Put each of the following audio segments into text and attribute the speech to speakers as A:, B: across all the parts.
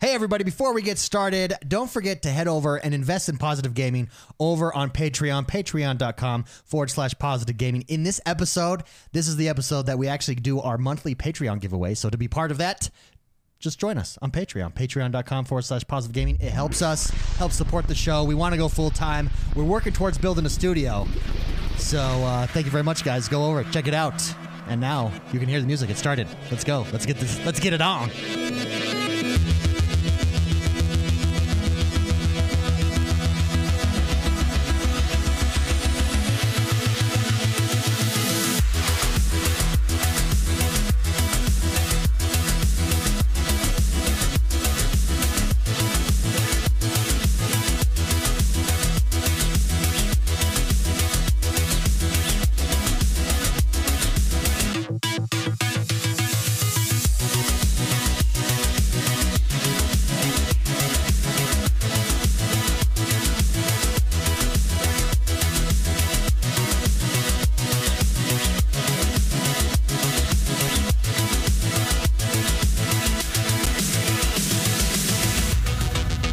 A: Hey, everybody, before we get started, don't forget to head over and invest in positive gaming over on Patreon, patreon.com forward slash positive gaming. In this episode, this is the episode that we actually do our monthly Patreon giveaway. So to be part of that, just join us on Patreon, patreon.com forward slash positive gaming. It helps us, helps support the show. We want to go full time. We're working towards building a studio. So uh, thank you very much, guys. Go over, check it out. And now you can hear the music. It started. Let's go. Let's get this. Let's get it on.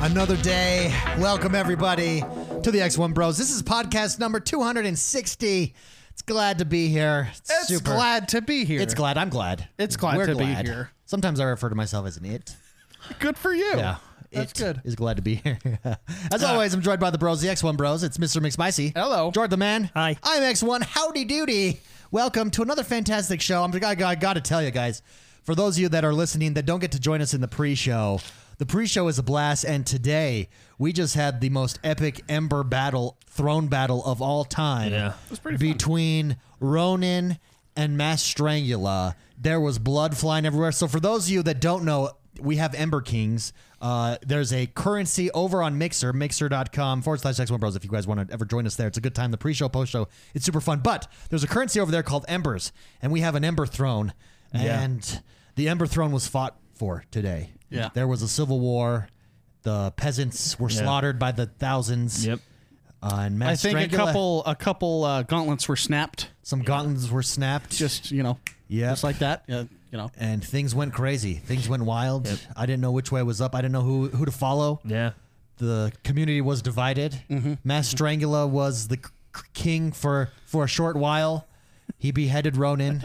A: Another day. Welcome everybody to the X1 Bros. This is podcast number 260. It's glad to be here.
B: It's glad to be here.
A: It's glad. I'm glad.
B: It's glad
A: We're
B: to be
A: glad.
B: here.
A: Sometimes I refer to myself as an it.
B: Good for you.
A: Yeah.
B: That's
A: it
B: good.
A: Is glad to be here. As always, I'm joined by the bros, the X1 bros. It's Mr. McSpicy.
B: Hello.
A: Jordan the man.
C: Hi.
A: I'm X1. Howdy doody. Welcome to another fantastic show. I'm I, I got to tell you guys, for those of you that are listening that don't get to join us in the pre-show, the pre-show is a blast and today we just had the most epic ember battle, throne battle of all time.
C: Yeah.
A: It was pretty between Ronin and Mass Strangula. There was blood flying everywhere. So for those of you that don't know, we have Ember Kings. Uh, there's a currency over on Mixer, mixer.com forward slash X1 Bros. If you guys want to ever join us there, it's a good time. The pre show, post show, it's super fun. But there's a currency over there called Embers, and we have an Ember Throne. And the Ember Throne was fought for today.
B: Yeah.
A: There was a civil war. The peasants were slaughtered by the thousands.
C: Yep.
A: Uh, and
B: I
A: Mass
B: think a
A: Strangula-
B: couple a couple uh, gauntlets were snapped.
A: some gauntlets were snapped.
B: Just you know,
A: Yep.
B: just like that. Yeah, you know.
A: and things went crazy. Things went wild. I didn't know which way was up. I didn't know who who to follow.
C: Yeah.
A: The community was divided.
B: Mm-hmm.
A: Mass Strangula was the c- c- king for for a short while. He beheaded Ronin.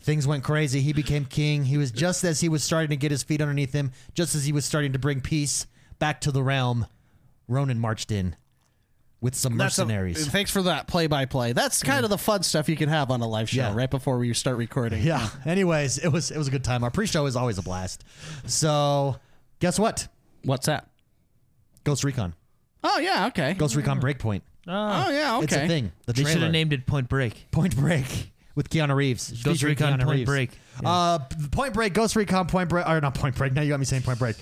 A: Things went crazy. He became king. He was just as he was starting to get his feet underneath him, just as he was starting to bring peace back to the realm. Ronin marched in with some
B: That's a-
A: mercenaries.
B: thanks for that play by play. That's kind of the fun stuff you can have on a live show
A: Yeah.
B: right before you start recording.
A: Yeah. Anyways, it was it was a good time. Our pre-show is always a blast. So, guess what?
B: What's that?
A: Ghost Recon.
B: Oh yeah. Okay.
A: Ghost
C: Mm.
A: Recon Breakpoint.
B: Oh yeah. Okay.
A: It's a thing. The
C: They should
A: trailer.
C: have named it Point Break.
A: Point Break with Keanu Reeves.
C: Ghost
A: Featuring
C: Recon
A: Keanu
C: Point
A: Reeves.
C: Break.
A: Uh, Point Break, Ghost Recon, Point Break, or not Point Break. Now you got me saying Point Break.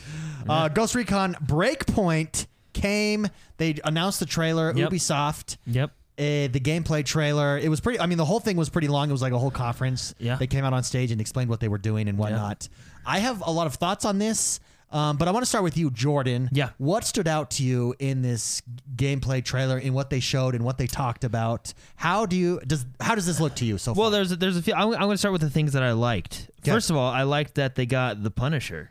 A: Uh, Ghost Recon Breakpoint came. They announced the trailer.
C: Yep.
A: Ubisoft.
C: Yep.
A: Uh, the gameplay trailer. It was pretty. I mean, the whole thing was pretty long. It was like a whole conference.
C: Yeah.
A: They came out on stage and explained what they were doing and whatnot. I have a lot of thoughts on this, um, but I want to start with you, Jordan.
C: Yeah.
A: What stood out to you in this gameplay trailer, in what they showed and what they talked about? How do you does how does this look to you so
C: Well,
A: far?
C: there's a, there's a few. I'm, I'm going to start with the things that I liked. First of all, I liked that they got the Punisher.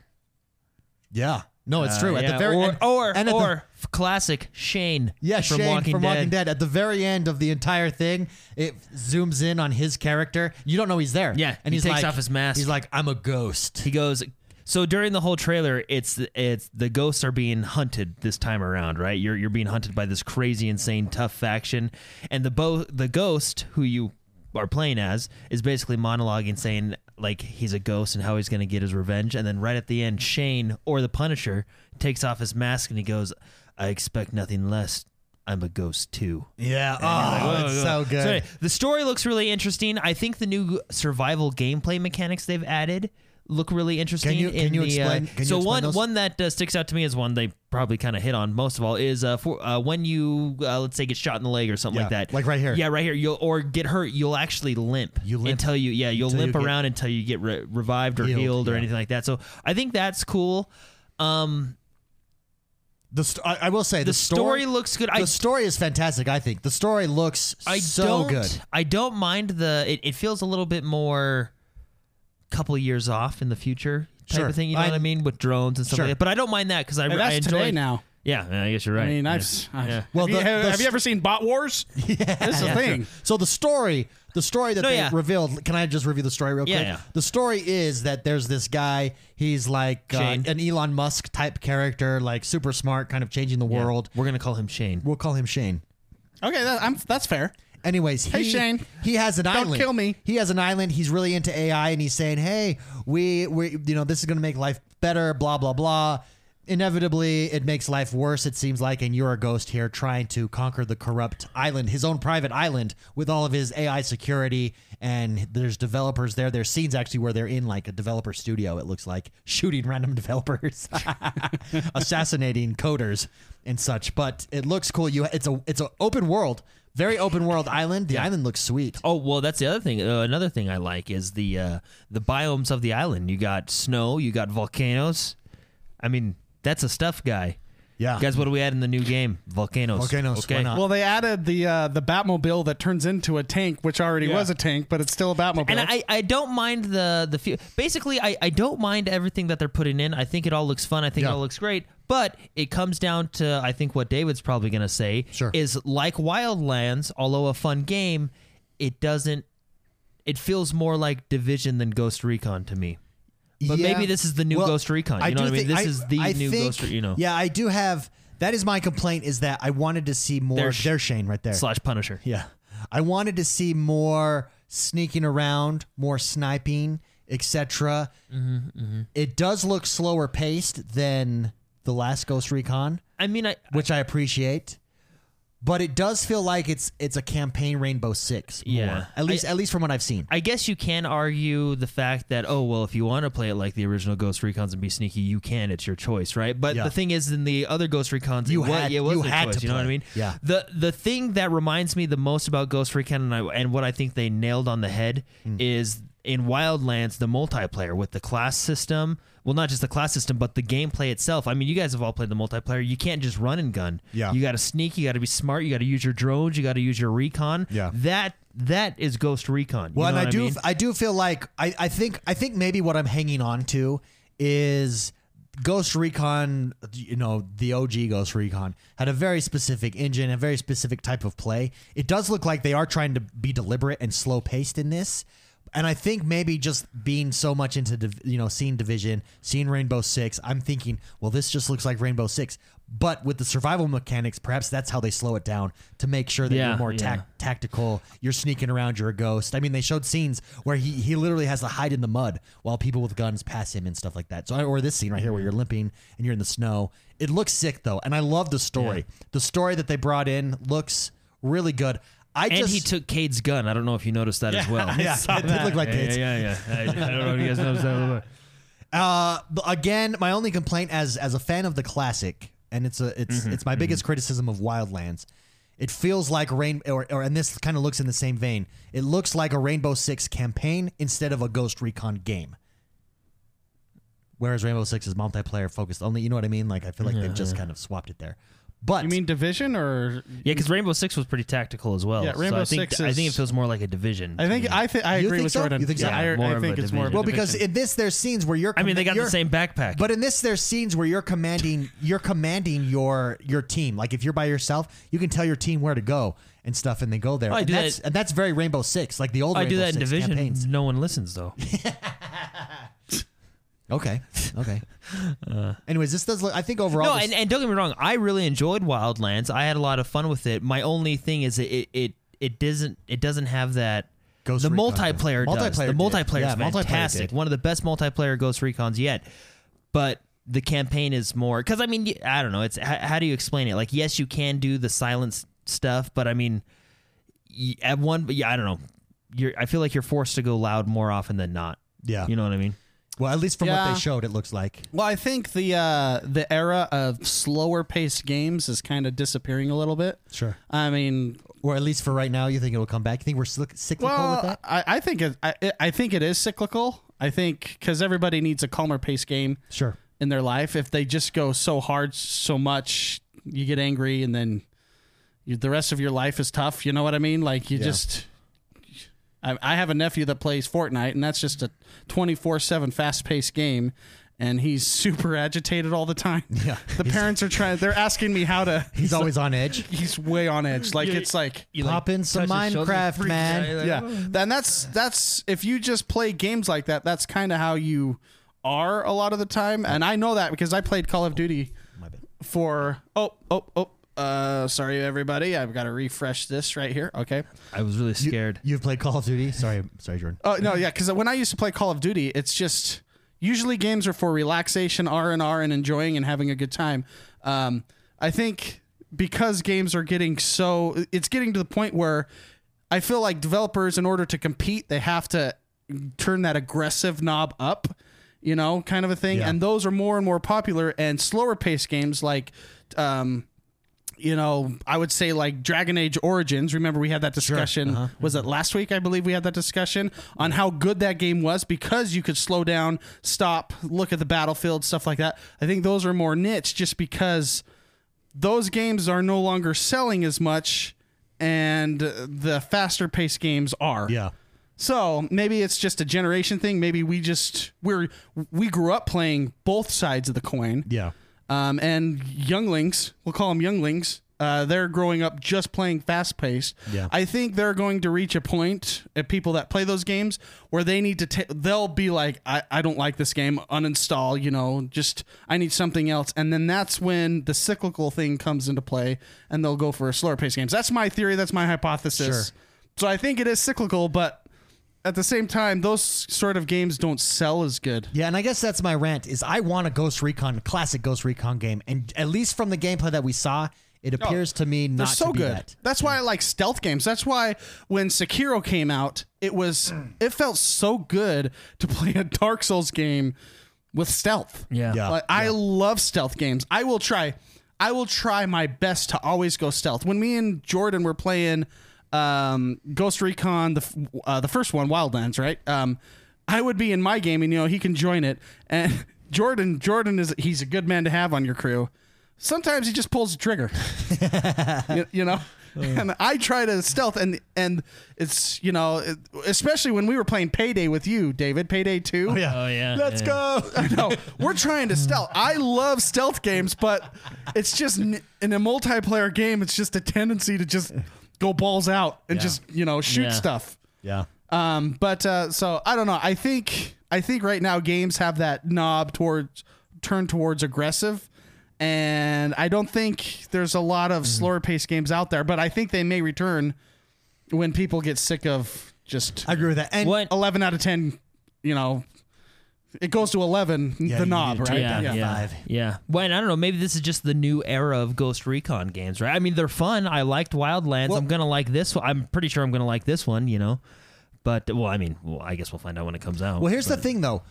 A: yeah. No, it's true.
C: Uh,
A: At
C: yeah,
A: the very
C: or
A: end,
C: or,
A: and at the-
C: or f- classic Shane.
A: Yeah,
C: from
A: Shane
C: Walking
A: from
C: Dead.
A: Walking Dead. At the very end of the entire thing, it zooms in on his character. You don't know he's there.
C: Yeah,
A: and
C: he
A: he's
C: takes
A: like-
C: off his mask.
A: He's like, "I'm a ghost."
C: He goes. So during the whole trailer, it's it's the ghosts are being hunted this time around, right? You're you're being hunted by this crazy, insane, tough faction, and the bo- the ghost who you are playing as is basically monologuing, saying like he's a ghost and how he's going to get his revenge, and then right at the end, Shane or the Punisher takes off his mask and he goes, "I expect nothing less. I'm a ghost too."
A: Yeah.
C: You're
A: Oh,
C: like,
A: it's
C: whoa,
A: so
C: whoa.
A: good.
C: anyway, the story looks really interesting. I think the new survival gameplay mechanics they've added look really interesting.
A: Can you-
C: in
A: can you
C: the,
A: explain-
C: uh,
A: can you
C: so
A: explain
C: one
A: those?
C: one that uh, sticks out to me is one they probably kind of hit on most of all is uh, for uh, when you uh, let's say get shot in the leg or something like
A: Yeah,
C: that,
A: like right here.
C: Yeah, right here. You'll or get hurt. You'll actually limp.
A: You limp.
C: until you yeah you'll
A: Until you
C: limp
A: get-
C: around until you get re- revived or
A: Healed,
C: healed, or
A: yeah.
C: anything like that. So I think that's cool. Um,
A: The st- I, I will say the,
C: the story, looks good.
A: The
C: I
A: story is fantastic. I think the story looks
C: I
A: so
C: don't,
A: good.
C: I don't mind the. It, it feels a little bit more, couple years off in the future type
A: Sure.
C: of thing. You know
A: I-
C: what I mean with drones and stuff
A: Sure.
C: like that. But I don't mind that because I,
B: And
C: I
B: that's
C: enjoy
B: today now.
C: Yeah, I guess you're right.
B: I mean, I've,
C: yeah.
B: I've
C: Yeah.
A: Well,
B: well,
A: the-
B: have, you,
A: the-
B: have you ever seen Bot Wars? That's the thing.
A: So the story, the story that
C: No,
A: they
C: yeah.
A: revealed. Can I just review the story real
C: Yeah,
A: quick?
C: yeah.
A: The story is that there's this guy. He's like uh,
C: Shane.
A: an Elon Musk type character, like super smart, kind of changing the
C: Yeah.
A: world.
C: We're gonna call him Shane.
A: We'll call him Shane.
B: Okay, that, I'm, that's fair.
A: Anyways, he,
B: Hey, Shane.
A: he has an island.
B: kill me.
A: He has an island. He's really into AI, and he's saying, "Hey, we, we, you know, this is going to make life better." Blah blah blah. Inevitably, it makes life worse. It seems like, and you're a ghost here trying to conquer the corrupt island, his own private island, with all of his AI security. And there's developers there. There's scenes actually where they're in like a developer studio. It looks like shooting random developers, assassinating coders and such. But it looks cool. You, it's a it's an open world. Very open world island. The island looks sweet.
C: Oh well, that's the other thing. Uh, another thing I like is the uh, the biomes of the island. You got snow, you got volcanoes. I mean, that's a stuff guy.
A: Yeah.
C: guys, what do we add in the new game? Volcanoes.
A: Volcanoes, why not?
B: Well, they added the uh, the Batmobile that turns into a tank, which already was a tank, but it's still a Batmobile.
C: And I, I don't mind the the few. Basically, I, I don't mind everything that they're putting in. I think it all looks fun. I think
A: Yeah.
C: it all looks great. But it comes down to I think what David's probably going to say
A: Sure.
C: is like Wildlands, although a fun game, it doesn't. It feels more like Division than Ghost Recon to me. But
A: Yeah.
C: maybe this is the new
A: Well,
C: Ghost Recon. You know
A: do
C: what I mean?
A: think-
C: This is the
A: I
C: new
A: think-
C: Ghost. Re- You know,
A: Yeah, I do have. That is my complaint is that I wanted to see more.
C: There's-
A: There's, Shane right there.
C: slash Punisher.
A: yeah, I wanted to see more sneaking around, more sniping, etc.
C: Mm-hmm,
A: It does look slower paced than the last Ghost Recon,
C: I mean, I
A: which I appreciate. But it does feel like it's it's a campaign Rainbow Six. More,
C: Yeah.
A: at least at least from what I've seen.
C: I guess you can argue the fact that oh well, if you want to play it like the original Ghost Recon's and be sneaky, you can. It's your choice, right? But
A: Yeah.
C: the thing is, in the other Ghost Recon's,
A: You
C: it wa-
A: had-
C: it was
A: you
C: their
A: had
C: choice,
A: to
C: you know what I
A: play.
C: mean?
A: Yeah.
C: The the thing that reminds me the most about Ghost Recon and I, and what I think they nailed on the head
A: Mm.
C: is in Wildlands the multiplayer with the class system. Well, not just the class system, but the gameplay itself. I mean, you guys have all played the multiplayer. You can't just run and gun.
A: Yeah.
C: You got to sneak. You got to be smart. You got to use your drones. You got to use your recon.
A: Yeah.
C: That that is Ghost Recon.
A: Well,
C: You
A: and
C: know
A: I
C: what
A: do, I,
C: mean?
A: do feel like I, I think, I think maybe what I'm hanging on to is Ghost Recon. You know, the OG Ghost Recon had a very specific engine, a very specific type of play. It does look like they are trying to be deliberate and slow paced in this. And I think maybe just being so much into div- you know seeing Division, seeing Rainbow Six, I'm thinking, well, this just looks like Rainbow Six, but with the survival mechanics, perhaps that's how they slow it down to make sure that
C: Yeah,
A: you're more
C: yeah.
A: tac- tactical. You're sneaking around. You're a ghost. I mean, they showed scenes where he, he literally has to hide in the mud while people with guns pass him and stuff like that. So, or this scene right here where you're limping and you're in the snow. It looks sick though, and I love the story. The story that they brought in looks really good. I
C: and
A: just
C: he took Cade's gun. I don't know if you noticed that as well.
A: yeah, it did look like it's
C: yeah, yeah. I, don't know if you guys noticed that.
A: Uh, but again, my only complaint as as a fan of the classic, and it's a
C: Mm-hmm,
A: it's it's my biggest criticism of Wildlands. It feels like rain, or, or and this kind of looks in the same vein. It looks like a Rainbow Six campaign instead of a Ghost Recon game. Whereas Rainbow Six is multiplayer focused only, you know what I mean? Like I feel like they've just kind of swapped it there. But
B: you mean Division or?
C: Yeah, because Rainbow Six was pretty tactical as well.
B: Yeah,
C: So
B: Rainbow
C: I think,
B: Six
C: I think it
B: is-
C: feels more like a division.
B: I
C: to
B: think
C: me.
B: I think I
A: You
B: agree
A: think
B: with
A: so?
B: Jordan.
A: You think so?
B: Yeah,
C: Yeah,
B: I-
C: more
B: I,
C: of
B: think
C: a
B: it's more. of a
A: well, because
B: Division.
A: in this there's scenes where you're.
C: I mean, they got the
A: you're-
C: same backpack.
A: But in this, there's scenes where you're commanding, you're commanding your your team. Like if you're by yourself, you can tell your team where to go and stuff, and they go there.
C: Oh, I
A: and
C: do
A: that's
C: that-
A: and that's very Rainbow Six, like the old.
C: I
A: Rainbow
C: do that in
A: Six
C: division.
A: Campaigns.
C: No one listens though.
A: Okay, okay. Anyways, this does look. I think overall,
C: Uh. no,
A: this-
C: and, and don't get me wrong. I really enjoyed Wildlands. I had a lot of fun with it. My only thing is it it it, it doesn't it doesn't have that.
A: Ghost
C: the
A: Recon did.
C: multiplayer, does.
A: Multiplayer
C: The
A: did.
C: multiplayer
A: Yeah,
C: is
A: multiplayer
C: fantastic.
A: did.
C: One of the best multiplayer Ghost Recon's yet. But the campaign is more because I mean y- I don't know. It's how, how do you explain it? Like yes, you can do the silence stuff, but I mean y- at one yeah I don't know. You're I feel like you're forced to go loud more often than not.
A: yeah.
C: You know what I mean?
A: well, at least from what
B: Yeah.
A: they showed, it looks like.
B: Well, I think the uh, the era of slower paced games is kind of disappearing a little bit.
A: Sure.
B: I mean,
A: Or at least for right now, you think it will come back. You think we're cyc- cyclical with
B: well, uh,
A: that?
B: I, I think it, I, I think it is cyclical. I think because everybody needs a calmer paced game
A: Sure.
B: in their life. If they just go so hard, so much, you get angry, and then you, the rest of your life is tough. You know what I mean? Like you just. I, I have a nephew that plays Fortnite, and that's just a 24 7 fast paced game. And he's super agitated all the time.
A: Yeah.
B: The parents are trying, they're asking me how to.
A: He's always on edge.
B: He's way on edge. Like, it's like.
C: You
A: Pop in some
C: touch his shoulder,
A: Minecraft,
C: freak
A: man.
C: out, you're like,
B: Yeah.
C: "Oh."
B: And that's, that's, if you just play games like that, that's kind of how you are a lot of the time. And I know that because I played Call of Duty
A: My bad.
B: for, oh, oh, oh. Uh, sorry, everybody. I've got to refresh this right here. Okay.
C: I was really scared.
A: You've played Call of Duty. Sorry, sorry, Jordan.
B: Oh no, yeah, because when I used to play Call of Duty, it's just usually games are for relaxation, R and R, and enjoying and having a good time. Um, I think because games are getting so, it's getting to the point where I feel like developers, in order to compete, they have to turn that aggressive knob up, you know, kind of a thing.
A: Yeah.
B: And those are more and more popular, and slower paced games like. Um, you know, I would say like Dragon Age Origins. Remember, we had that discussion.
A: Uh-huh.
B: Was
A: Mm-hmm.
B: it last week? I believe we had that discussion on how good that game was because you could slow down, stop, look at the battlefield, stuff like that. I think those are more niche just because those games are no longer selling as much and uh, the faster paced games are.
A: Yeah.
B: So maybe it's just a generation thing. Maybe we just, we're, we grew up playing both sides of the coin
A: Yeah.
B: um, and younglings we'll call them younglings uh, they're growing up just playing fast paced
A: Yeah.
B: i think they're going to reach a point at people that play those games where they need to ta- they'll be like I-, I don't like this game uninstall you know just i need something else and then that's when the cyclical thing comes into play and they'll go for slower paced games that's my theory that's my hypothesis
A: Sure.
B: so i think it is cyclical but at the same time those sort of games don't sell as good
A: Yeah, and I guess that's my rant is I want a Ghost Recon, classic Ghost Recon game, and at least from the gameplay that we saw, it appears to me not
B: They're so
A: to be
B: good.
A: that.
B: That's why I like stealth games. That's why when Sekiro came out, it was
A: Mm.
B: it felt so good to play a Dark Souls game with stealth.
C: Yeah.
A: Yeah.
B: Like, I love stealth games. I will try. I will try my best to always go stealth. When me and Jordan were playing um, Ghost Recon, the f- uh, the first one, Wildlands, right? Um, I would be in my game, and you know he can join it. And Jordan, Jordan is he's a good man to have on your crew. Sometimes he just pulls the trigger you, you know and i try to stealth and and it's you know it- especially when we were playing payday with you david payday 2
A: yeah.
C: Oh yeah.
A: Let's
C: yeah.
A: go.
B: I know we're trying to stealth. I love stealth games, but it's just n- in a multiplayer game. It's just a tendency to just go balls out and
A: Yeah.
B: just you know shoot
C: Yeah.
B: stuff.
A: Yeah.
B: Um, but uh, so I don't know. I think I think right now games have that knob towards turn towards aggressive, and I don't think there's a lot
A: Mm-hmm.
B: of slower paced games out there. But I think they may return when people get sick of just
A: I agree with that. And oh.
C: What?
B: eleven out of ten. You know, it goes to eleven.
A: Yeah,
B: the
A: you
B: knob,
A: need to
B: right?
C: Yeah, yeah,
A: down
C: yeah.
A: five.
C: Well, and I don't know. Maybe this is just the new era of Ghost Recon games, right? I mean, they're fun. I liked Wildlands.
B: Well-
C: I'm gonna like this one. I'm pretty sure I'm gonna like this one. You know, but well, I mean, well, I guess we'll find out when it comes out.
A: Well, here's the
C: but-
A: thing, though.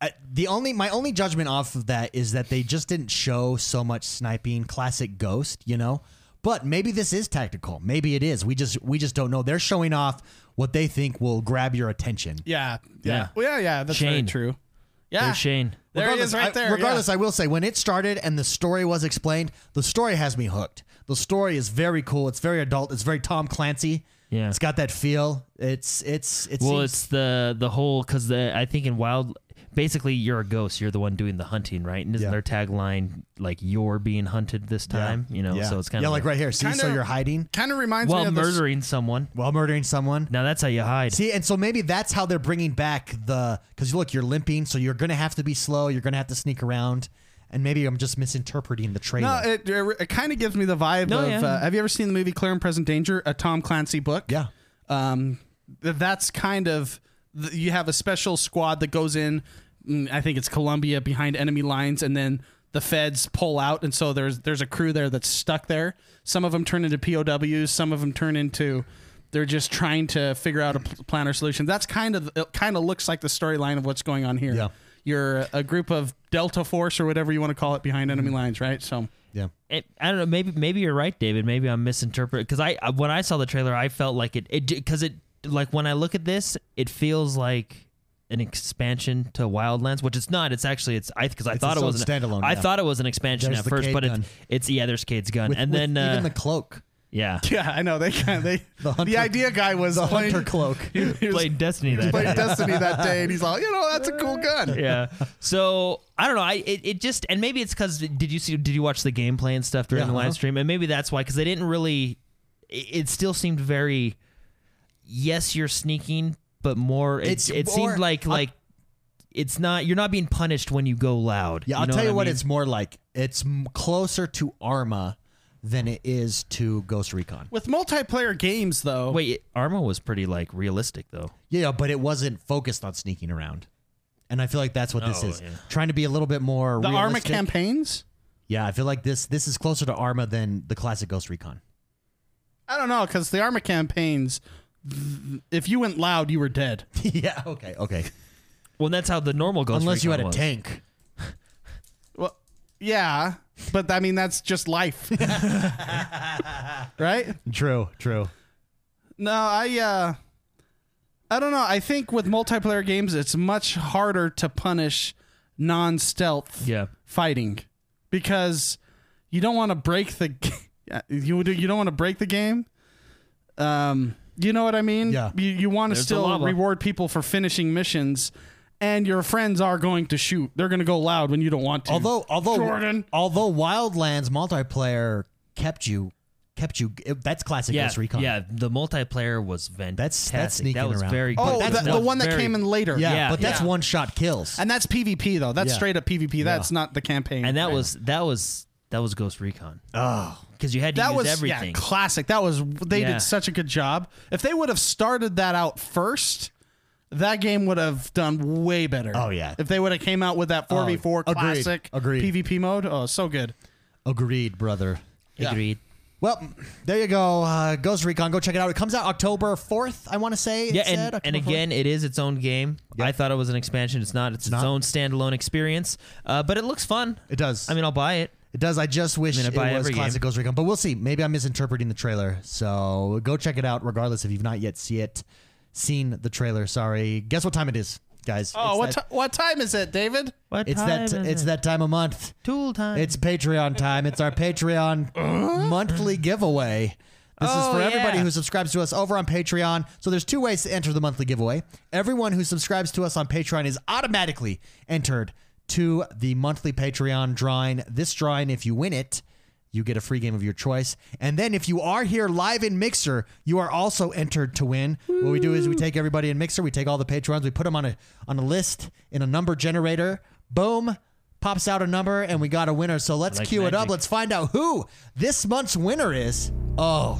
A: Uh, the only my only judgment off of that is that they just didn't show so much sniping, classic Ghost, you know. But maybe this is tactical. Maybe it is. We just we just don't know. They're showing off what they think will grab your attention.
B: yeah,
C: Yeah.
B: Well, yeah, yeah. That's very
C: Shane.
B: true. Yeah,
C: There's Shane.
B: There he is
A: Regardless,
B: right
A: I-
B: there.
A: regardless,
B: yeah.
A: I will say when it started and the story was explained, the story has me hooked. The story is very cool. It's very adult. It's very Tom Clancy.
C: Yeah.
A: it's got that feel. It's it's it's.
C: Well, it's the the whole because the I think in Wild, basically you're a ghost. You're the one doing the hunting, right? And isn't
A: Yeah.
C: their tagline like "You're being hunted this time"? You know, so it's kind
A: yeah,
C: of
A: like right here. See, so
B: Kinda-
A: you're hiding
B: kind of reminds me
C: while
B: of this-
C: murdering someone.
A: while murdering someone.
C: Now that's how you hide.
A: See, and so maybe that's how they're bringing back the because look, you're limping, so you're gonna have to be slow. You're gonna have to sneak around, and maybe I'm just misinterpreting the trailer.
B: No, it, it, it kind of gives me the vibe
C: No,
B: of.
C: yeah.
B: Uh, have you ever seen the movie *Claire and Present Danger*? A Tom Clancy book.
A: yeah,
B: Um, th- that's kind of th- you have a special squad that goes in. mm, I think it's Colombia behind enemy lines, and then the feds pull out, and so there's there's a crew there that's stuck there. Some of them turn into POWs. Some of them turn into they're just trying to figure out a pl- plan or solution. That's kind of it. Kind of looks like the storyline of what's going on here.
A: Yeah.
B: You're a group of Delta Force or whatever you want to call it behind enemy lines, right? So
A: yeah,
C: it, I don't know. Maybe maybe you're right, David. Maybe I'm misinterpreting because I I- when I saw the trailer, I felt like it it because it like when I look at this, it feels like an expansion to Wildlands, which it's not. It's actually it's I because I
A: It's
C: thought
A: its
C: it was
A: own
C: an-
A: standalone,
C: I
A: yeah.
C: thought it was an expansion
A: There's
C: at
A: the
C: first,
A: Cade
C: but it's
A: gun.
C: it's yeah. There's Cade's gun,
A: With-
C: and
A: with
C: then uh,
A: even the cloak.
C: Yeah.
B: Yeah, I know they kind of, they the,
A: hunter-
B: idea guy was the
A: Hunter cloak.
B: He was
C: Played Destiny that
B: playing
C: day.
B: Destiny that day, and he's like, you know, that's a cool gun.
C: yeah. So I don't know. I it, it just and maybe it's because did you see did you watch the gameplay and stuff during the
A: Uh-huh.
C: live stream and maybe that's why because they didn't really. It, it still seemed very. Yes, you're sneaking, but more. It,
A: It's
C: it
A: more-
C: seemed like like. It's not you're not being punished when you go loud.
A: Yeah, I'll
C: know
A: tell you
C: I
A: what
C: mean?
A: it's more like. It's m- closer to Arma than it is to Ghost Recon.
B: With multiplayer games, though,
C: Wait, Arma was pretty like realistic though.
A: Yeah, but it wasn't focused on sneaking around. And I feel like that's what this
C: Oh,
A: is.
C: yeah.
A: Trying to be a little bit more
B: the Arma
A: realistic.
B: campaigns.
A: Yeah, I feel like this this is closer to Arma than the classic Ghost Recon.
B: I don't know because the Arma campaigns, th- if you went loud, you were dead.
A: yeah, okay, okay.
C: Well, that's how the normal Ghost
A: Unless you had
C: Recon
A: a
C: was.
A: tank.
B: Well, yeah, but I mean that's just life, right?
A: True, true.
B: No, I uh I don't know. I think with multiplayer games it's much harder to punish non-stealth
C: Yeah.
B: fighting because you don't want to break the g- yeah, you do- you don't want to break the game. Um you know what I mean?
A: Yeah.
B: You you want to
C: There's the
B: still
C: lava.
B: reward people for finishing missions and your friends are going to shoot. They're going to go loud when you don't want to.
A: Although although
B: Jordan.
A: although Wildlands multiplayer kept you kept you that's classic
C: Yeah,
A: Ghost Recon.
C: yeah, the multiplayer was fantastic.
A: sneaking
C: that was
A: around.
C: Very
B: oh,
C: good.
B: the,
C: That
B: the
C: was
B: one that
C: very-
B: came in later.
A: Yeah,
C: Yeah,
A: but that's
C: yeah.
A: one shot kills.
B: And that's PvP though. That's
A: Yeah.
B: straight up PvP. That's not the campaign.
C: and that was that was that was Ghost Recon
A: oh.
C: because you had to
B: that
C: use
B: was yeah,
C: everything.
B: classic. That was they
C: Yeah.
B: did such a good job. If they would have started that out first, that game would have done way better.
A: Oh, yeah. Oh,
B: If they would have came out with that 4v4
A: agreed,
B: classic
A: agreed.
B: PvP mode, oh so good.
A: Agreed, brother.
B: yeah.
C: Agreed.
A: Well, there you go. Uh, Ghost Recon, go check it out. It comes out October 4th, I want to say. it
C: Yeah,
A: said,
C: and, and
A: October 4th.
C: again, it is its own game. I thought it was an expansion. It's not. It's its,
A: not.
C: own standalone experience. Uh, but it looks fun.
A: It does.
C: I mean, I'll buy it.
A: it does. I just wish
C: I mean, I
A: it
C: buy
A: was
C: every
A: classic
C: game.
A: Ghost Recon, but we'll see. Maybe I'm misinterpreting the trailer. So go check it out, regardless if you've not yet see it, seen the trailer. Sorry. Guess what time it is, guys?
B: Oh,
A: it's
B: what
A: that,
B: ti- what time is it, David?
C: What
A: It's
C: time
A: that.
C: is
A: It's
C: it?
A: that time of month.
C: tool time.
A: It's Patreon time. It's our Patreon monthly giveaway. This is
C: Oh,
A: for
C: yeah.
A: everybody who subscribes to us over on Patreon. So there's two ways to enter the monthly giveaway. Everyone who subscribes to us on Patreon is automatically entered to the monthly Patreon drawing. This drawing, if you win it, you get a free game of your choice. And then if you are here live in Mixer, you are also entered to win. What we do is we take everybody in Mixer, we take all the patrons, we put them on a on a list in a number generator. Boom, pops out a number and we got a winner. So let's
C: Like
A: cue it up.
C: magic.
A: Let's find out who this month's winner is. Oh.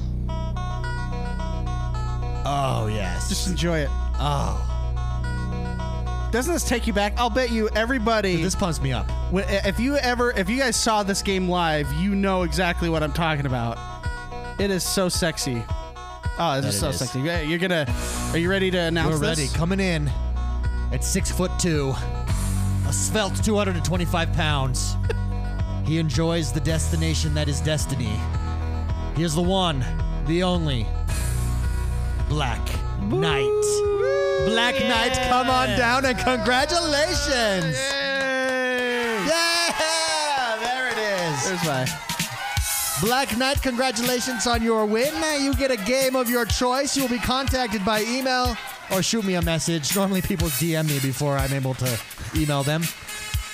A: Oh
B: Just
A: yes.
B: enjoy it.
A: Oh.
B: Doesn't this take you back? I'll bet you everybody
A: This pumps me up.
B: Wh- If you ever, if you guys saw this game live, you know exactly what I'm talking about. It is so sexy. Oh, it's just
A: it
B: so
A: is.
B: sexy. Yeah, You're gonna. Are you ready to announce
A: We're ready.
B: this?
A: Coming in at six foot two, a svelte 225 pounds. he enjoys the destination that is destiny. He is the one, the only Black Knight. Black Knight, come on down and congratulations!
B: Yay!
A: Yeah! There it is.
B: There's my.
A: Black Knight, congratulations on your win. You get a game of your choice. You will be contacted by email or shoot me a message. Normally, people DM me before I'm able to email them.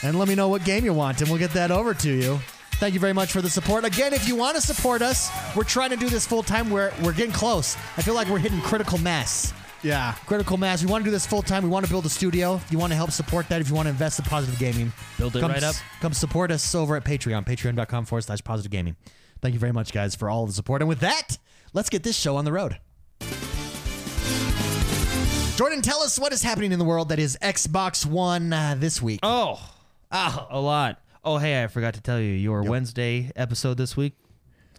A: And let me know what game you want, and we'll get that over to you. Thank you very much for the support. Again, if you want to support us, we're trying to do this full time. We're, we're getting close. I feel like we're hitting critical mass
B: Yeah.
A: critical mass. We want to do this full time. We want to build a studio. If you want to help support that, if you want to invest in positive gaming,
C: Build it
A: come,
C: right up.
A: Come support us over at Patreon, patreon.com forward slash positive gaming. Thank you very much, guys, for all the support. And with that, let's get this show on the road. Jordan, tell us what is happening in the world that is Xbox One uh, this week.
C: oh, a lot. Oh, hey, I forgot to tell you your Wednesday episode this week.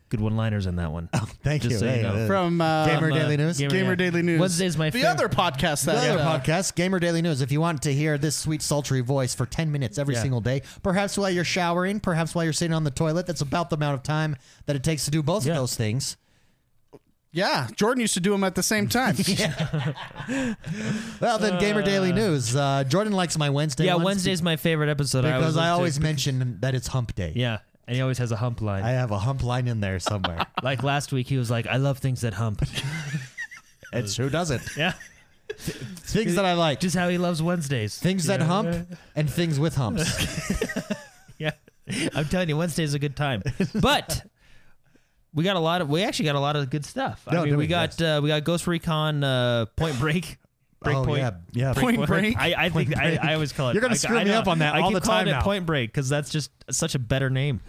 C: Good one-liners in that one.
A: Thank
C: just
A: you.
C: so you
A: Hey,
C: know.
A: uh,
B: From uh,
A: Gamer
C: uh,
A: Daily News.
C: Gamer-
B: Gamer Daily News.
C: Wednesday's my
B: the
C: fav-
B: other podcast
A: The
B: that
A: other
B: uh,
A: podcast, Gamer Daily News. If you want to hear this sweet, sultry voice for 10 minutes every
C: Yeah.
A: single day, perhaps while you're showering, perhaps while you're sitting on the toilet, that's about the amount of time that it takes to do both
C: Yeah.
A: of those things.
B: Yeah, Jordan used to do them at the same time.
A: Well, then, Gamer Daily News. Uh, Jordan likes my Wednesday
C: yeah,
A: ones
C: Wednesday's my favorite episode. I
A: Because
C: always
A: I
C: look to-
A: always mention that it's hump day.
C: Yeah, and he always has a hump line.
A: I have a hump line in there somewhere.
C: like last week, he was like, "I love things that hump."
A: it's who doesn't?
C: yeah,
A: Things that I like.
C: just how he loves Wednesdays.
A: things
C: You
A: that
C: know?
A: hump and things with humps.
C: Yeah, I'm telling you, Wednesday's a good time. But we got a lot of. We actually got a lot of good stuff.
A: No,
C: I mean,
A: did
C: we
A: we?
C: got uh, we got Ghost Recon, uh, Point Break. Break
A: oh
C: point.
A: yeah, yeah.
B: Point Break?
C: I, I think I, I always call it.
A: You're gonna
C: I-
A: screw
C: I
A: me
C: know.
A: up on that
C: I
A: all
C: keep
A: the
C: calling
A: time
C: it
A: now.
C: Point Break because that's just such a better name.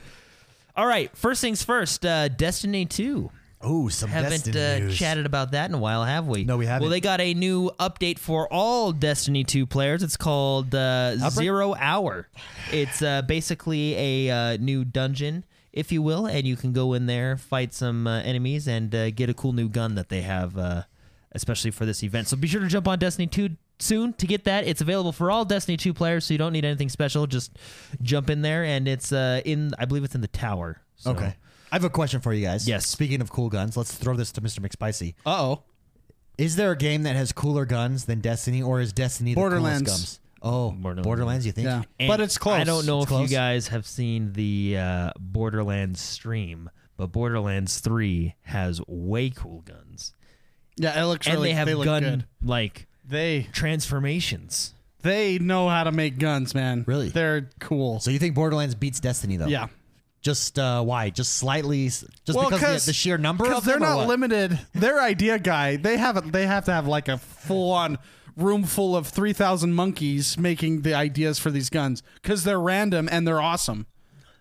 C: All right, first things first. Uh, Destiny Two.
A: Ooh, some
C: Haven't
A: Destiny
C: uh,
A: news.
C: chatted about that in a while, have we?
A: No, we haven't.
C: Well, they got a new update for all Destiny 2 players. It's called uh, Zero Hour. It's uh, basically a uh, new dungeon, if you will, and you can go in there, fight some uh, enemies, and uh, get a cool new gun that they have, uh, especially for this event. So be sure to jump on Destiny 2 soon to get that. It's available for all Destiny 2 players, so you don't need anything special. Just jump in there, and it's uh, in, I believe it's in the tower. So.
A: Okay. I have a question for you guys.
C: Yes.
A: Speaking of cool guns, let's throw this to Mr. McSpicy.
B: Uh oh.
A: Is there a game that has cooler guns than Destiny, or is Destiny the
B: Borderlands.
A: coolest guns? Oh,
C: Borderlands.
A: Borderlands. You think?
B: Yeah.
C: And
B: but it's close.
C: I don't know
A: It's
C: if
A: close.
C: you guys have seen the uh, Borderlands stream, but Borderlands 3 has way cool guns.
B: Yeah, it looks
C: And
B: really
C: they have
B: look
C: gun
B: good.
C: like
B: They
C: transformations.
B: they know how to make guns, man.
A: Really?
B: They're cool.
A: So you think Borderlands beats Destiny though?
B: yeah.
A: Just uh, why? Just slightly. Just because the, the sheer number
B: because
A: of
B: they're
A: them, or
B: not
A: what?
B: limited. Their idea guy, they have a, they have to have like a full on room full of three thousand monkeys making the ideas for these guns because they're random and they're awesome.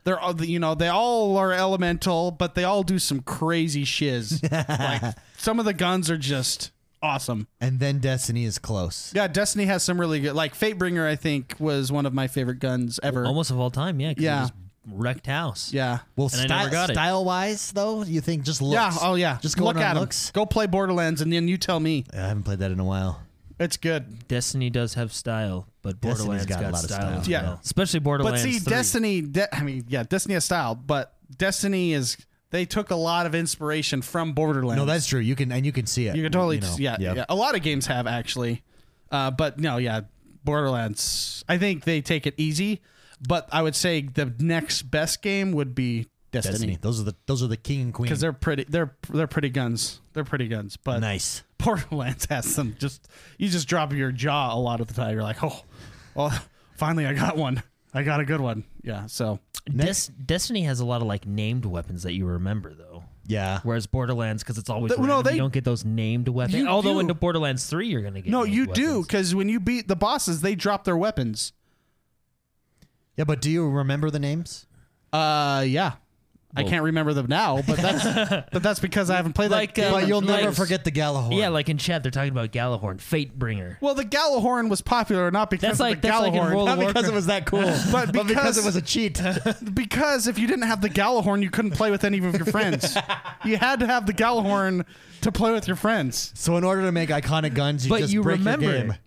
B: They're all- you know they all are elemental, but they all do some crazy shiz. like some of the guns are just awesome.
A: And then Destiny is close.
B: Yeah, Destiny has some really good. Like Fatebringer, I think was one of my favorite guns ever.
C: Almost of all time, yeah. 'cause it
B: Er Yeah.
C: just wrecked house.
B: Yeah.
A: Well,
C: And I never got it.
A: style wise though, you think just looks?
B: Yeah. Oh yeah.
A: Just going
B: look
A: on
B: at 'em.
A: looks.
B: Go play Borderlands, and then you tell me
A: I haven't played that in a while.
B: it's good.
C: Destiny does have style, but
A: Destiny's
C: Borderlands
A: got
C: got,
A: a lot of
C: style.
A: style.
C: as
B: Yeah.
C: well. Especially
B: But
C: Borderlands
B: see,
C: 3.
B: Destiny. De- I mean, yeah, Destiny has style, but Destiny is. They took a lot of inspiration from Borderlands.
A: No, that's true. You can and you can see it.
B: you can totally.
A: know.
B: yeah, yeah. A lot of games have actually, uh, but no, yeah. Borderlands. I think they take it easy, but I would say the next best game would be
A: Destiny.
B: Destiny
A: Those are the those are the king and queen.
B: because they're pretty. They're they're pretty guns. They're pretty guns, but
A: nice.
B: Borderlands has some just you just drop your jaw a lot of the time. You're like, oh, well, finally I got one. I got a good one. Yeah. So
C: Des- Destiny has a lot of like named weapons that you remember though.
A: Yeah.
C: Whereas Borderlands, because it's always
B: Th- no,
C: random,
B: they-
C: you don't get those named weapons.
B: You
C: Although
B: do.
C: into Borderlands three, you're gonna get.
B: no,
C: named
B: you do
C: weapons.
B: because when you beat the bosses, they drop their weapons.
A: Yeah, but do you remember the names?
B: Uh, yeah. I
C: Well-
B: can't remember them now, but that's but that's because I haven't played
C: Like,
B: that.
C: uh,
A: But you'll never
C: like-
A: forget the Galahorn.
C: Yeah, like in chat, they're talking about Galahorn, Fatebringer.
B: well, the Galahorn was popular not because
C: That's
B: of
C: like
B: the
C: that's like in
B: Galahorn,
C: World
A: not
C: of
A: because
C: Warcraft.
A: it was that cool,
B: But
A: but because
B: because-
A: it was a cheat.
B: because if you didn't have the Galahorn, you couldn't play with any of your friends. you had to have the Galahorn to play with your friends.
A: so in order to make iconic guns, you
C: But
A: just
C: you
A: break
C: remember
A: your game.
C: it.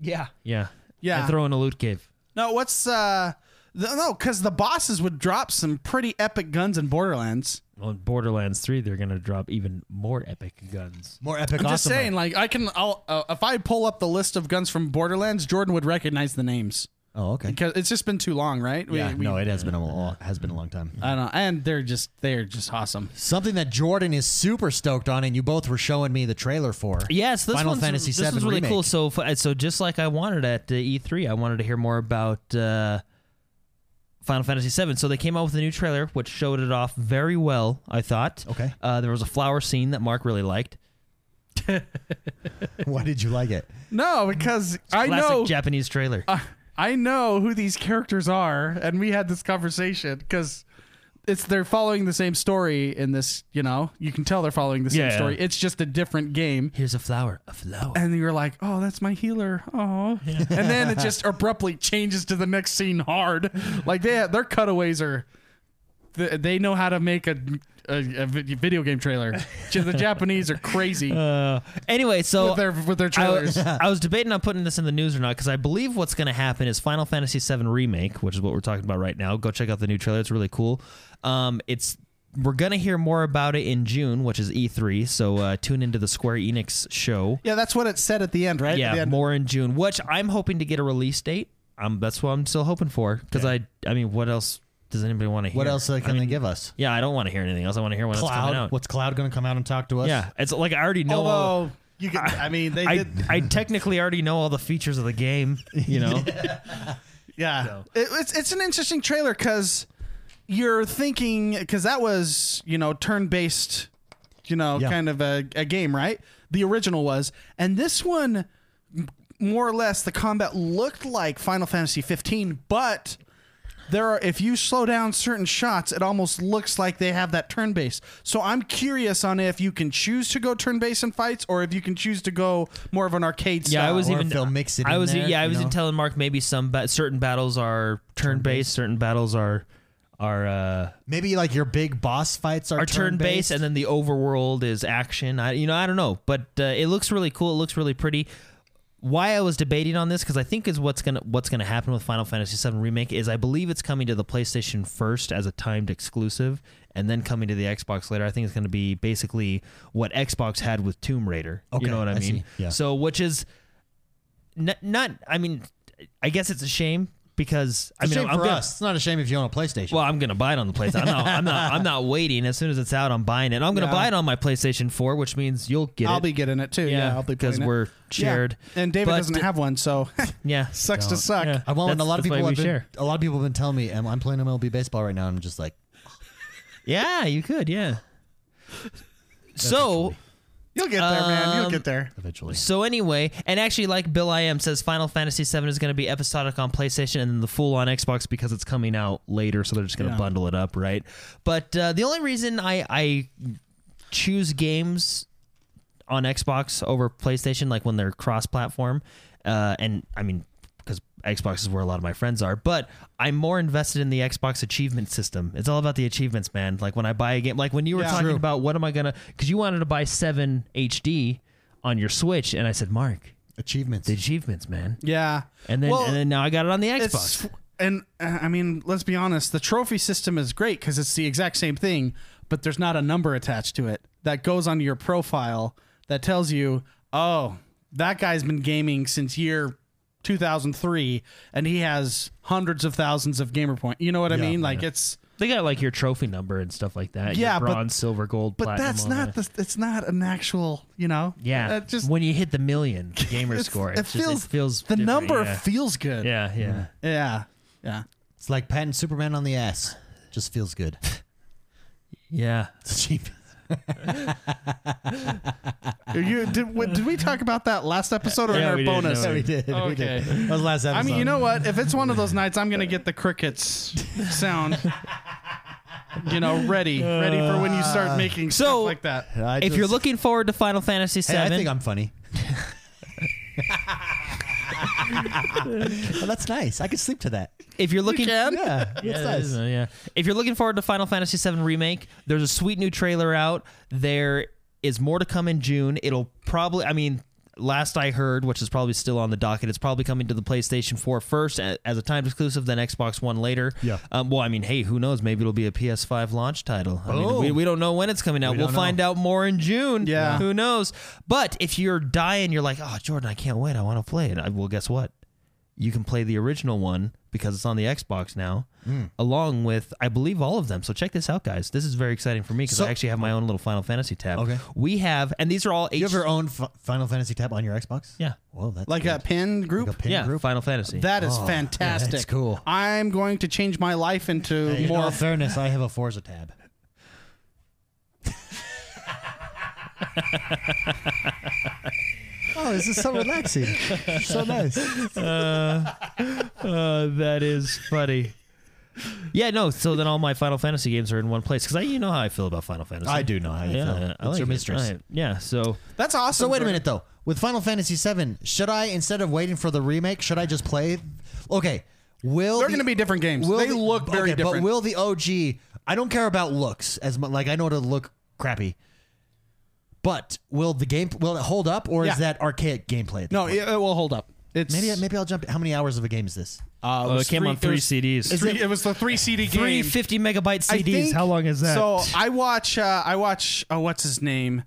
B: Yeah.
C: yeah,
B: Yeah.
C: And throw in a loot cave.
B: No, what's uh th- no, because the bosses would drop some pretty epic guns in Borderlands.
C: Well, in Borderlands three, they're gonna drop even more epic guns.
A: More epic.
B: I'm just
A: awesomer.
B: saying, like I can, I'll, uh, if I pull up the list of guns from Borderlands, Jordan would recognize the names
A: Oh, okay.
B: because it's just been too long, right? We-
A: yeah,
B: we-
A: no, it has been a long, has been a long time.
B: I don't know, and they're just they're just awesome.
A: Something that Jordan is super stoked on, and you both were showing me the trailer for.
C: Yes, this
A: Final
C: one's,
A: Fantasy
C: this
A: VII
C: is really
A: remake.
C: cool. So, f- so just like I wanted at uh, E3, I wanted to hear more about uh, Final Fantasy VII. So they came out with a new trailer, which showed it off very well. I thought.
A: Okay.
C: Uh, there was a flower scene that Mark really liked.
A: Why did you like it?
B: No, because I
C: Classic
B: know Uh,
C: Japanese trailer.
B: I- I know who these characters are, and we had this conversation because it's they're following the same story in this. You know, you can tell they're following the same
C: Yeah.
B: story. It's just a different game.
C: Here's a flower. A flower.
B: and you're like, "Oh, that's my healer." Oh, and then it just abruptly changes to the next scene hard. Like they their cutaways are, th- they know how to make a a, a vi- video game trailer. Just the Japanese are crazy
C: Uh, anyway, so
B: with their with their
C: I,
B: trailers.
C: I was debating on putting this in the news or not because I believe what's going to happen is Final Fantasy VII Remake, which is what we're talking about right now. Go check out the new trailer; it's really cool. Um, it's we're going to hear more about it in June, which is E3. So uh, tune into the Square Enix show.
B: yeah, that's what it said at the end, right? At the
C: Yeah,
B: end.
C: more in June, which I'm hoping to get a release date. Um, that's what I'm still hoping for because I, I mean, what else? does anybody want to hear?
A: What else uh,
C: I
A: can
C: mean,
A: they give us?
C: Yeah, I don't want to hear anything else. I want to hear when it's coming
A: Cloud.
C: out.
A: What's Cloud going to come out and talk to us?
C: yeah, it's like I already know. all-
B: Although you can, I mean, they
C: I,
B: did.
C: I technically already know all the features of the game, you know.
B: Yeah,
C: So-
B: It- it's it's an interesting trailer because you're thinking because that was you know turn based, you know
A: Yeah.
B: kind of a, a game, right? The original was, and this one m- more or less the combat looked like Final Fantasy 15, but there are if you slow down certain shots, it almost looks like they have that turn based. So I'm curious on if you can choose to go turn based in fights or if you can choose to go more of an arcade.
C: Yeah, I
B: style.
C: was
A: or
C: even
A: if they'll uh, mix it
C: I
A: in
C: was
A: there,
C: yeah, I
A: you
C: was
A: know?
C: in telling Mark maybe some ba- certain battles are turn based, certain battles are are uh,
A: Maybe like your big boss fights are,
C: are turn based, and then the overworld is action. I you know I don't know, but uh, it looks really cool. It looks really pretty. Why I was debating on this because I think is what's gonna what's gonna happen with Final Fantasy VII remake is I believe it's coming to the PlayStation first as a timed exclusive, and then coming to the Xbox later. I think it's gonna be basically what Xbox had with Tomb Raider.
A: Okay,
C: you know what I,
A: I see.
C: mean?
A: Yeah.
C: So which is n- not I mean I guess it's a shame because I mean
A: shame
C: I'm
A: for
C: gonna,
A: us. It's not a shame if you own a PlayStation.
C: well, I'm gonna buy it on the PlayStation. I'm not, I'm not. I'm not waiting. As soon as it's out, I'm buying it. I'm gonna
B: Yeah.
C: buy it on my PlayStation 4, which means you'll get
B: I'll
C: it.
B: be getting it too. Yeah, I'll be
C: because
B: playing it.
C: we're
B: Yeah.
C: shared.
B: And David
C: But-
B: doesn't have one, so
C: Yeah,
B: sucks
A: Don't.
B: to suck.
C: Yeah.
A: I want one. A
C: That's-
A: lot of
C: that's why
A: people
C: we
A: have been,
C: share.
A: a lot of people have been telling me I'm, I'm playing MLB baseball right now. and I'm just like,
C: yeah, you could. Yeah. so.
B: You'll get there, man. You'll
C: Um,
B: get there.
A: eventually.
C: So anyway, and actually, like Bill I Am says, Final Fantasy VII is going to be episodic on PlayStation and then the full on Xbox because it's coming out later, so they're just going to
B: Yeah.
C: bundle it up, right? But uh, the only reason I I choose games on Xbox over PlayStation, like when they're cross platform, uh, and I mean. Because Xbox is where a lot of my friends are, but I'm more invested in the Xbox achievement system. It's all about the achievements, man. Like when I buy a game, like when you were
B: Yeah.
C: talking
B: True.
C: about what am I gonna? Because you wanted to buy seven HD on your Switch, and I said, Mark,
A: Achievements.
C: the achievements, man.
B: Yeah.
C: And then
B: Well,
C: and then now I got it on the
B: it's
C: Xbox.
B: and uh, I mean, let's be honest. The trophy system is great because it's the exact same thing, but there's not a number attached to it that goes onto your profile that tells you, oh, that guy's been gaming since year 2003, and he has hundreds of thousands of gamer point. You know what I mean? Like it's.
C: They got like your trophy number and stuff like that.
B: Yeah,
C: Yeah,
B: but-
C: bronze, silver, gold,
B: But
C: platinum.
B: that's
C: all
B: not
C: that.
B: the. It's not an actual. You know.
C: yeah.
B: Uh, just
C: when you hit the million gamer
B: it's-
C: score,
B: It
C: it's just-
B: feels.
C: it feels
B: the
C: different,
B: number Mm.
C: Yeah,
B: feels good.
C: yeah. yeah.
B: Yeah. Yeah.
A: It's like patting Superman on the ass. Just feels good.
C: Yeah.
A: It's cheap.
B: Are you, did, w- did we talk about that last episode or in
C: Yeah,
B: our
C: we did,
B: bonus?
C: no, we
A: did.
B: we did.
A: That was the last episode.
B: I mean, you know what? If it's one of those nights, I'm going to get the crickets sound, you know, ready. Ready for when you
A: Uh,
B: start making
C: So-
B: stuff like that.
A: I
C: if you're
A: just-
C: looking forward to Final Fantasy VII,
A: Hey, I think I'm funny. well, Oh, that's nice. I could sleep to that.
C: if you're looking,
A: Yeah, that's
C: Yeah, that
A: nice.
C: is, uh, yeah. If you're looking forward to Final Fantasy VII remake, there's a sweet new trailer out. There is more to come in June. It'll probably, I mean, last I heard, which is probably still on the docket, it's probably coming to the PlayStation 4 first a- as a timed exclusive, then Xbox One later.
A: Yeah.
C: Um, well, I mean, hey, who knows? Maybe it'll be a PS5 launch title. I mean,
A: Oh.
C: we, we don't know when it's coming out.
A: We
C: We will
A: don't know.
C: find out more in June.
B: Yeah.
C: Who knows? But if you're dying, you're like, oh, Jordan, I can't wait. I want to play it. I, well, guess what? you can play the original one because it's on the Xbox now,
A: Hmm.
C: along with I believe all of them. So check this out, guys. This is very exciting for me because
A: So-
C: I actually have my own little Final Fantasy tab.
A: Okay.
C: we have, and these are all H-
A: You have your own F- Final Fantasy tab on your Xbox?
C: yeah,
A: Whoa, that's
B: Like
A: good.
B: a pin group?
A: Like a pin
C: yeah,
A: group.
C: Final Fantasy.
B: That is
A: Oh, yeah, that's
B: fantastic.
A: cool.
B: I'm going to change my life into
A: In
B: more.
A: all fairness, I have a Forza tab. oh, this is so relaxing. So nice.
C: Uh, that is funny. yeah, no. So then all my Final Fantasy games are in one place because I, you know how I feel about Final Fantasy.
A: I do know how you
C: Yeah,
A: feel.
C: I
A: it's
C: like
A: your
C: it.
A: mistress. Uh,
C: I- yeah. So
B: That's awesome.
A: So wait a
B: Jordan.
A: minute though. With Final Fantasy VII, should I instead of waiting for the remake, should I just play? Okay, will
B: They're
A: the-
B: going to be different games.
A: will
B: They
A: the-
B: look very
A: okay,
B: different.
A: But will the OG? I don't care about looks as much. Like I know it'll look crappy, but will the game will it hold up or
B: Yeah.
A: is that archaic gameplay? at this
B: no,
A: point?
B: it, it will hold up. It's
A: maybe maybe I'll jump. How many hours of a game is this?
B: uh,
C: Oh, it came on three
B: was-
C: CDs.
B: three- it was the three CD game.
C: Three fifty megabyte
B: I
C: CDs.
B: think-
C: how long is that?
B: So I watch. Uh, I watch. Oh, what's his name?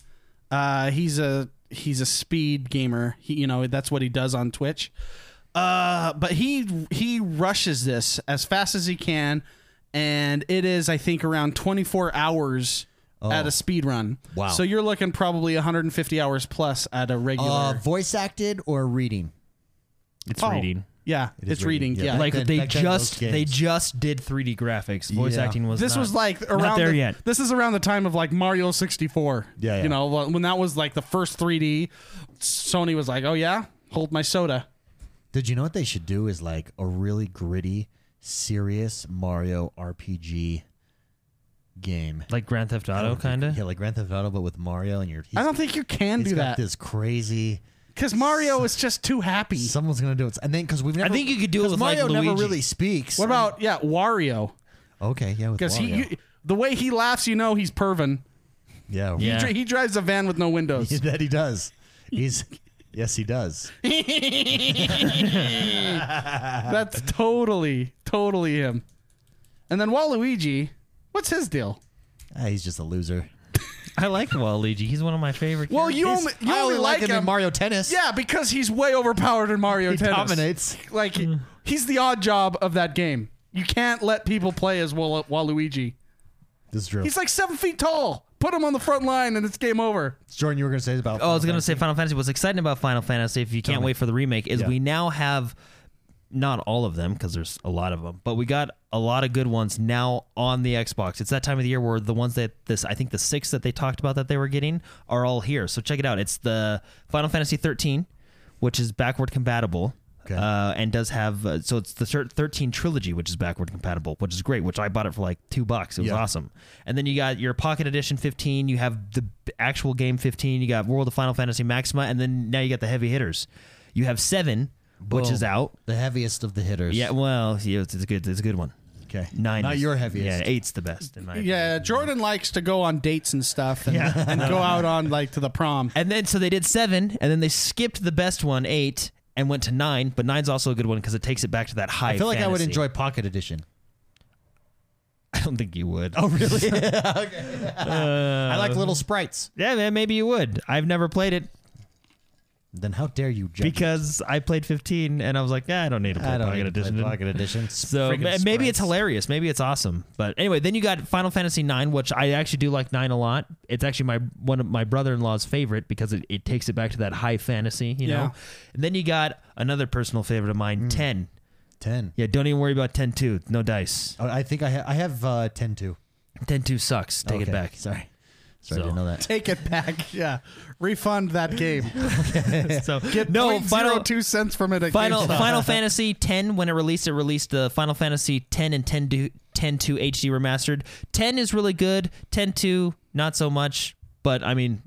B: Uh, he's a he's a speed gamer. He, you know that's what he does on Twitch. Uh, but he he rushes this as fast as he can, and it is I think around 24 hours at a speed run.
A: Wow.
B: So you're looking probably 150 hours plus at a regular
A: Uh, voice acted or reading?
C: It's
B: Oh,
C: reading.
B: Yeah,
A: is
B: it's reading.
A: reading, yeah.
B: Yeah.
C: Like
A: then-
C: they
A: back then those
C: just they
A: games-
C: just did 3D graphics. Voice
A: Yeah.
C: acting was
B: this
C: not-
B: was like around
C: there
B: the-
C: yet.
B: This is around the time of like Mario 64.
A: Yeah, yeah.
B: You know, when that was like the first 3D, Sony was like, "Oh yeah, hold my soda."
A: Did you know what they should do is like a really gritty, serious Mario RPG game?
C: like Grand Theft Auto kind of.
A: Yeah, like Grand Theft Auto, but with Mario, and you're. He's,
B: I don't think you can
A: he's
B: do
A: got
B: that
A: This crazy.
B: because Mario is just too happy.
A: Someone's gonna do it, and then because we've never.
C: I think you could do it
A: 'cause
C: with, like,
A: Mario never
C: Luigi.
A: really speaks.
B: What about yeah, Wario?
A: Okay, yeah, with
B: Because
A: Mario.
B: he, you, the way he laughs, you know he's pervin.
A: yeah,
C: Yeah.
B: He, dri- he drives a van with no windows.
A: that he does. He's. Yes, he does.
B: That's totally, totally him. And then Waluigi, what's his deal?
A: Ah, he's just a loser.
C: I like Waluigi. He's one of my favorite.
B: Well,
C: characters.
B: you
A: He's-
B: only, you
A: I
B: only like him,
A: in Mario Tennis.
B: Yeah, because he's way overpowered in Mario
A: he
B: Tennis.
A: dominates.
B: Like
C: Hmm.
B: he's the odd job of that game. You can't let people play as Wal- Waluigi.
A: This is true.
B: He's like seven feet tall. Put him on the front line, and it's game over.
A: Jordan, you were gonna say about.
C: Oh, I was going to say Final Fantasy. What's exciting about Final Fantasy, if you can't wait for the remake, is
A: Yeah.
C: we now have not all of them because there's a lot of them, but we got a lot of good ones now on the Xbox. It's that time of the year where the ones that this, I think the six that they talked about that they were getting are all here. So check it out. It's the Final Fantasy 13, which is backward compatible.
A: Okay.
C: Uh, and does have uh, so it's the thir- 13 trilogy which is backward compatible which is great which i bought it for like two bucks it was
A: Yeah.
C: awesome and then you got your pocket edition 15 you have the b- actual game 15 you got world of final fantasy maxima and then now you got the heavy hitters you have seven which is
A: Boom.
C: out
A: the heaviest of the hitters.
C: yeah well yeah, it's, it's a good it's a good one
A: Okay.
C: nine
A: Not
C: is-
A: your heaviest.
C: yeah eight's the best in my opinion.
B: Yeah, Jordan likes to go on dates and stuff, and, and go out on like to the prom.
C: And then so they did seven, and then they skipped the best one, eight, and went to nine. But nine's also a good one because it takes it back to that high.
A: I feel like I would
C: fantasy.
A: enjoy Pocket Edition.
C: I don't think you would. Oh really?
A: I
C: Uh,
A: like little sprites.
C: yeah, man. Maybe you would. I've never played it
A: Then how dare you judge?
C: because I played 15, and I was like, "Yeah, I don't need to play
A: I don't
C: Pocket
A: need to play
C: Edition.
A: Pocket Edition.
C: So
A: Friggin'
C: ma- maybe it's
A: sprites.
C: hilarious. Maybe it's awesome. But anyway, then you got Final Fantasy Nine, which I actually do like nine a lot. It's actually my one of my brother in law's favorite because it, it takes it back to that high fantasy, you
B: Yeah. Hmm.
C: know. And then you got another personal favorite of mine, ten.
A: ten.
C: Yeah, don't even worry about 10 2. No dice.
A: Oh, I think I ha- I have uh, ten too.
C: 10 2 sucks. Take
A: Okay.
C: it back.
A: Sorry, sorry,
C: So-
A: I didn't know that.
B: Take it back. Yeah, refund that game.
C: So,
B: Get
C: no,
B: point zero
C: final,
B: two cents from it. At
C: final,
B: GameStop.
C: final Fantasy 10, when it released, it released the Final Fantasy 10 and 10 2, 10 2 HD remastered. 10 is really good, 10 2, not so much. But, I mean,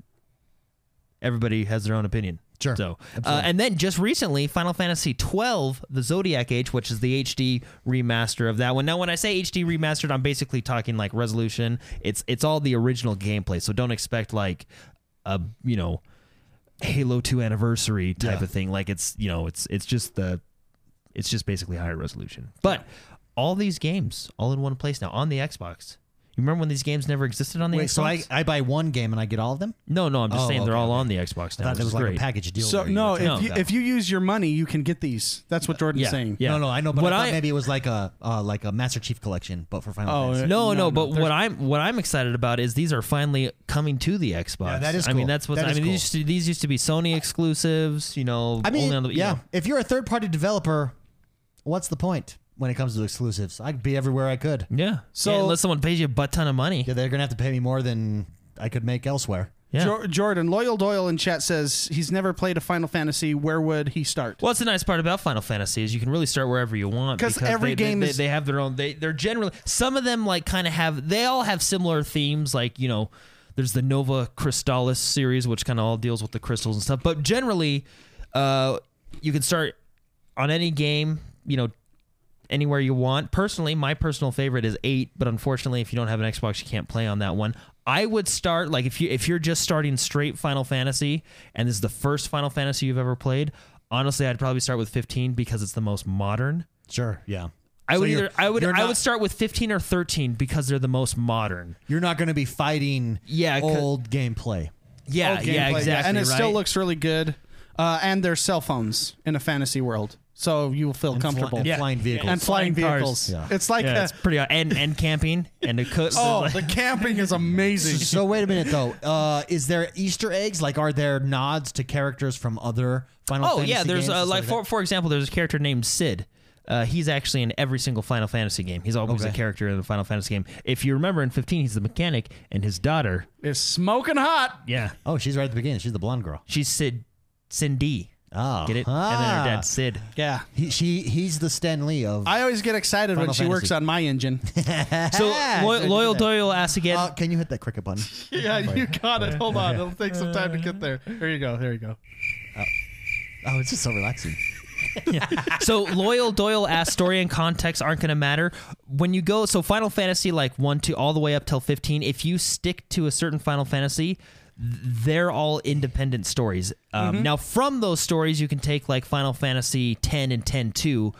C: everybody has their own opinion.
A: Sure.
C: So, uh, and then just recently, Final Fantasy twelve, the Zodiac Age, which is the HD remaster of that one. Now, when I say HD remastered, I'm basically talking like resolution. It's it's all the original gameplay, so don't expect like a you know Halo Two anniversary type
A: Yeah.
C: of thing. Like it's you know it's it's just the it's just basically higher resolution. But all these games all in one place now on the Xbox. You remember when these games never existed on the
A: Wait,
C: Xbox?
A: so I, I buy one game and I get all of them?
C: no, no, I'm just
A: Oh,
C: saying they're
A: okay,
C: all
A: okay.
C: on the
A: I
C: Xbox now.
A: thought
C: which
A: that
C: is
A: was like
C: great.
A: a package deal.
B: So
A: where you
B: no,
A: were-
B: if
C: No,
B: you
C: no.
B: if you use your money, you can get these. That's what Jordan's saying.
C: yeah.
A: no, no, I know, but
C: What
A: I thought
C: I-
A: maybe it was like a uh, like a Master Chief collection, but for Final
B: Oh,
A: Fantasy.
B: yeah.
C: No, no,
B: No, no,
C: but
B: there's-
C: what I'm what I'm excited about is these are finally coming to the Xbox.
A: Yeah, that is
C: I mean,
A: cool.
C: that's what
A: That
C: I
A: is
C: mean.
A: cool.
C: These, used to, these used to be Sony exclusives. You know,
A: I mean,
C: only on the, you
A: yeah.
C: know.
A: If you're a third party developer, what's the point when it comes to exclusives? I'd be everywhere I could.
C: yeah. So
B: So-
C: unless someone pays you a butt ton of money,
A: Yeah, they're gonna have to pay me more than I could make elsewhere.
C: yeah.
B: Jor- Jordan Loyal Doyle in chat says he's never played a Final Fantasy. Where would he start?
C: Well, that's the nice part about Final Fantasy is you can really start wherever you want
B: 'Cause every
C: they, they-
B: game
C: they,
B: is-
C: they have their own. They they're generally some of them like kind of have they all have similar themes like you know there's the Nova Crystallis series which kind of all deals with the crystals and stuff. But generally, uh, you can start on any game you know anywhere you want. Personally, my personal favorite is eight, but unfortunately, if you don't have an Xbox, you can't play on that one. I would start like if you if you're just starting straight Final Fantasy, and this is the first Final Fantasy you've ever played. Honestly, I'd probably start with 15 because it's the most modern.
A: Sure. Yeah.
C: I
A: So
C: would
A: you're-
C: either I would
A: you're
C: I
A: not-
C: would start with 15 or 13 because they're the most modern.
A: You're not gonna be fighting
C: Yeah, 'cause-
A: old gameplay.
C: Yeah,
B: Old
C: Uh, yeah,
B: gameplay,
C: exactly.
B: And it
C: right?
B: still looks really good. Uh, and there's cell phones in a fantasy world. so you will feel
A: fly-
B: comfortable.
A: and
C: Yeah.
A: flying vehicles.
B: And flying
C: Flying cars.
B: vehicles.
A: Yeah.
B: It's like
C: yeah,
B: a-
C: it's pretty and and camping and a cook.
B: oh, the camping is amazing.
A: So wait a minute though. Uh, is there Easter eggs? Like, are there nods to characters from other Final?
C: Oh
A: Fantasy
C: yeah,
A: games
C: there's
A: and
C: uh,
A: stuff
C: like
A: that?
C: for for example, there's a character named Sid. Uh, he's actually in every single Final Fantasy game. He's always a
A: Okay.
C: character in the Final Fantasy game. If you remember, in 15, he's the mechanic, and his daughter,
B: It's smoking hot.
C: yeah,
A: Oh, she's right at the beginning. She's the blonde girl.
C: she's Sid, Cindy.
B: Uh-huh.
A: Oh,
C: Get it? And then
A: Ah.
C: her dad, Sid.
B: Yeah.
A: He, she, he's the Stan Lee of.
B: I always get excited when
A: Final
B: she works
A: Fantasy.
B: on my engine.
C: So
A: Ah,
C: lo-
A: good, good,
C: loyal
A: good.
C: Doyle asks again.
A: Uh, can you hit that cricket button?
B: yeah, you got it. Hold on. It'll take some time to get there. There you go. There you go.
A: Oh, it's just so relaxing.
C: so loyal Doyle asks story and context aren't going to matter when you go. So Final Fantasy like one to all the way up till fifteen. If you stick to a certain Final Fantasy, th- they're all independent stories. Um,
A: Mm-hmm.
C: Now from those stories, you can take like Final Fantasy ten and 10-2.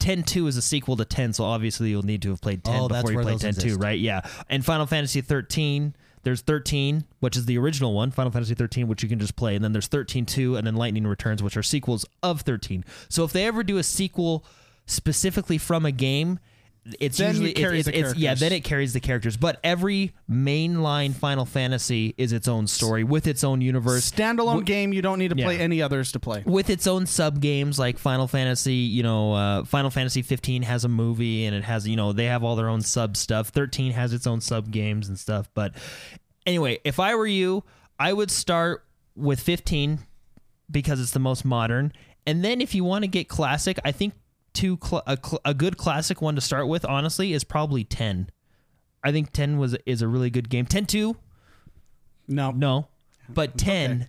C: 10-2 is a sequel to ten, so obviously you'll need to have played ten
A: Oh, that's
C: before you
A: where
C: play
A: those
C: 10-2,
A: exist.
C: right? Yeah, and Final Fantasy thirteen. There's 13, which is the original one, Final Fantasy 13, which you can just play, and then there's 13 2, and then Lightning Returns, which are sequels of 13. So if they ever do a sequel specifically from a game, it's
B: Then it
C: usually it-
B: carries
C: it's,
B: the
C: it's- yeah.
B: characters.
C: Then it carries the characters, but every mainline Final Fantasy is its own story with its own universe,
B: Standalone game. You don't need to play
C: Yeah.
B: any others to play.
C: with its own sub games like Final Fantasy, you know, uh, Final Fantasy 15 has a movie and it has, you know, they have all their own sub stuff. 13 has its own sub games and stuff. But anyway, if I were you, I would start with 15 because it's the most modern. And then if you want to get classic, I think two cl- a, cl- a good classic one to start with, honestly, is probably 10. I think 10 was is a really good game. 10 2
B: No.
C: no. But 10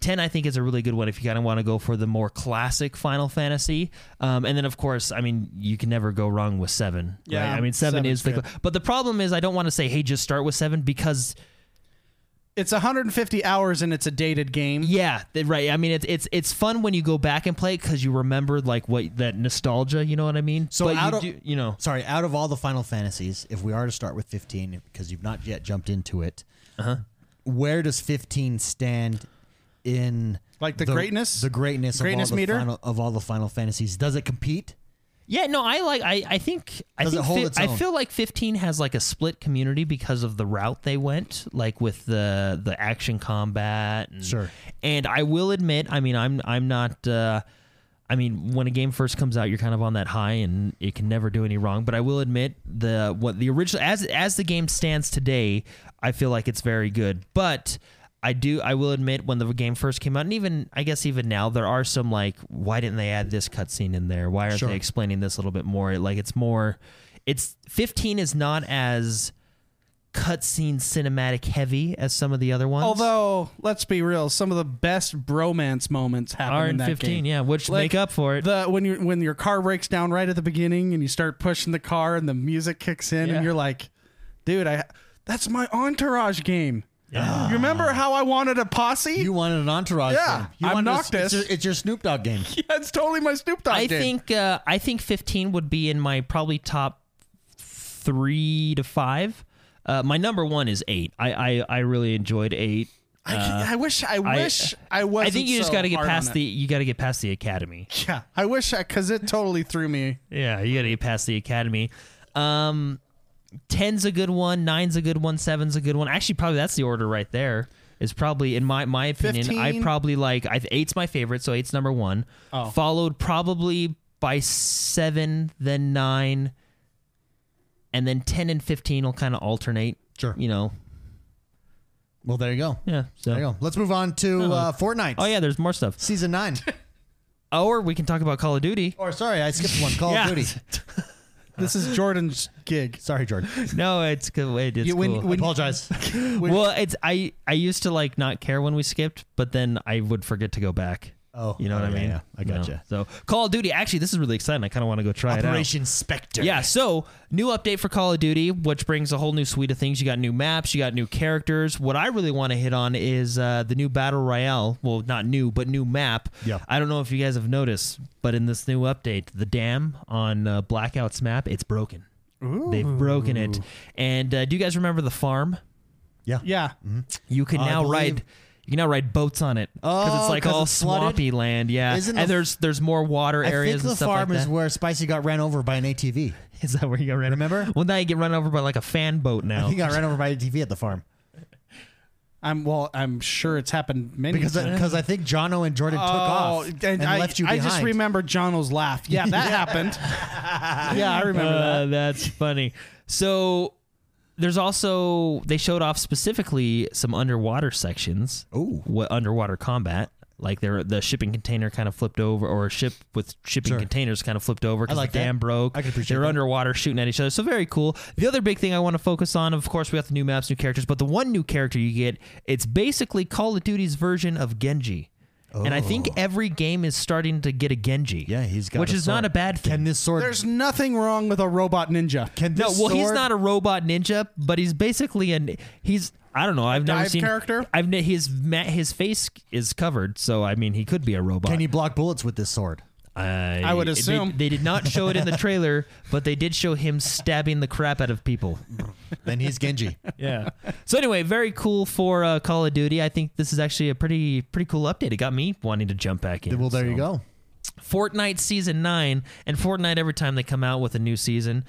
C: 10 I think is a really good one if you kind of want to go for the more classic Final Fantasy. Um, and then of course, I mean, you can never go wrong with 7.
B: Yeah,
C: right? I mean, 7
B: seven's
C: is the
B: good.
C: But the problem is I don't want to say hey just start with 7 because
B: It's 150 hours and it's a dated game.
C: yeah, th- right. I mean, it's it's it's fun when you go back and play it cuz you remember like what that nostalgia, you know what I mean?
A: So
C: but
A: out
C: you
A: of-
C: do- you know.
A: Sorry, out of all the Final Fantasies, if we are to start with 15, because you've not yet jumped into it,
C: Uh-huh.
A: where does 15 stand in
B: Like the greatness?
A: The greatness,
B: Greatness
A: of, all the
B: meter?
A: Final, of all the Final Fantasies. Does it compete?
C: Yeah, no, I like. I I think I
A: Does it
C: think
A: hold
C: fi-
A: its
C: I
A: own?
C: feel like fifteen has like a split community because of the route they went, like with the the action combat. And,
A: Sure.
C: And I will admit, I mean, I'm I'm not. Uh, I mean, when a game first comes out, you're kind of on that high, and it can never do any wrong. But I will admit the what the original as as the game stands today, I feel like it's very good. But I do I will admit when the game first came out, and even I guess even now, there are some like, why didn't they add this cutscene in there? Why aren't
A: Sure.
C: they explaining this a little bit more? Like it's more, it's 15 is not as cutscene cinematic heavy as some of the other ones.
B: Although, let's be real, some of the best bromance moments happen
C: are
B: in
C: in
B: that
C: 15,
B: game.
C: yeah, which
B: Like,
C: make up for it.
B: The when you when your car breaks down right at the beginning and you start pushing the car and the music kicks in
C: Yeah.
B: and you're like, dude, I that's my entourage game. You remember how I wanted a posse?
A: You wanted an entourage.
B: Yeah,
A: game. You
B: I'm
A: wanted a- It's
B: Noctis.
A: your, it's your Snoop Dogg game.
B: yeah, it's totally my Snoop Dogg
C: I
B: game.
C: think uh, I think 15 would be in my probably top three to five. Uh, my number one is eight. I I, I really enjoyed eight.
B: I, can't- I wish I wish I, was.
C: I think you just got to get past
B: the.
C: the you got to get past the academy.
B: Yeah, I wish I because it totally threw me.
C: Yeah, you got to get past the academy. Um, ten's a good one. Nine's a good one. Seven's a good one. Actually, probably that's the order right there. Is probably in my my opinion. I
B: 15.
C: probably like I, eight's my favorite, so eight's number one.
B: Oh.
C: Followed probably by seven, then nine, and then ten and fifteen will kind of alternate.
A: Sure.
C: You know.
A: Well, there you go.
C: Yeah. So.
A: There you go. Let's move on to uh, Fortnite.
C: Oh yeah, there's more stuff.
A: Season 9.
C: Or we can talk about Call of Duty.
A: or, sorry, I skipped one. Call
C: Yeah.
A: of Duty.
B: This is Jordan's gig.
A: Sorry, Jordan.
C: No, it's good. It's
B: You- when-
C: cool.
A: I
B: when-
A: apologize.
C: well, it's I I used to like not care when we skipped, but then I would forget to go back.
A: Oh,
C: you know what
A: oh,
C: I
A: yeah,
C: mean?
A: yeah. I
C: You know?
A: gotcha.
C: So, Call of Duty. Actually, this is really exciting. I kind of want to go try
A: Operation Spectre.
C: it out. Yeah. So, new update for Call of Duty, which brings a whole new suite of things. You got new maps. You got new characters. What I really want to hit on is uh, the new battle royale. Well, not new, but new map.
A: Yeah.
C: I don't know if you guys have noticed, but in this new update, the dam on uh, Blackout's map, it's broken. They've broken it. And uh, do you guys remember the farm?
B: Yeah,
C: You can
A: Oh, I
C: now
A: believe-
C: ride. You can now ride boats on it because
A: Oh,
C: it's like
A: 'cause
C: all
A: it's flooded?
C: swampy land. Yeah,
A: Isn't
C: and
A: the-
C: there's there's more water
A: I think
C: areas
A: the
C: and stuff
A: farm
C: like
A: is
C: that.
A: where Spicy got ran over by an ATV.
C: Is that where you got ran?
A: Remember?
C: Well, now you get run over by like a fan boat now.
A: He got ran over by an ATV at the farm
B: I'm well. I'm sure it's happened many
A: because
B: times. Oh,
A: because I think Jono and Jordan took off and,
B: I,
A: left you
B: I
A: behind.
B: just remember Jono's laugh. Yeah, that happened. Yeah, I remember that.
C: Uh, that's funny. So there's also they showed off specifically some underwater sections.
A: Ooh.
C: what underwater combat? Like there, the shipping container kind of flipped over, or a ship with shipping containers kind of flipped over because
A: like
C: the
A: that.
C: dam broke.
A: I can appreciate
C: They're
A: that.
C: underwater shooting at each other, so very cool. The other big thing I want to focus on, of course, we got the new maps, new characters, but the one new character you get, it's basically Call of Duty's version of Genji, and I think every game is starting to get a Genji.
A: Oh. Yeah, he's got
C: which
A: a
C: is
A: sword.
C: not a bad thing.
A: Can this sword?
B: There's nothing wrong with a robot ninja.
A: can
C: No,
A: this
C: well, he's
A: sword-
C: not a robot ninja, but he's basically an he's I don't know. I've never
B: dive
C: seen
B: character?
C: I've ne- his ma- his face is covered, so I mean he could be a robot.
A: Can he block bullets with this sword?
C: I,
B: I would
C: they-
B: assume.
C: they, did not show it in the trailer, but they did show him stabbing the crap out of people.
A: Then he's Genji.
C: Yeah. so anyway, very cool for uh, Call of Duty. I think this is actually a pretty pretty cool update. It got me wanting to jump back in.
A: well, there
C: so.
A: you go.
C: Fortnite season nine, and Fortnite every time they come out with a new season,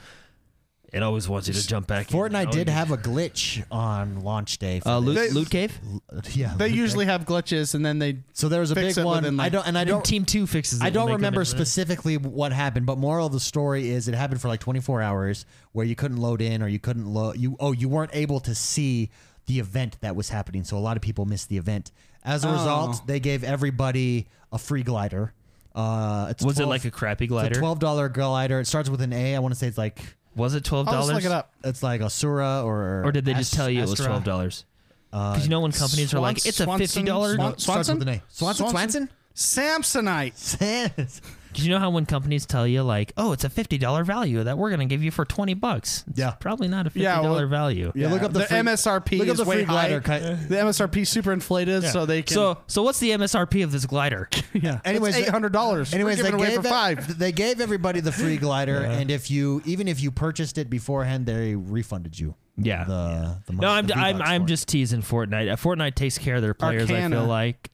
C: it always wants you to jump back. in.
A: Fortnite
C: Oh,
A: did
C: yeah.
A: have a glitch on launch day. For
C: uh, loot,
B: They-
C: loot cave.
A: this. yeah,
B: They
A: loot day.
B: usually have glitches, and then they
A: so there was a
B: fix
A: big
B: it
A: one.
B: within, like-
A: I don't and I
C: I do
A: don't
C: Team Two fixes. It
A: I
C: when
A: don't
C: they come
A: remember
C: into the-
A: specifically what happened, but moral of the story is it happened for like 24 hours where you couldn't load in or you couldn't load you oh you weren't able to see the event that was happening, so a lot of people missed the event. As a
B: Oh.
A: result, they gave everybody a free glider. Uh, it's
C: Was
A: 12
C: it like a crappy
A: it's a
C: glider?
A: twelve dollar glider? It starts with an A. I want to say it's like
C: was it twelve
B: I'll just
C: dollars?
B: look it up.
A: it's Oh, like Asura or
C: Or did they just
A: Ast-
C: tell you it was
A: Astra. Uh,
C: twelve dollars? Because you know when companies are like,
B: Swans-
C: it's a
B: Swanson-
C: fifty dollars.
B: Swan-
A: it starts with an A. Swanson?
B: Swanson? Samsonite.
A: Sam's.
C: Because you know how when companies tell you like, oh, it's a fifty dollar value that we're gonna give you for twenty bucks. It's
A: Yeah.
C: probably not a fifty
B: Yeah,
C: dollar
B: well-
C: value.
A: Yeah, look up the
B: the,
A: free-
B: MSRP.
A: look up
B: is
A: the
B: way
A: free glider
B: high.
A: cut.
B: The MSRP is super inflated, so they can.
C: So, so what's the MSRP of this glider?
B: yeah.
A: Anyways,
B: eight hundred dollars.
A: Anyways, they
B: giving it away
A: gave e-
B: for five.
A: they gave everybody the free glider, and if you even if you purchased it beforehand, they refunded you.
C: Yeah.
A: the, the
C: no,
A: money-
C: I'm
A: the
C: I'm
A: V-Bucks
C: I'm
A: for it.
C: just teasing Fortnite. Uh, Fortnite takes care of their players. I
B: Arcana.
C: feel like.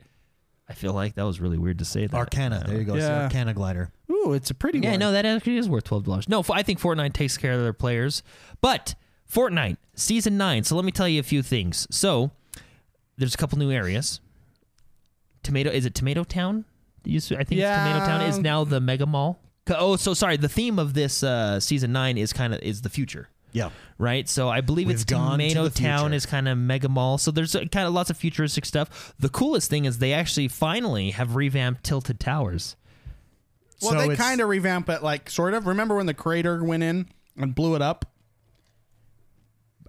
C: I feel like that was really weird to say that.
A: Arcana. There you go. It's
B: Yeah.
A: the Arcana glider.
B: Ooh, it's a pretty.
C: Yeah,
B: one.
C: no, that actually is worth twelve dollars. No, f- I think Fortnite takes care of their players. But Fortnite season nine. So let me tell you a few things. So there's a couple new areas. Tomato is it Tomato Town? It used to- I think it's Tomato Town is
B: Yeah.
C: now the Mega Mall. Co- Oh, so sorry. The theme of this uh, season nine is kind of is the future
A: Yeah,
C: right? So I believe
A: We've
C: it's
A: gone to
C: Tomato
A: the
C: Town
A: future.
C: is kind of mega mall. So there's kind of lots of futuristic stuff. The coolest thing is they actually finally have revamped Tilted Towers.
B: Well,
A: So
B: they
A: it's-
B: kind of revamp it, like sort of. Remember when the crater went in and blew it up?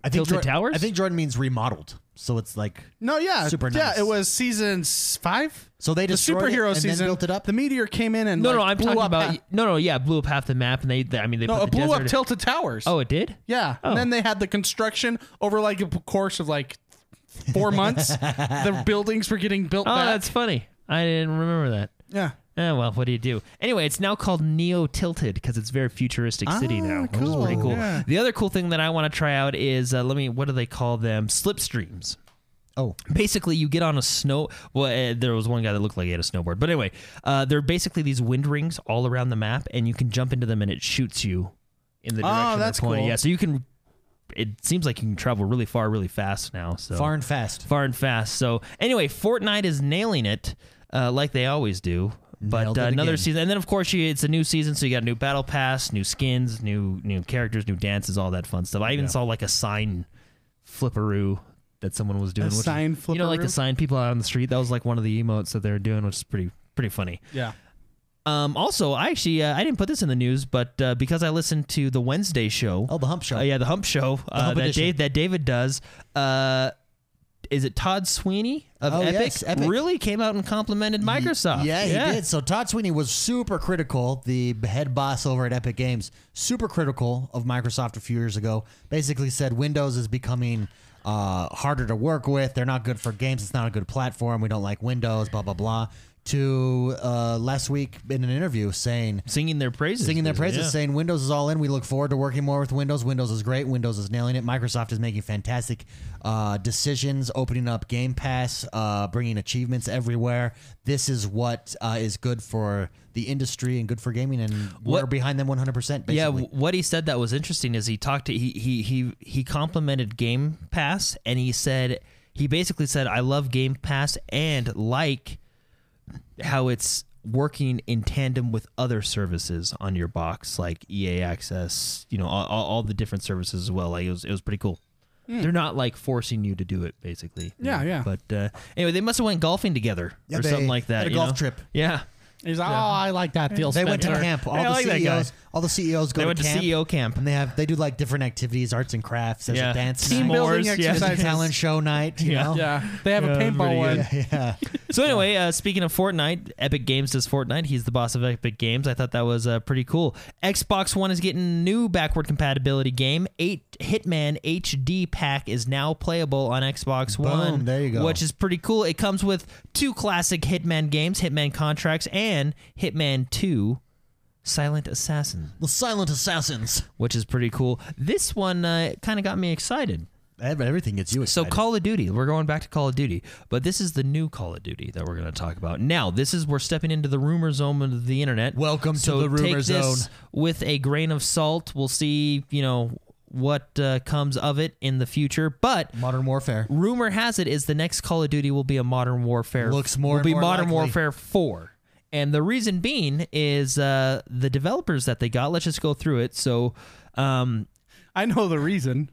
A: I think
C: Tilted
A: Jordan,
C: Towers?
A: I think Jordan means remodeled. So it's like
B: No, yeah,
A: Super
B: yeah.
A: nice.
B: It was season s- five.
A: So they
B: the
A: destroyed it
B: superhero
A: and then
B: season
A: built it up?
B: The meteor came in and
C: No,
B: like,
C: no, I'm
B: blew
C: talking
B: up
C: about
B: half-
C: no, no, yeah, blew up half the map, and they, they I mean, they
B: no,
C: put
B: it
C: the
B: blew up
C: desert-
B: tilted towers.
C: Oh, it did.
B: yeah.
C: Oh.
B: And then they had the construction over like a p- course of like four months. the buildings were getting built.
C: Oh,
B: back.
C: that's funny. I didn't remember that.
B: yeah.
C: Eh, well, what do you do? Anyway, it's now called Neo Tilted because it's a very futuristic city
B: Ah,
C: now, which is
B: cool,
C: pretty cool.
B: yeah.
C: The other cool thing that I want to try out is uh, let me. What do they call them? Slipstreams.
A: oh
C: basically you get on a snow well uh, there was one guy that looked like he had a snowboard but anyway uh, they're basically these wind rings all around the map and you can jump into them and it shoots you in the
B: Oh,
C: direction they're
B: that's
C: pointing.
B: cool.
C: yeah so you can it seems like you can travel really far really fast now so
A: far and fast.
C: far and fast so anyway fortnite is nailing it uh, like they always do but
A: Nailed
C: uh,
A: it
C: another
A: again.
C: season and then of course you, it's a new season so you got a new battle pass new skins new new characters new dances all that fun stuff i even saw like a sign flipperoo that someone was doing
B: A
C: which is-
B: sign
C: you know, like the
B: flipperoo?
C: sign people out on the street. That was like one of the emotes that they were doing, which is pretty pretty funny.
B: Yeah.
C: Um, also, I actually uh, I didn't put this in the news, but uh, because I listened to the Wednesday show,
A: Oh, the hump show.
C: uh, yeah, the Hump Show uh,
A: Hump
C: that
A: Edition.
C: Dave, that David does. Uh, is it Todd Sweeney of
A: Oh,
C: Epic?
A: yes, Epic.
C: Really came out and complimented Microsoft.
A: Yeah, he did. So Todd Sweeney was super critical, the head boss over at Epic Games, super critical of Microsoft a few years ago. Basically said Windows is becoming uh, harder to work with. They're not good for games. It's not a good platform. We don't like Windows. Blah blah blah. to uh, last week in an interview saying
C: singing their praises,
A: singing their praises,
C: yeah.
A: saying Windows is all in. We look forward to working more with Windows. Windows is great. Windows is nailing it. Microsoft is making fantastic uh, decisions, opening up Game Pass, uh, bringing achievements everywhere. This is what uh, is good for the industry and good for gaming, and we're
C: What-
A: behind them 100. percent
C: Yeah,
A: Basically.
C: w- what he said that was interesting is he talked to he he he he complimented Game Pass and he said he basically said I love Game Pass and like how it's working in tandem with other services on your box like EA Access, you know, all, all all the different services as well. Like it was it was pretty cool. They're not like forcing you to do it, basically.
B: Hmm. Yeah, yeah.
C: But uh, anyway, they must have went golfing together
A: Yeah,
C: or
A: they
C: something like that.
A: had a
C: you
A: golf
C: know?
A: trip.
C: Yeah,
B: He's like, oh, I like that deal.
A: They went to
B: Spencer."
A: camp. All
B: Yeah, I
A: the
B: like that guy.
A: CEOs, all the CEOs go
C: they went to
A: camp,
C: CEO camp.
A: and they have they do like different activities, arts and crafts, there's
C: Yeah.
A: a dance
B: Team
A: night,
B: building
C: S'mores, yeah.
A: there's a
B: exercises.
A: talent show night. You
C: Yeah.
A: know?
B: Yeah, they have
C: Oh. Yeah,
B: a
C: pretty
B: paintball one.
C: good.
A: yeah.
C: So anyway, uh, speaking of Fortnite, Epic Games does Fortnite. He's the boss of Epic Games. I thought that was uh, pretty cool. Xbox One is getting new backward compatibility game. Eight Hitman HD pack is now playable on Xbox
A: Boom,
C: One.
A: there you go.
C: Which is pretty cool. It comes with two classic Hitman games, Hitman Contracts and Hitman Two. Silent Assassin,
A: The Silent Assassins.
C: which is pretty cool. This one uh, kind of got me excited.
A: Ev- Everything gets you
C: So
A: excited.
C: Call of Duty, we're going back to Call of Duty, but this is the new Call of Duty that we're going to talk about. Now, this is we're stepping into the rumor zone of the internet.
A: Welcome to
C: so
A: the rumor
C: take this
A: zone.
C: With a grain of salt, we'll see, you know, what uh, comes of it in the future, but
A: Modern Warfare.
C: rumor has it is the next Call of Duty will be a Modern Warfare.
A: Looks more
C: will
A: and
C: be
A: more
C: Modern
A: likely.
C: Warfare Four, and the reason being is uh, the developers that they got. Let's just go through it. So, um,
B: I know the reason.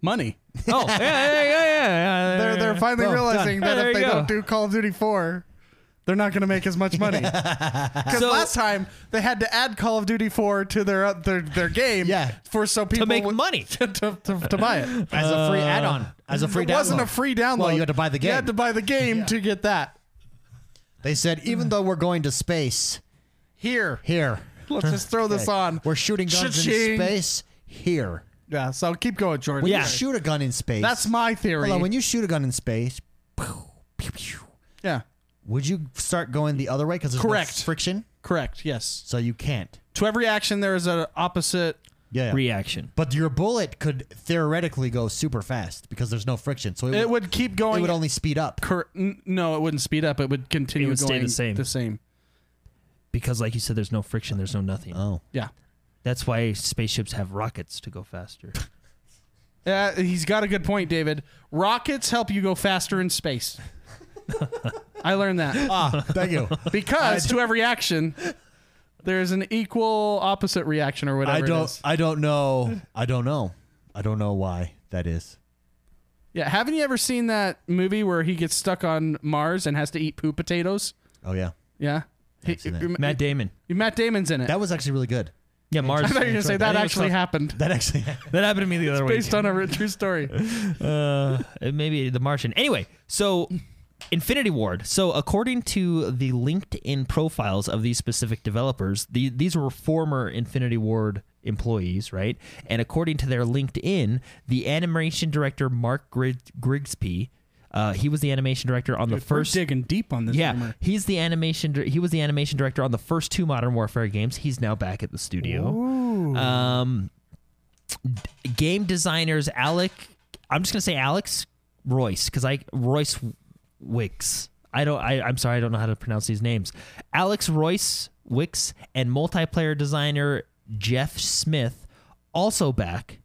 B: Money.
C: oh yeah, yeah, yeah, yeah, yeah.
B: They're they're finally
A: Boom,
B: realizing
C: done.
B: that
C: There
B: if
C: you
B: they
C: go.
B: don't do Call of Duty four, they're not going to make as much money. Because
C: So-
B: last time they had to add Call of Duty four to their uh, their their game,
A: Yeah.
B: for so people
C: make
B: would-
C: money.
B: to, to, to, to buy it.
A: As a free add-on. As a free
B: it wasn't
A: download.
B: a free download.
A: Well, you had to buy the game.
B: You had to buy the game to get that.
A: They said, even though we're going to space
B: Here,
A: here,
B: let's just throw this on.
A: we're shooting guns in
B: Cha-ching.
A: space here.
B: Yeah, so keep going, Jordan.
A: When you shoot a gun in space,
B: that's my theory.
A: Hold on, when you shoot a gun in space, pew, pew, pew,
B: yeah,
A: would you start going the other way because there's no
B: Correct.
A: friction?
B: correct. Yes,
A: So you can't.
B: to every action there is an opposite.
A: Yeah.
C: reaction.
A: but your bullet could theoretically go super fast because there's no friction. So it,
B: It
A: would,
B: would keep going.
A: it would only speed up.
B: Cor- n- no, it wouldn't speed up. It would continue
C: It would
B: going
C: stay the same.
B: The same.
C: because like you said there's no friction there's no
B: Uh,
C: nothing
A: Oh.
B: Yeah.
C: that's why spaceships have rockets to go faster
B: Uh, he's got a good point, David. Rockets help you go faster in space. I learned that
A: Ah, thank you.
B: because to every action, there's an equal opposite reaction or whatever.
A: I
B: it
A: don't.
B: is.
A: I don't know. I don't know. I don't know why that is.
B: Yeah, haven't you ever seen that movie where he gets stuck on Mars and has to eat poo potatoes?
A: Oh yeah,
B: Yeah. He,
A: seen that.
B: you-
C: matt damon
B: you- Matt Damon's in it.
A: that was actually really good.
C: yeah
B: I
C: mars
B: thought you were going to say that actually happened
A: That actually.
C: that happened to me the other
B: based on a re- true story.
C: uh, maybe the Martian. Anyway, so Infinity Ward. So according to the LinkedIn profiles of these specific developers, the, these were former Infinity Ward employees, right? And according to their LinkedIn, the animation director Mark Grig- Grigsby, uh, he was the animation director on the first
B: digging deep on this
C: yeah, he's the animation. dir- He was the animation director on the first two Modern Warfare games. He's now back at the studio. Um, d- game designers Alec. I'm just gonna say Alex Royce because I Royce Wicks. I don't. I, I'm sorry. I don't know how to pronounce these names. Alex Royce Wicks and multiplayer designer Jeff Smith also back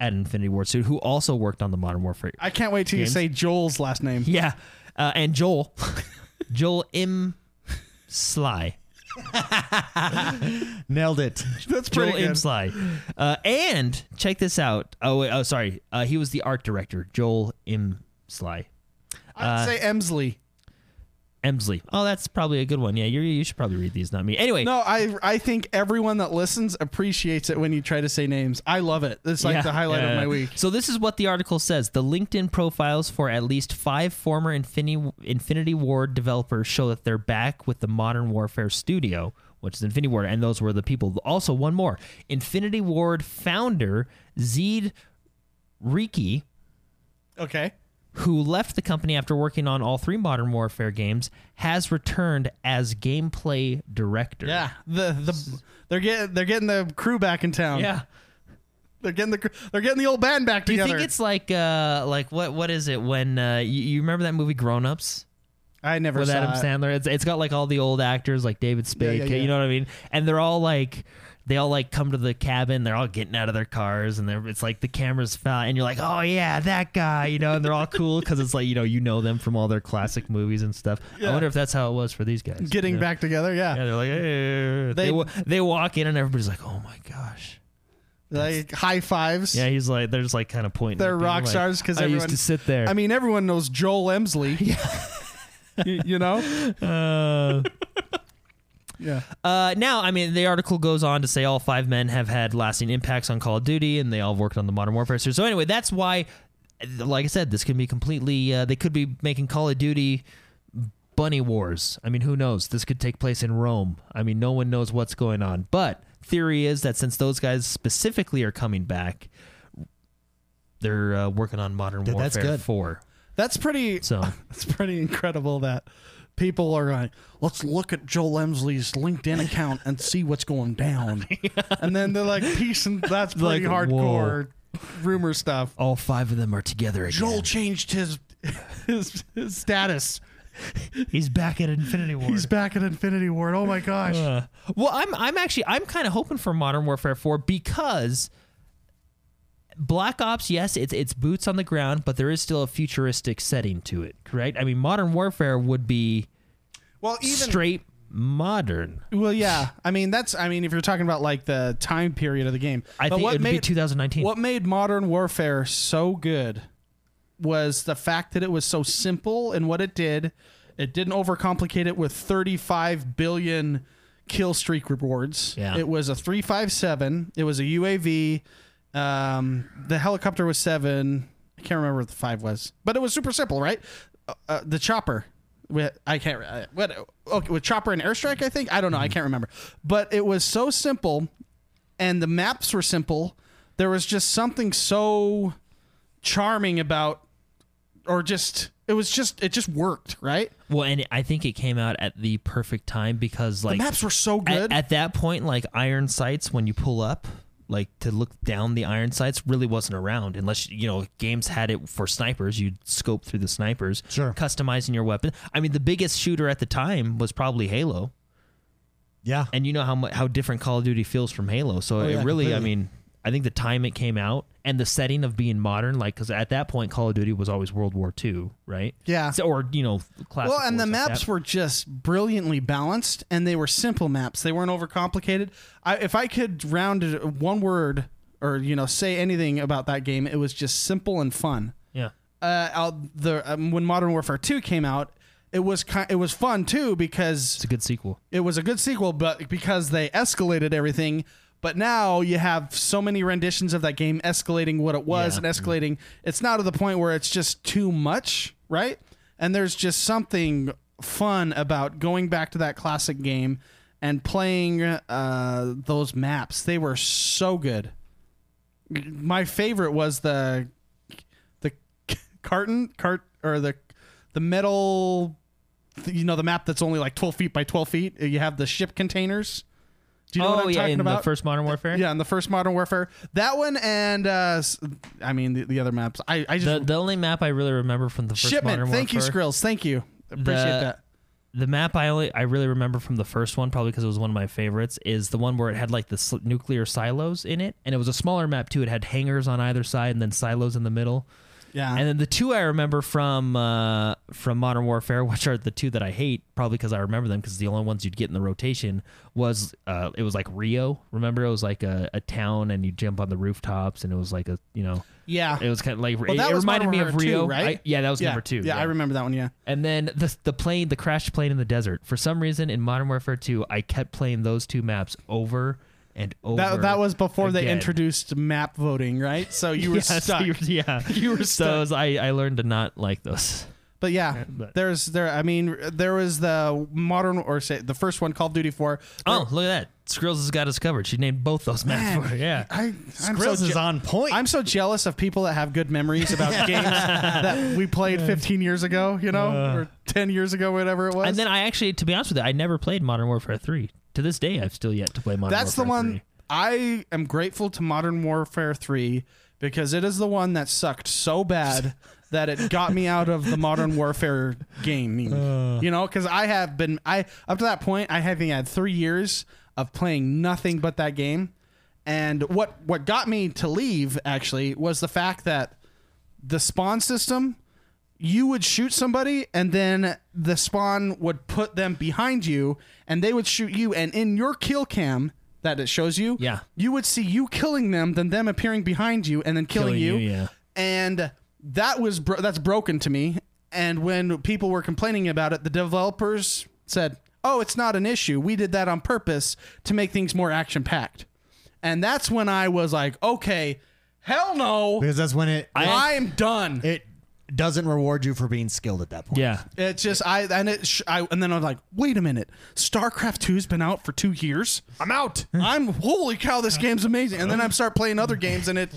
C: at Infinity Ward Studio, who also worked on the Modern Warfare
B: I can't wait till
C: James?
B: you say Joel's last name.
C: yeah, uh, and Joel, Joel M. Sly,
A: Nailed it.
B: That's
C: Joel
B: pretty
C: M.
B: good.
C: Sly, uh, and check this out. Oh, wait, oh, sorry, uh, he was the art director, Joel M. Sly. Uh,
B: I'd say Emsley.
C: Emsley. Oh, that's probably a good one. Yeah, you you should probably read these, not me. Anyway,
B: No, I I think everyone that listens appreciates it when you try to say names. I love it. It's like
C: Yeah,
B: the highlight
C: yeah.
B: of my week.
C: So this is what the article says: the LinkedIn profiles for at least five former Infinity Infinity Ward developers show that they're back with the Modern Warfare studio, which is Infinity Ward, and those were the people. Also, one more: Infinity Ward founder Zed Riki
B: Okay.
C: who left the company after working on all three Modern Warfare games, has returned as gameplay director.
B: Yeah, the the they're getting they're getting the crew back in town.
C: Yeah.
B: they're getting the cr- they're getting the old band back
C: Do you
B: together.
C: think it's like uh like what what is it when uh you, you remember that movie Grown Ups
B: I never
C: with
B: saw
C: Adam
B: it.
C: Sandler? It's it's got like all the old actors like David Spade,
B: yeah, yeah.
C: you know what I mean? And they're all like they all like come to the cabin. They're all getting out of their cars, and they're, it's like the camera's found, and you're like, "Oh yeah, that guy," you know. And they're all cool because it's like you know you know them from all their classic movies and stuff. I
B: Yeah.
C: wonder if that's how it was for these guys. you
B: Getting
C: know?
B: back together, yeah.
C: Yeah, they're like,
B: They-
C: "Eh." they wa- they walk in and everybody's like, "Oh my gosh."
B: like high fives.
C: Yeah, he's like, they're just like kind of pointing.
B: They're
C: at people,
B: rock
C: like,
B: stars 'cause
C: I
B: everyone-
C: used to sit there.
B: I mean, everyone knows Joel Emsley. Yeah. you, you know?
C: uh,
B: Yeah.
C: uh, now, I mean, the article goes on to say all five men have had lasting impacts on Call of Duty, and they all worked on the Modern Warfare series. So anyway, that's why, like I said, this can be completely. Uh, they could be making Call of Duty bunny wars. I mean, who knows? This could take place in Rome. I mean, no one knows what's going on. But theory is that since those guys specifically are coming back, they're uh, working on Modern
A: Dude,
C: Warfare
A: that's good.
C: Four.
B: That's pretty
C: So.
B: that's pretty incredible that people are like, let's look at Joel Emsley's LinkedIn account and see what's going down. And then they're like, peace and that's pretty
C: Like,
B: hardcore rumor stuff.
C: All five of them are together again.
B: Joel changed his his, his status.
C: He's back at Infinity War.
B: He's back at Infinity Ward. Oh my gosh.
C: Uh, well, I'm I'm actually I'm kind of hoping for Modern Warfare 4 because Black Ops, yes, it's it's boots on the ground, but there is still a futuristic setting to it, right? I mean, Modern Warfare would be
B: well, even
C: straight modern.
B: Well, yeah. I mean, that's. I mean, if you're talking about like the time period of the game,
C: I
B: But
C: think
B: what
C: it would be
B: made
C: 2019.
B: what made Modern Warfare so good was the fact that it was so simple in what it did. It didn't overcomplicate it with 35 billion kill streak rewards.
C: Yeah.
B: It was a 357. It was a UAV. Um, the helicopter was seven. I can't remember what the five was, but it was super simple, right? Uh, uh, the chopper. We- I can't. re- I- What? Okay, with chopper and airstrike, I think. I don't know. I can't remember. But it was so simple and the maps were simple. There was just something so charming about, or just it was just it just worked, right?
C: Well, and I think it came out at the perfect time because like
B: Maps were so
C: at,
B: good.
C: at that point, like iron sights, when you pull up, like to look down the iron sights, really wasn't around unless you know games had it for snipers. You'd scope through the snipers,
A: Sure.
C: customizing your weapon. I mean, the biggest shooter at the time was probably Halo,
A: Yeah.
C: and you know how mu- how different Call of Duty feels from Halo. So
B: Oh,
C: it
A: yeah,
C: really, I
A: completely.
C: mean, I think the time it came out and the setting of being modern, like because at that point, Call of Duty was always World War II, right?
B: Yeah.
C: So, or you know, classic
B: well, and the
C: wars like
B: maps
C: that.
B: were just brilliantly balanced, and they were simple maps. They weren't overcomplicated. I, if I could round it one word, or you know, say anything about that game, it was just simple and fun.
C: yeah.
B: Uh, out the um, when Modern Warfare Two came out, it was ki- it was fun too because
C: It's a good sequel.
B: it was a good sequel, but because they escalated everything. But now you have so many renditions of that game escalating what it was
C: Yeah.
B: and escalating. It's now to the point where it's just too much, right? And there's just something fun about going back to that classic game and playing uh, those maps. They were so good. My favorite was the the carton cart or the the metal th- you know the map that's only like 12 feet by 12 feet Uh, you have the ship containers do you know
C: oh
B: what i'm
C: yeah,
B: talking
C: in
B: about
C: the first Modern Warfare.
B: yeah in the first modern warfare that one and uh s- i mean the, the other maps i i
C: The,
B: just
C: the only map I really remember from the first
B: shipment
C: Modern
B: thank you
C: Warfare.
B: skrills thank you appreciate that
C: The map I only I really remember from the first one, probably because it was one of my favorites, is the one where it had like the sl- nuclear silos in it, and it was a smaller map too. It had hangars on either side and then silos in the middle.
B: yeah
C: And then the two I remember from uh, from Modern Warfare, which are the two that I hate, probably because I remember them because the only ones you'd get in the rotation was uh, it was like Rio. Remember, it was like a, a town and you jump on the rooftops, and it was like a you know
B: yeah
C: it was kind of like it,
B: that
C: it
B: was
C: reminded
B: Modern
C: me of
B: Warfare two,
C: Rio,
B: right?
C: I- yeah, that was
B: yeah.
C: number two.
B: yeah i remember that one yeah
C: And then the the plane, the crashed plane in the desert. For some reason, in Modern Warfare 2, I kept playing those two maps over and over.
B: that, that was before they
C: again.
B: introduced map voting right so you were
C: Yeah, so
B: stuck
C: you were- yeah,
B: You were
C: So it was- I I learned to not like those.
B: But yeah,
C: but-
B: there's there. I mean, there was the modern or say the first one, Call of Duty Four.
C: Oh, look at that! Skrills has got us covered. She named both those maps. for her. Yeah.
B: I, I'm so
A: Grills is
B: je-
A: on point.
B: I'm so jealous of people that have good memories about games that we played 15 years ago, you know, or 10 years ago, whatever it was.
C: And then I actually, to be honest with you, I never played Modern Warfare 3. To this day, I've still yet to play Modern
B: That's the
C: Warfare
B: one
C: 3.
B: I am grateful to Modern Warfare 3 because it is the one that sucked so bad that it got me out of the Modern Warfare gaming.
C: Uh.
B: you know, because I have been I up to that point I had think I had three years of playing nothing but that game, and what what got me to leave actually was the fact that the spawn system you would shoot somebody and then the spawn would put them behind you and they would shoot you and in your kill cam that it shows you
C: Yeah.
B: you would see you killing them then them appearing behind you and then killing,
C: Killing
B: you,
C: you, yeah.
B: and that was bro- that's broken to me and when people were complaining about it the developers said oh it's not an issue we did that on purpose to make things more action packed and that's when i was like okay hell no
A: because that's when it
B: I, am done
A: it doesn't reward you for being skilled at that point.
C: Yeah.
B: It's just I and it sh- I and then I'm like, wait a minute, StarCraft Two's been out for two years.
A: I'm out.
B: I'm holy cow, this game's amazing. And then I start playing other games, and it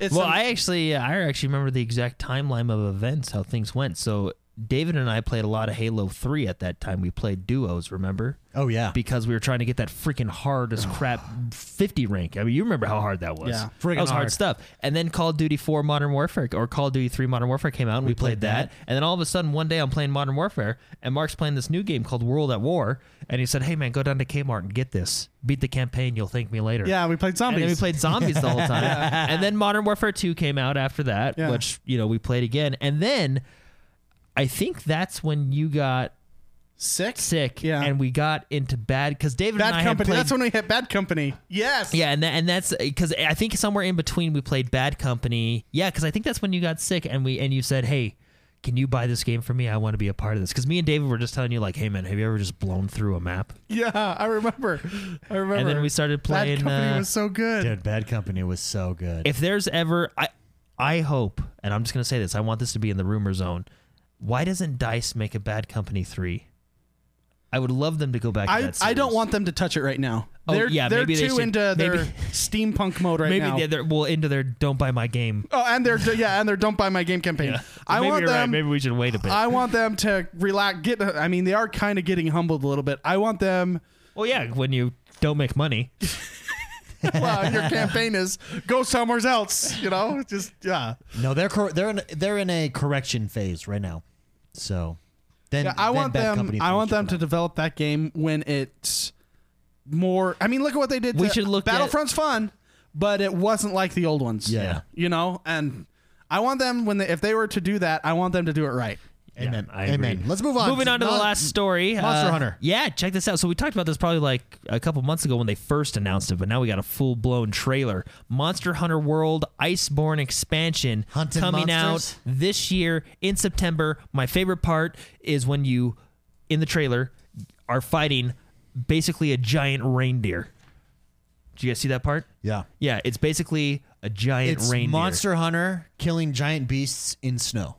B: it's
C: Well, I actually, I actually remember the exact timeline of events, how things went. So David and I played a lot of Halo Three at that time. We played duos, remember?
A: Oh yeah.
C: Because we were trying to get that freaking hard as crap 50 rank. I mean, you remember how hard that was.
B: Yeah.
A: Friggin'
C: that was hard.
A: hard.
C: stuff. And then Call of Duty 4 Modern Warfare or Call of Duty 3 Modern Warfare came out and we, played, that. And then all of a sudden, one day I'm playing Modern Warfare and Mark's playing this new game called World at War. And he said, Hey, man, go down to Kmart and get this. Beat the campaign. You'll thank me later.
B: yeah, we played zombies.
C: And then we played zombies the whole time. And then Modern Warfare 2 came out after that,
B: Yeah.
C: which, you know, we played again. And then I think that's when you got
B: sick.
C: sick
B: Yeah.
C: and we got into bad cuz David and I
B: Bad
C: had
B: company.
C: played
B: That's when we hit Bad Company. Yes.
C: yeah, and that, and that's because I think somewhere in between we played Bad Company. Yeah, because I think that's when you got sick and we and you said, "Hey, can you buy this game for me? I want to be a part of this." Because me and David were just telling you, like, "Hey, man, have you ever just blown through a map?"
B: Yeah, I remember. I remember.
C: And then we started
B: Bad
C: playing.
B: Company
C: uh,
B: was so good.
A: Dude, Bad Company was so good.
C: if there's ever, I I hope, and I'm just gonna say this, I want this to be in the rumor zone. Why doesn't Dice make a Bad Company three? I would love them to go back. to
B: I,
C: that
B: I don't
C: series.
B: want them to touch it right now.
C: Oh,
B: they're
C: yeah,
B: they're
C: maybe they
B: too
C: should-
B: into their
C: maybe-
B: steampunk mode right
C: Maybe
B: now.
C: they're, they're well into their "Don't buy my game."
B: oh, and they're yeah, and they're don't buy my game campaign. I
C: maybe
B: want
C: you're
B: them
C: Right. Maybe we should wait a bit.
B: I want them to relax. Get. I mean, they are kind of getting humbled a little bit. I want them.
C: well, yeah, when you don't make money.
B: Well, your campaign is go somewhere else. You know, just yeah.
A: no, they're cor- they're in they're in a correction phase right now. So then,
B: Yeah, I
A: then
B: want
A: Bad
B: them.
A: Company
B: I want
A: should
B: them
A: come
B: to
A: out.
B: develop that game when it's more. I mean, look at what they did.
C: We
B: to
C: should look at-
B: Battlefront's fun, but it wasn't like the old ones.
A: Yeah.
B: you know, and I want them when they, if they were to do that, I want them to do it right.
A: Amen.
C: Yeah, I
A: Amen.
C: agree.
A: Let's move on.
C: Moving on to the
A: Mon-
C: last story, uh,
A: Monster Hunter.
C: Yeah, check this out. So we talked about this probably like a couple months ago when they first announced it, but now we got a full blown trailer. Monster Hunter World Iceborne expansion
A: Hunting
C: coming
A: monsters?
C: out this year in September. My favorite part is when you, in the trailer, are fighting basically a giant reindeer. Do you guys see that part?
A: Yeah.
C: Yeah, it's basically a giant
A: It's
C: reindeer.
A: Monster Hunter killing giant beasts in snow.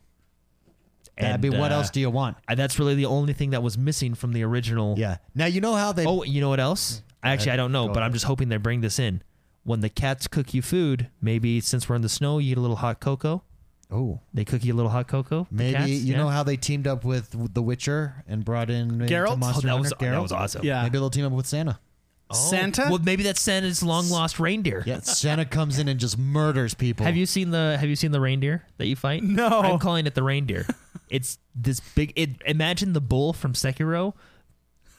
A: That'd be
C: And,
A: what
C: uh,
A: else do you want?
C: I- That's really the only thing that was missing from the original.
A: Yeah. Now you know how they
C: Oh, you know what
A: Hmm.
C: else? Actually, I don't know, but I'm just hoping they bring this in. When the cats cook you food, maybe since we're in the snow, you get a little hot cocoa.
A: Oh,
C: They cook you a little hot cocoa. the
A: maybe
C: cats,
A: you
C: yeah.
A: know how they teamed up with The Witcher and brought in into
B: Geralt? Oh,
C: Oh,
A: Monster
C: that
A: Hunter
C: was
A: Geralt?
C: that was awesome.
B: Yeah.
A: Maybe they'll team up with Santa.
C: Oh.
B: Santa?
C: Well, maybe that's Santa's long lost reindeer.
A: Yeah, Santa comes in and just murders people.
C: Have you seen the Have you seen the reindeer that you fight?
B: No.
C: I'm calling it the reindeer. it's this big. It, imagine the bull from Sekiro,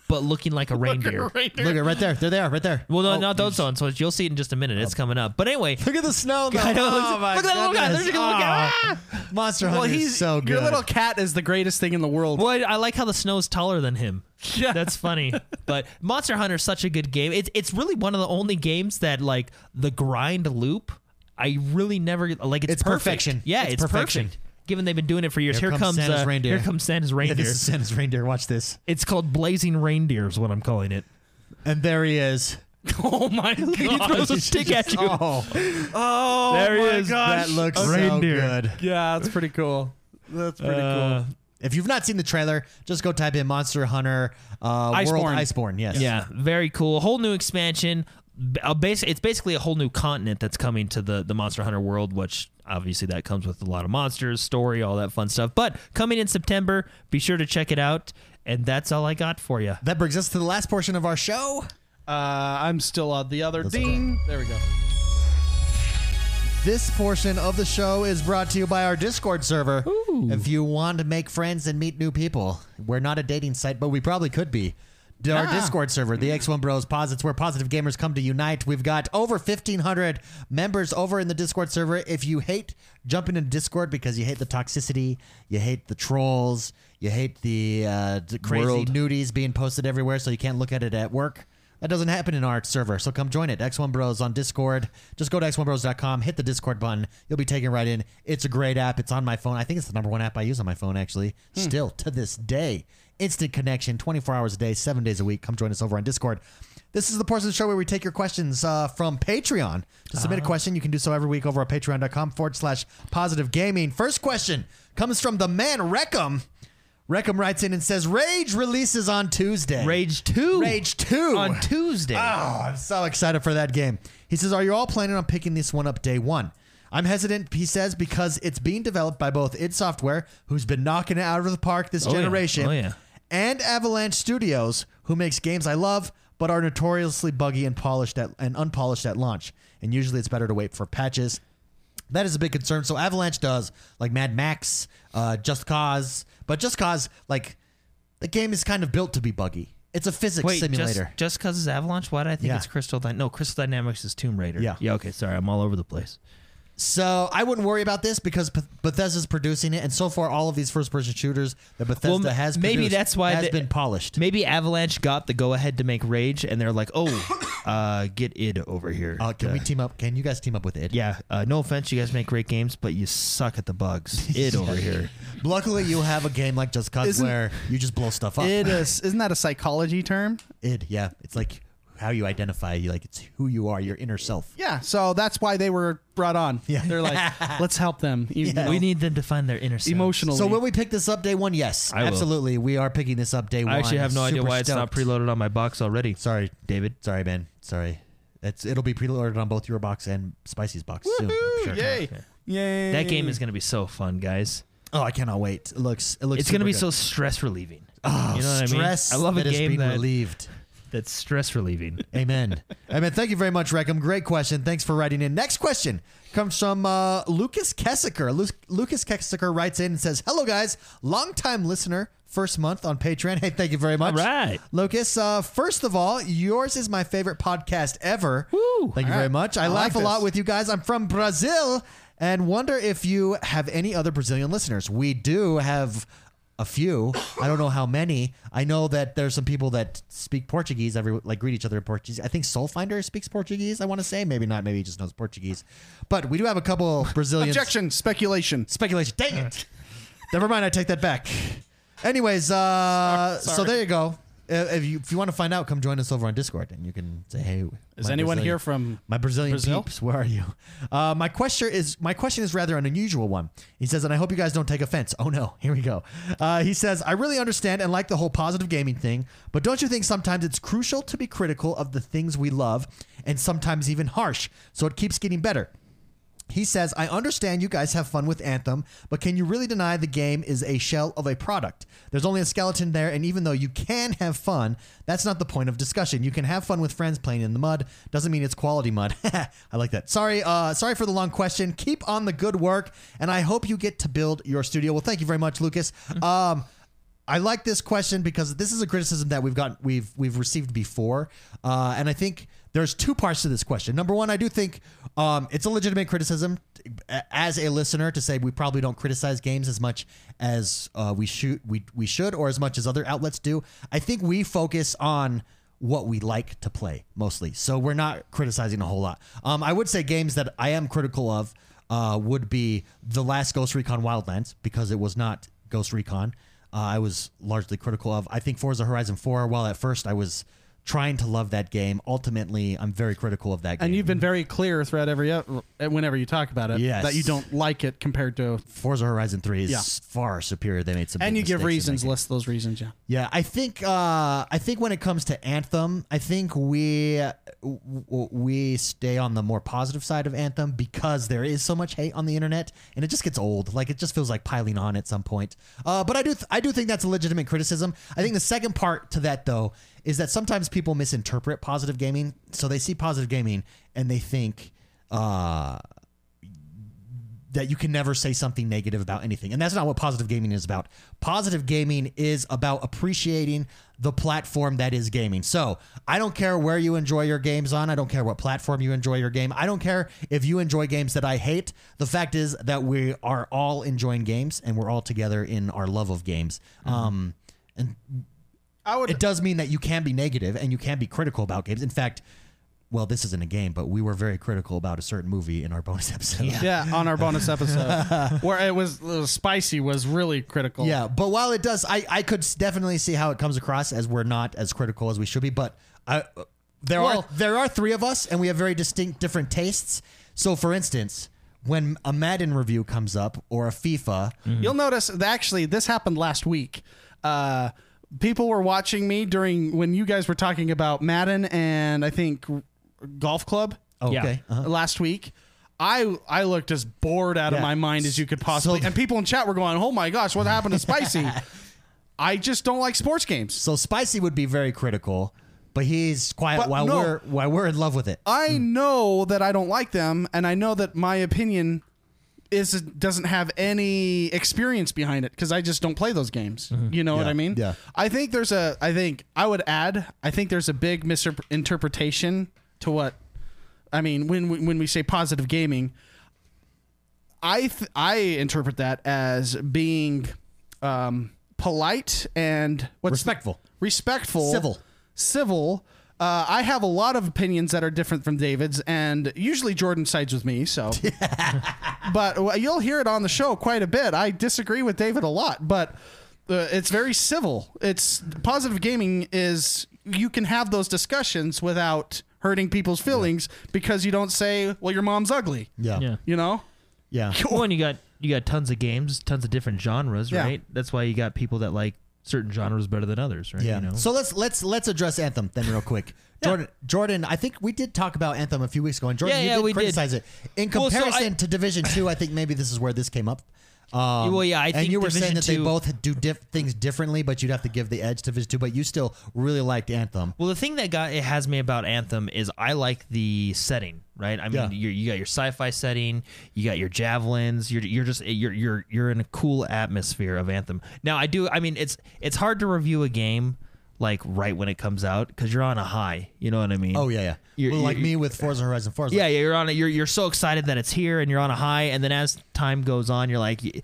C: but looking like a reindeer.
A: Look at right there. They're there. Right there.
C: Well, no,
A: Oh,
C: not those ones. So you'll see it in just a minute. It's coming up. But anyway,
A: Look at the snow. Though.
C: I know.
A: Oh, my
C: Look at that little guy.
A: goodness.
C: There's a little guy.
A: Oh. Monster
B: Well,
A: Hunter
B: he's
A: is so good.
B: Your little cat is the greatest thing in the world.
C: Well, I, I like how the snow is taller than him. Yeah. That's funny. but Monster Hunter is such a good game. It's it's really one of the only games that like the grind loop. I really never like it's,
A: It's
C: perfect.
A: perfection.
C: Yeah,
A: It's
C: it's,
A: perfection.
C: perfect. Given they've been doing it for years.
A: Here
C: Here,
A: comes Santa's
C: uh,
A: reindeer.
C: Here comes Santa's
A: Yeah,
C: reindeer.
A: this is Santa's reindeer. Watch this.
C: it's called Blazing Reindeer is what I'm calling it.
A: And there he is.
C: oh my god! he throws a stick at you.
A: Oh,
B: oh
C: there he
B: my
C: is.
B: gosh.
A: that looks
C: Reindeer.
A: so good.
B: Yeah, that's pretty cool. That's pretty
C: Uh,
B: cool.
A: If you've not seen the trailer, just go type in Monster Hunter uh, World
B: Iceborne.
A: Iceborne. Yes.
C: Yeah, very cool. Whole new expansion. B- A base, it's basically a whole new continent that's coming to the, the Monster Hunter world, which obviously that comes with a lot of monsters, story, all that fun stuff. But coming in September, be sure to check it out. And that's all I got for you.
A: That brings us to the last portion of our show.
B: Uh, I'm still on the other
A: okay.
B: ding. There we go.
A: This portion of the show is brought to you by our Discord server. If you want to make friends and meet new people, we're not a dating site, but we probably could be. D- Our
B: Ah.
A: Discord server, the X1 Bros Posits, where positive gamers come to unite. We've got over 1,500 members over in the Discord server. If you hate jumping into Discord because you hate the toxicity, you hate the trolls, you hate the, uh, d- crazy
C: World.
A: nudies being posted everywhere so you can't look at it at work. That doesn't happen in our server, so come join it. X1 Bros on Discord. Just go to x1bros.com, hit the Discord button. You'll be taken right in. It's a great app. It's on my phone. I think it's the number one app I use on my phone, actually, still to this day. Instant connection, 24 hours a day, seven days a week. Come join us over on Discord. This is the portion of the show where we take your questions uh, from Patreon. To submit a question, you can do so every week over at patreon.com forward slash positive gaming. First question comes from the man Reckham. Reckham writes in and says, Rage releases on Tuesday.
C: Rage 2.
A: Rage 2.
C: On Tuesday.
A: Oh, I'm so excited for that game. He says, Are you all planning on picking this one up day one? I'm hesitant, he says, because it's being developed by both id Software, who's been knocking it out of the park this
C: Oh, yeah.
A: generation,
C: Oh, yeah.
A: and Avalanche Studios, who makes games I love but are notoriously buggy and polished at, and unpolished at launch. And usually it's better to wait for patches. That is a big concern. So Avalanche does like Mad Max, uh, Just Cause, but Just Cause, like the game is kind of built to be buggy. It's a physics
C: Wait,
A: simulator.
C: just just because it's Avalanche, why did I think
A: Yeah.
C: it's Crystal? Dy- no, Crystal Dynamics is Tomb Raider.
A: Yeah.
C: yeah. Okay, sorry, I'm all over the place.
A: So I wouldn't worry about this because Beth- Bethesda's producing it, and so far all of these first-person shooters that Bethesda
C: Well,
A: has
C: maybe
A: produced
C: that's why
A: has
C: the-
A: been polished.
C: Maybe Avalanche got the go ahead to make Rage, and they're like, "Oh, uh, get id over here."
A: Uh, can
C: Uh,
A: we team up? Can you guys team up with it?
C: Yeah, uh, no offense, you guys make great games, but you suck at the bugs. Id over here.
A: Luckily, you have a game like Just Cause
B: Isn't-
A: where you just blow stuff up.
B: It is. Isn't that a psychology term?
A: Id, yeah, it's like how you identify. You like it's who you are, your inner self.
B: Yeah. So that's why they were brought on.
A: Yeah.
B: They're like, let's help them. You know,
C: We need them to find their inner self.
B: emotionally.
A: So will we pick this up day one? Yes,
C: I will.
A: absolutely. We are picking this up day one.
C: I actually have no idea
A: Super
C: why it's not
A: stoked.
C: preloaded on my box already.
A: Sorry,
C: David.
A: sorry, man. Sorry. It's it'll be preloaded on both your box and Spicy's box soon. I'm
B: Woohoo!
A: sure.
B: Yay! Yay!
C: That game is going to be so fun, guys.
A: Oh, I cannot wait. It looks it looks.
C: It's going
A: super
C: to be
A: good.
C: so stress relieving.
A: Oh,
C: you know what I mean?
A: stress
C: I love a
A: that is
C: game
A: being
C: Ah, that-
A: relieved.
C: That's stress relieving.
A: Amen. Amen. Thank you very much, Reckham. Great question. Thanks for writing in. Next question comes from uh, Lucas Kessiker. Lu- Lucas Kessiker writes in and says, "Hello, guys. Long time listener, first month on Patreon. Hey, thank you very much.
C: All right.
A: Lucas. Uh, first of all, yours is my favorite podcast ever.
C: Woo.
A: Thank you
B: All
A: very
B: right.
A: much. I,
B: I
A: laugh
B: like
A: a lot
B: this.
A: with you guys. I'm from Brazil and wonder if you have any other Brazilian listeners. We do have a few. I don't know how many. I know that there's some people that speak Portuguese, every like greet each other in Portuguese. I think Soulfinder speaks Portuguese, I want to say. Maybe not, maybe he just knows Portuguese. But we do have a couple Brazilians
B: objection. Speculation.
A: speculation. Dang it. Never mind. I take that back. Anyways, uh, so
B: Sorry.
A: there you go. Uh, If you, if you want to find out, come join us over on Discord, and you can say, "Hey,
B: Is
A: my
B: anyone
A: Brazilian-
B: here from?
A: my Brazilian
B: Brazil?
A: peeps, where are you? Uh, my question is my question is rather an unusual one. He says, and I hope you guys don't take offense. Oh no, here we go. Uh, he says, I really understand and like the whole positive gaming thing, but don't you think sometimes it's crucial to be critical of the things we love, and sometimes even harsh, so it keeps getting better. He says, I understand you guys have fun with Anthem, but can you really deny the game is a shell of a product? There's only a skeleton there, and even though you can have fun, that's not the point of discussion. You can have fun with friends playing in the mud. Doesn't mean it's quality mud. I like that. Sorry, uh, sorry for the long question. Keep on the good work, and I hope you get to build your studio. Well, thank you very much, Lucas. Um, I like this question because this is a criticism that we've got we've we've received before, uh, and I think there's two parts to this question. Number one, I do think um, it's a legitimate criticism uh, as a listener to say we probably don't criticize games as much as uh, we shoot we we should or as much as other outlets do. I think we focus on what we like to play mostly, so we're not criticizing a whole lot. Um, I would say games that I am critical of uh, would be the last Ghost Recon Wildlands because it was not Ghost Recon uh, I was largely critical of. I think Forza Horizon 4, while at first I was trying to love that game. Ultimately, I'm very critical of that game.
B: And you've been very clear throughout every ep- whenever you talk about it
A: Yes.
B: that you don't like it compared to.
A: Forza Horizon 3 is
B: Yeah.
A: far superior. They made some
B: And
A: big
B: you
A: mistakes in
B: give
A: that
B: reasons.
A: game.
B: List those reasons. Yeah.
A: Yeah, I think uh, I think when it comes to Anthem, I think we w- we stay on the more positive side of Anthem because there is so much hate on the internet, and it just gets old. Like it just feels like piling on at some point. Uh, but I do th- I do think that's a legitimate criticism. I think the second part to that though is that sometimes people misinterpret positive gaming, so they see positive gaming and they think. Uh, that you can never say something negative about anything. And that's not what positive gaming is about. Positive gaming is about appreciating the platform that is gaming. So I don't care where you enjoy your games on. I don't care what platform you enjoy your game. I don't care if you enjoy games that I hate. The fact is that we are all enjoying games and we're all together in our love of games. Um, and
B: Mm-hmm. I would.
A: it does mean that you can be negative and you can be critical about games. In fact, well, this isn't a game, but we were very critical about a certain movie in our bonus episode.
B: yeah, on our bonus episode where it was, it was spicy was really critical.
A: Yeah, but while it does, I, I could s- definitely see how it comes across as we're not as critical as we should be. But I, uh, there
B: Well-
A: are there are three of us, and we have very distinct different tastes. So, for instance, when a Madden review comes up or a FIFA,
B: You'll notice that actually this happened last week. Uh, people were watching me during when you guys were talking about Madden and I think Golf Club
A: okay,
C: Yeah.
A: uh-huh.
B: last week. I I looked as bored out of
A: Yeah.
B: my mind as you could possibly.
A: So-
B: and people in chat were going, "Oh my gosh, what happened to Spicy?" I just don't like sports games.
A: so Spicy would be very critical, but he's quiet
B: But
A: while
B: no.
A: we're while we're in love with it.
B: I know that I don't like them, and I know that my opinion is doesn't have any experience behind it because I just don't play those games. You know
A: Mm-hmm.
B: what
A: Yeah,
B: I mean?
A: yeah.
B: I think there's a. I think I would add. I think there's a big misinterpretation to what. I mean, when we- when we say positive gaming, I th- I interpret that as being um, polite and what's
A: Respectful.
B: respectful,
A: Civil.
B: civil. Uh, I have a lot of opinions that are different from David's, and usually Jordan sides with me. So, but well, you'll hear it on the show quite a bit. I disagree with David a lot, but uh, it's very civil. It's positive gaming is you can have those discussions without hurting people's feelings because you don't say, "Well, your mom's ugly,"
A: Yeah, yeah,
C: Yeah.
B: you know.
A: yeah.
C: One, you got you got tons of games, tons of different genres,
B: Yeah.
C: right? That's why you got people that like certain genres better than others, right? You know?
A: So let's let's let's address Anthem then real quick. Jordan, Jordan, I think we did talk about Anthem a few weeks ago, and Jordan,
C: Yeah,
A: you
C: yeah,
A: did
C: we did.
A: criticize it in
C: Well, so I-
A: comparison to Division Two. I think maybe this is where this came up. Um,
C: Well, yeah, I
A: and
C: think
A: you were saying
C: Division
A: that they
C: 2
A: both do diff- things differently, but you'd have to give the edge to Division Two. But you still really liked Anthem.
C: Well, the thing that got it has me about Anthem is I like the setting, right? I mean,
A: Yeah.
C: you're, you got your sci-fi setting, you got your javelins, you're you're just you're you're you're in a cool atmosphere of Anthem. Now, I do, I mean, it's it's hard to review a game like right when it comes out because you're on a high. You know what I mean?
A: Oh yeah, yeah.
C: You're-
A: well, like
C: you're-
A: me with Forza Horizon Four.
C: Yeah, yeah, you're on it. You're you're so excited that it's here, and you're on a high, and then as time goes on, you're like, y-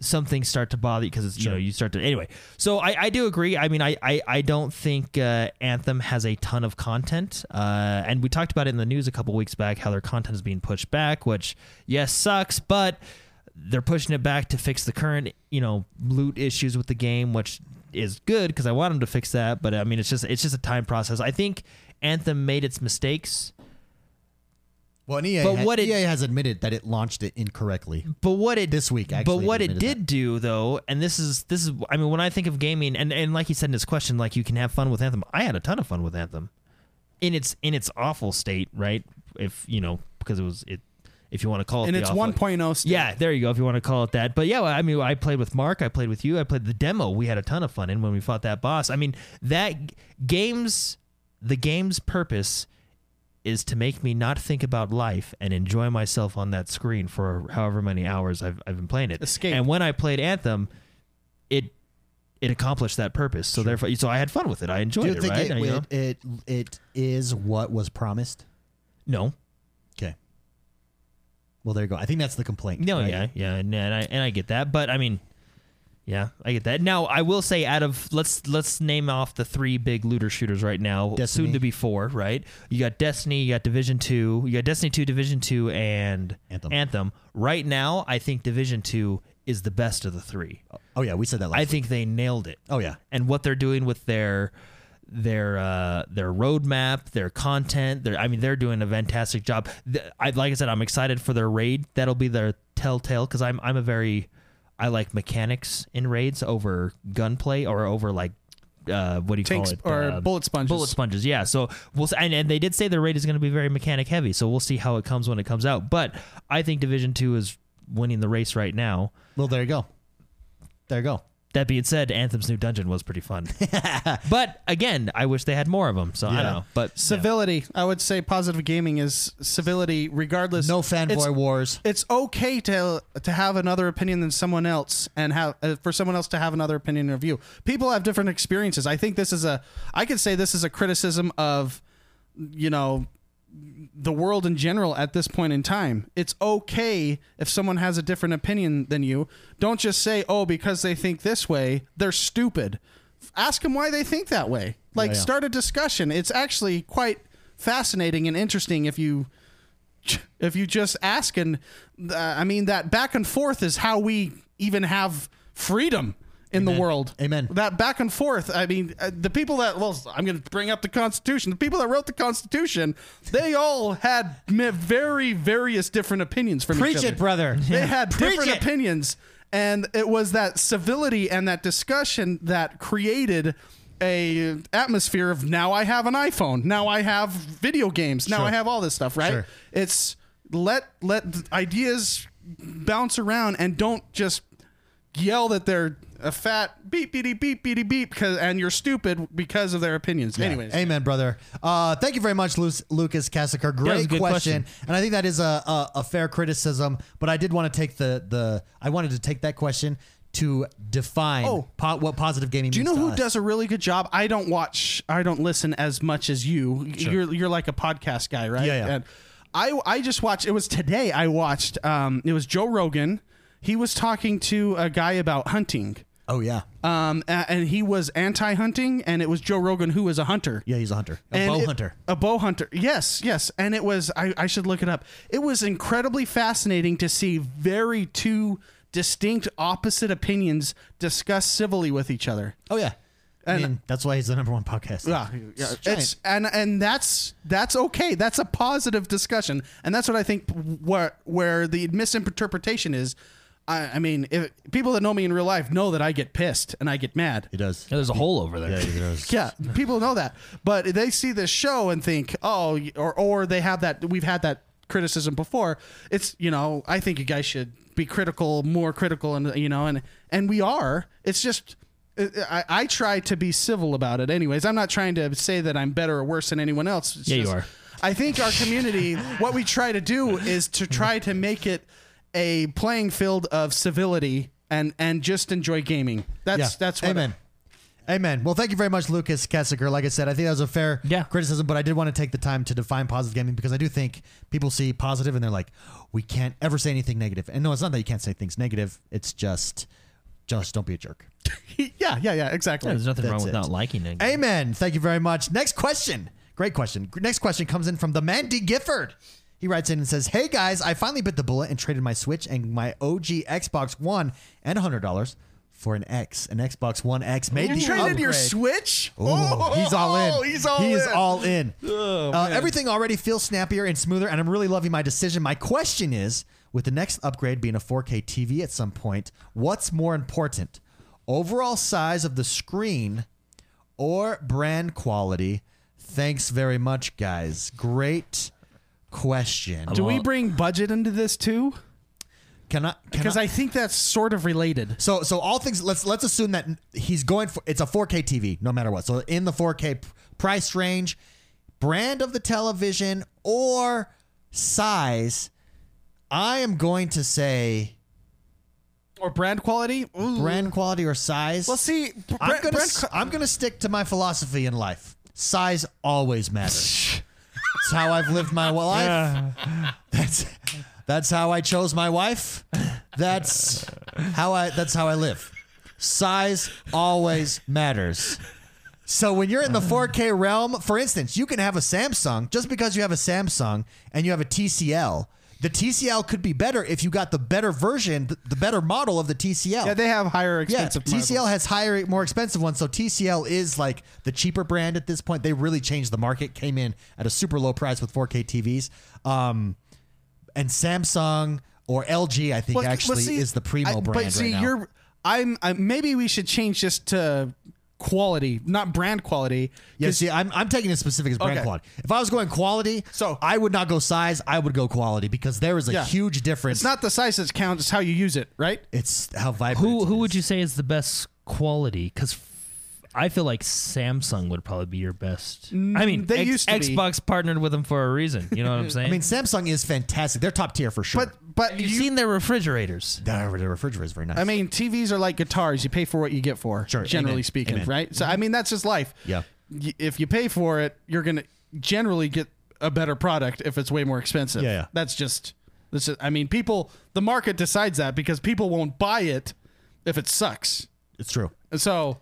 C: some things start to bother you because it's you know you start to anyway. So I, I do agree. I mean, I I, I don't think uh, Anthem has a ton of content, uh, and we talked about it in the news a couple weeks back how their content is being pushed back, which yes sucks, but they're pushing it back to fix the current you know loot issues with the game, which is good because I want them to fix that. But I mean, it's just it's just a time process. I think Anthem made its mistakes.
A: Well, and EA,
C: But
A: ha-
C: what it-
A: EA has admitted that it launched it incorrectly.
C: But what it
A: This week, actually,
C: but what
A: they
C: it
A: admitted
C: did do though, and this is this is I mean, when I think of gaming, and and like he said in his question, like you can have fun with Anthem. I had a ton of fun with Anthem, in its in its awful state, right? If you know, because it was it, if you want to call it,
B: And
C: the
B: it's
C: awful-
B: 1.0. Still.
C: Yeah, there you go. If you want to call it that, but yeah, well, I mean, I played with Mark. I played with you. I played the demo. We had a ton of fun in when we fought that boss. I mean, that g- games, the game's purpose is to make me not think about life and enjoy myself on that screen for however many hours I've, I've been playing it.
B: Escape.
C: And when I played Anthem, it it accomplished that purpose. So therefore, so I had fun with it. I enjoyed
A: Do you
C: it.
A: think
C: right?
A: it,
C: You know?
A: it, it it is what was promised?
C: no,
A: Okay. Well, there you go. I think that's the complaint.
C: No,
A: right?
C: yeah, yeah, and, and I and I get that, but I mean, yeah, I get that. Now, I will say, out of let's let's name off the three big looter shooters right now,
A: Destiny.
C: soon to be four, right? You got Destiny, you got Division Two, you got Destiny Two, Division Two, and
A: Anthem.
C: Right now, I think Division Two is the best of the three.
A: Oh yeah, we said that last.
C: I
A: week.
C: think they nailed it
A: Oh yeah.
C: and what they're doing with their their uh, their roadmap, their content. Their, I mean, they're doing a fantastic job. Th- I like I said, I'm excited for their raid. That'll be their telltale because I'm I'm a very I like mechanics in raids over gunplay or over like uh, what do you
B: Tanks
C: call it
B: or
C: Uh,
B: bullet sponges.
C: bullet sponges. Yeah. So we'll s- and, and they did say the raid is going to be very mechanic heavy. So we'll see how it comes when it comes out. But I think Division Two is winning the race right now.
A: Well, there you go. There you go.
C: That being said, Anthem's new dungeon was pretty fun. but again, I wish they had more of them. So I
A: Yeah.
C: don't know. But
B: civility. I would say positive gaming is civility, regardless.
A: No
B: It's,
A: fanboy wars.
B: it's okay to to have another opinion than someone else, and have uh, for someone else to have another opinion or view. People have different experiences. I think this is a. I could say this is a criticism of, you know, the world in general at this point in time. It's okay if someone has a different opinion than you. Don't just say, "Oh, because they think this way, they're stupid." F- Ask them why they think that way. Like
A: Yeah, yeah.
B: start a discussion. It's actually quite fascinating and interesting if you if you just ask and uh, I mean that back and forth is how we even have freedom in the world.
A: Amen.
B: That back and forth. I mean, uh, the people that well, I'm going to bring up the Constitution. The people that wrote the Constitution, they all had mi- very various different opinions from each
A: Preach
B: other.
A: it, brother.
B: They had
A: Preach
B: different
A: it.
B: opinions, and it was that civility and that discussion that created a atmosphere of now I have an iPhone, now I have video games, now I have all this stuff, right?
A: Sure.
B: It's let let th- ideas bounce around and don't just yell that they're a fat beep beep beep beep beep because and you're stupid because of their opinions. Anyways,
A: Amen, brother. Uh, thank you very much, Lu- Lucas Kassaker.
C: Yeah, it was
A: Great
C: a good
A: question.
C: question.
A: and I think that is a, a, a fair criticism. But I did want to take the the I wanted to take that question to define
B: Oh.
A: po- what positive gaming.
B: Do you know
A: means to
B: who
A: us.
B: does a really good job? I don't watch, I don't listen as much as you. You're you're like a podcast guy, right?
A: Yeah, yeah.
B: And I I just watched. It was today. I watched. Um, it was Joe Rogan. He was talking to a guy about hunting.
A: Oh yeah,
B: Um, a- and he was anti-hunting, and it was Joe Rogan who was a hunter.
A: yeah, he's a hunter, a
B: And
A: bow
B: it-
A: hunter.
B: A bow hunter. Yes, yes. And it was, I, I should look it up. It was incredibly fascinating to see very two distinct opposite opinions discuss civilly with each other.
A: Oh yeah,
B: And-
A: I mean that's why he's the number one podcast.
B: Yeah, yeah.
A: It's
B: It's and and that's that's okay. That's a positive discussion, and that's what I think. Where where the misinterpretation is, I, I mean, if people that know me in real life know that I get pissed and I get mad.
A: He does.
C: yeah, there's a hole over there.
B: Yeah, people know that, but they see this show and think, oh, or or they have that. We've had that criticism before. It's you know, I think you guys should be critical, more critical, and you know, and and we are. It's just. uh, I, I try to be civil about it, anyways. I'm not trying to say that I'm better or worse than anyone else. It's
C: Yeah, you
B: just-
C: are.
B: I think our community, what we try to do is to try to make it a playing field of civility and and just enjoy gaming. That's that's what
A: Amen. Amen. Well, thank you very much, Lucas Kessiker. Like I said, I think that was a fair
C: Yeah.
A: criticism, but I did want to take the time to define positive gaming because I do think people see positive and they're like, we can't ever say anything negative. And no, it's not that you can't say things negative. It's just, just don't be a jerk.
B: yeah, yeah, yeah, exactly.
C: there's nothing wrong
A: That's
C: with
A: it.
C: not liking it.
A: Amen. Thank you very much. Next question. Great question. Gr- Next question comes in from the man D. Gifford. He writes in and says, Hey guys, I finally bit the bullet and traded my Switch and my OG Xbox One and $100 for an X. An Xbox One X made the
B: You traded your
A: upgrade.
B: Switch?
A: Ooh, he's all
B: Oh,
A: in.
B: He's all
A: he
B: in. Oh,
A: is all in. uh,
B: man.
A: everything already feels snappier and smoother, and I'm really loving my decision. My question is with the next upgrade being a 4K TV at some point, what's more important? Overall size of the screen or brand quality? Thanks very much, guys. Great question.
B: Do we bring budget into this too?
A: Can I? Can
B: Because I think that's sort of related.
A: So so all things let's let's assume that he's going for it's a 4K TV no matter what. So in the 4K p- price range, brand of the television or size, I am going to say
B: Or brand quality? Ooh.
A: brand quality or size.
B: Well, see, br-
A: I'm
B: brand-
A: gonna
B: brand
A: s-
B: co-
A: I'm gonna stick to my philosophy in life. Size always matters. It's how I've lived my wa- life. That's that's how I chose my wife. That's how I that's how I live. Size always matters. So when you're in the 4K realm, for instance, you can have a Samsung. Just because you have a Samsung and you have a TCL The TCL could be better if you got the better version, the, the better model of the TCL.
B: Yeah, they have higher
A: Yeah,
B: expensive.
A: TCL has higher, more expensive ones. So TCL is like the cheaper brand at this point. They really changed the market. Came in at a super low price with 4K TVs, um, and Samsung or LG, I think
B: But- but
A: actually
B: see,
A: is the primo
B: I-
A: brand
B: But see,
A: right now.
B: you're I'm I, maybe we should change this to quality, not brand quality.
A: Yeah, see, I'm, I'm taking it specific as brand
B: Okay.
A: quality. If I was going quality,
B: So-
A: I would not go size. I would go quality because there is a
B: Yeah.
A: huge difference.
B: It's not the size that counts; it's how you use it, right?
A: It's how vibrant.
C: Who
A: it
C: who
A: is.
C: would you say is the best quality? Because I feel like Samsung would probably be your best.
A: Mm,
C: I mean,
B: they
C: X-
B: used to be.
C: Xbox partnered with them for a reason. You know what I'm saying?
A: I mean, Samsung is fantastic. They're top tier for sure.
B: But but you,
C: you've seen their refrigerators.
A: the, the refrigerator is very nice.
B: I mean, TVs are like guitars; you pay for what you get for.
A: Sure,
B: generally
A: amen,
B: speaking,
A: amen. Mm-hmm.
B: right? So I mean, that's just life.
A: Yeah.
B: Y- if you pay for it, you're gonna generally get a better product if it's way more expensive.
A: Yeah, yeah.
B: That's just this. Is, I mean, people the market decides that because people won't buy it if it sucks.
A: it's true.
B: And So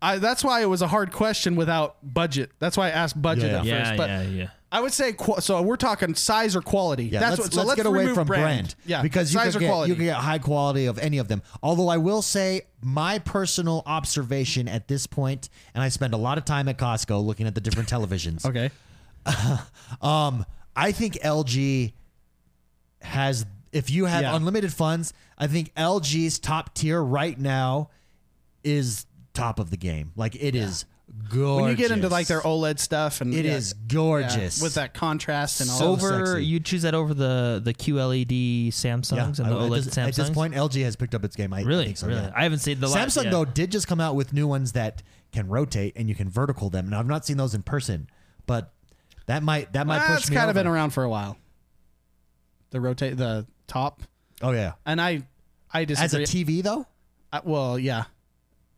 B: I, that's why it was a hard question without budget. That's why I asked budget
A: Yeah,
B: at
C: Yeah,
B: first. But
C: yeah, yeah.
B: I would say qu- so. We're talking size or quality.
A: Yeah,
B: that's
A: let's,
B: what, so
A: let's,
B: let's
A: get away
B: remove
A: from brand,
B: Yeah,
A: because you
B: size
A: can
B: or
A: get
B: quality.
A: you can get high quality of any of them. Although I will say my personal observation at this point, and I spend a lot of time at Costco looking at the different televisions.
B: okay.
A: Um, I think LG has. If you have
B: Yeah.
A: unlimited funds, I think LG's top tier right now is top of the game. Like it is gorgeous.
B: When you get into like their OLED stuff and
A: It
B: it is
A: is gorgeous
B: with that contrast and all.
A: So
B: that.
C: over
A: sexy.
C: you choose that over the the QLED
A: Yeah,
C: Samsungs
A: I-
C: and the
A: at,
C: OLED
A: this,
C: Samsungs.
A: at this point, LG has picked up its game. I I
C: really,
A: think so,
C: really.
A: yeah.
C: I haven't seen the last-
A: Samsung
C: yeah.
A: though did just come out with new ones that can rotate and you can vertical them. Now I've not seen those in person, but that might that might
B: Ah,
A: push
B: it's
A: me
B: kind of
A: over.
B: been around for a while. The rotate the top,
A: oh yeah,
B: and I, I
A: as a
B: disagree.
A: TV though.
B: I- well, yeah.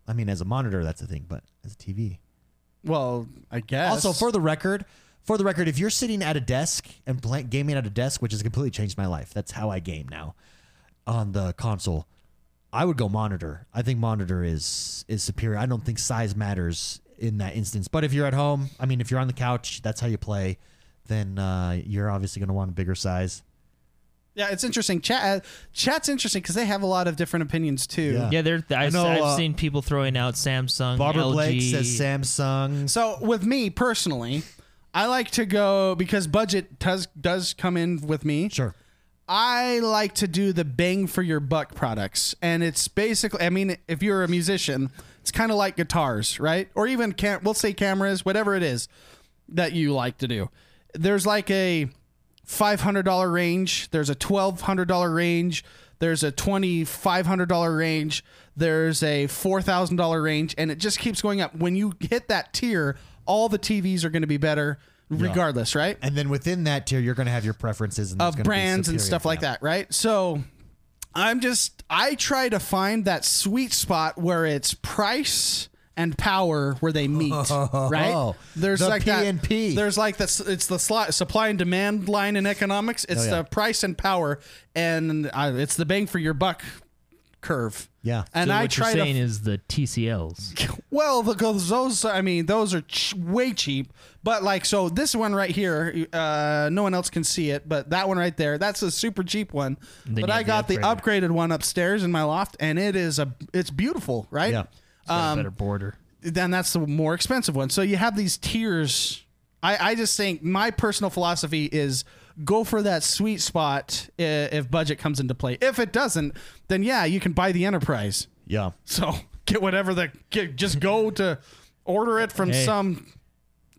A: I mean, as a monitor, that's the thing, but as a TV.
B: Well, I guess.
A: Also, for the record, for the record, if you're sitting at a desk and playing gaming at a desk, which has completely changed my life, that's how I game now on the console. I would go monitor. I think monitor is is superior. I don't think size matters in that instance. But if you're at home, I mean, if you're on the couch, that's how you play. Then uh, you're obviously going to want a bigger size.
B: yeah, it's interesting. Chat, uh, chat's interesting because they have a lot of different opinions too.
A: Yeah.
C: yeah, there. I've,
A: know,
C: I've
A: uh,
C: seen people throwing out Samsung.
A: Barbara
C: LG.
A: Blake says Samsung.
B: So with me personally, I like to go because budget does does come in with me.
A: Sure.
B: I like to do the bang for your buck products. And it's basically I mean, if you're a musician, it's kinda like guitars, right? Or even cam we'll say cameras, whatever it is that you like to do. There's like a five hundred dollar range, there's a twelve hundred dollar range, there's a twenty five hundred dollar range, there's a four thousand dollar range, and it just keeps going up. When you hit that tier, all the TVs are gonna be better regardless, right?
A: And then within that tier, you're going to have your preferences and that's
B: of
A: gonna be
B: brands and
A: superior.
B: stuff like
A: Yeah.
B: that, right? So I'm just I try to find that sweet spot where it's price and power where they meet, right? There's
A: Oh, the
B: like that.
A: P&P.
B: There's like this. It's the sli- supply and demand line in economics. It's
A: Oh, yeah.
B: the price and power, and uh, it's the bang for your buck curve.
A: Yeah.
B: and
C: So
B: I
C: what
B: try
C: you're saying
B: to.
C: is the TCLs.
B: Well, because those, I mean, those are ch- way cheap. But like, so this one right here, uh, no one else can see it, but that one right there, that's a super cheap one.
C: then
B: But
C: you
B: I
C: have
B: got
C: the
B: the upgraded. one upstairs in my loft, and it is a, it's beautiful, right?
A: Yeah. Um,
C: Got a better border.
B: Then that's the more expensive one. So you have these tiers. I, I just think my personal philosophy is go for that sweet spot i- if budget comes into play. If it doesn't, then yeah, you can buy the enterprise.
A: Yeah.
B: So get whatever the get, just go to order it from
C: Hey.
B: some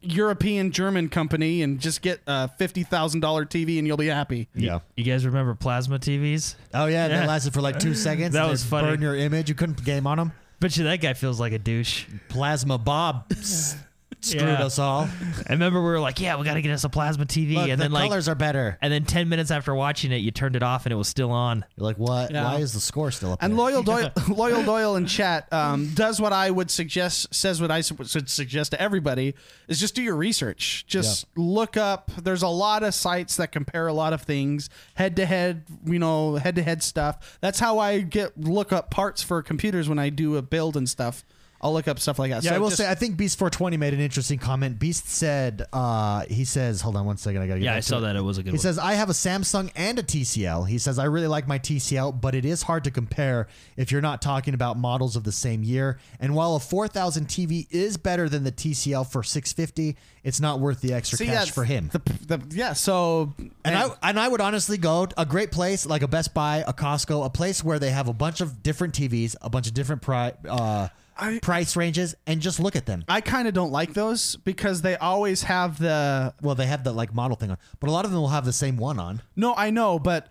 B: European German company and just get a fifty thousand dollar TV and you'll be happy.
A: Yeah.
C: You guys remember plasma TVs?
A: Oh yeah, and that lasted for like two seconds.
C: That
A: and
C: was
A: they'd
C: funny.
A: Burn your image. You couldn't game on them.
C: Bet you that guy feels like a douche.
A: Plasma Bob s- screwed
C: Yeah.
A: us all.
C: I remember we were like, yeah, we got to get us a plasma TV,
A: Look,
C: and
A: the
C: then like,
A: colors are better.
C: and then ten minutes after watching it, you turned it off and it was still on.
A: You're like, what?
B: Yeah.
A: Why is the score still up?
B: And
A: there?
B: loyal Doyle, loyal Doyle in chat um, does what I would suggest. Says what I su- should suggest to everybody is just do your research. Just look up. There's a lot of sites that compare a lot of things head to head. You know, head to head stuff. That's how I get look up parts for computers when I do a build and stuff. I'll look up stuff like that.
A: Yeah,
B: so
A: I will
B: just-
A: say I think Beast 420 made an interesting comment. Beast said, uh, he says, hold on one second, I gotta get
C: Yeah,
A: back
C: I
A: to
C: saw
A: it.
C: that. It was a good
A: He
C: one.
A: says, I have a Samsung and a TCL. He says, I really like my TCL, but it is hard to compare if you're not talking about models of the same year. And while a 4000 TV is better than the TCL for 650, it's not worth the extra
B: See,
A: cash
B: that's
A: for him.
B: The, the, yeah, so
A: and I and I would honestly go a great place like a Best Buy, a Costco, a place where they have a bunch of different TVs, a bunch of different pri- uh,
B: I-
A: price ranges, and just look at them.
B: I kind of don't like those because they always have the
A: Well, they have the like model thing on, but a lot of them will have the same one on.
B: No, I know, but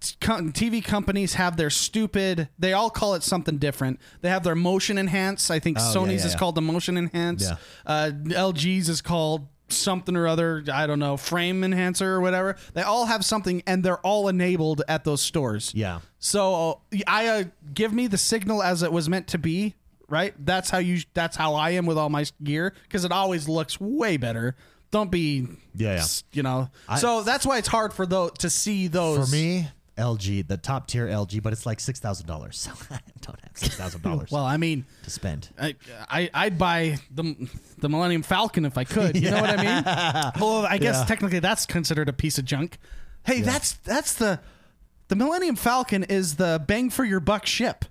B: t- co- TV companies have their stupid. They all call it something different. They have their motion enhance. I think
A: Oh, yeah,
B: Sony's
A: yeah,
B: is
A: yeah.
B: called the motion enhance.
A: Yeah.
B: Uh, LG's is called something or other. I don't know, frame enhancer or whatever. They all have something, and they're all enabled at those stores.
A: Yeah.
B: So I uh, give me the signal as it was meant to be. Right. That's how you. That's how I am with all my gear because it always looks way better. Don't be.
A: Yeah, yeah.
B: s- You know. so that's why it's hard for those to see those.
A: For me, LG, the top tier LG, but it's like six thousand dollars. So I don't have six thousand dollars
B: Well, I mean,
A: to spend.
B: I, I I'd buy the the Millennium Falcon if I could. You know what I mean? Well, I guess
A: Yeah.
B: technically that's considered a piece of junk. Hey, that's that's the the Millennium Falcon is the bang for your buck ship.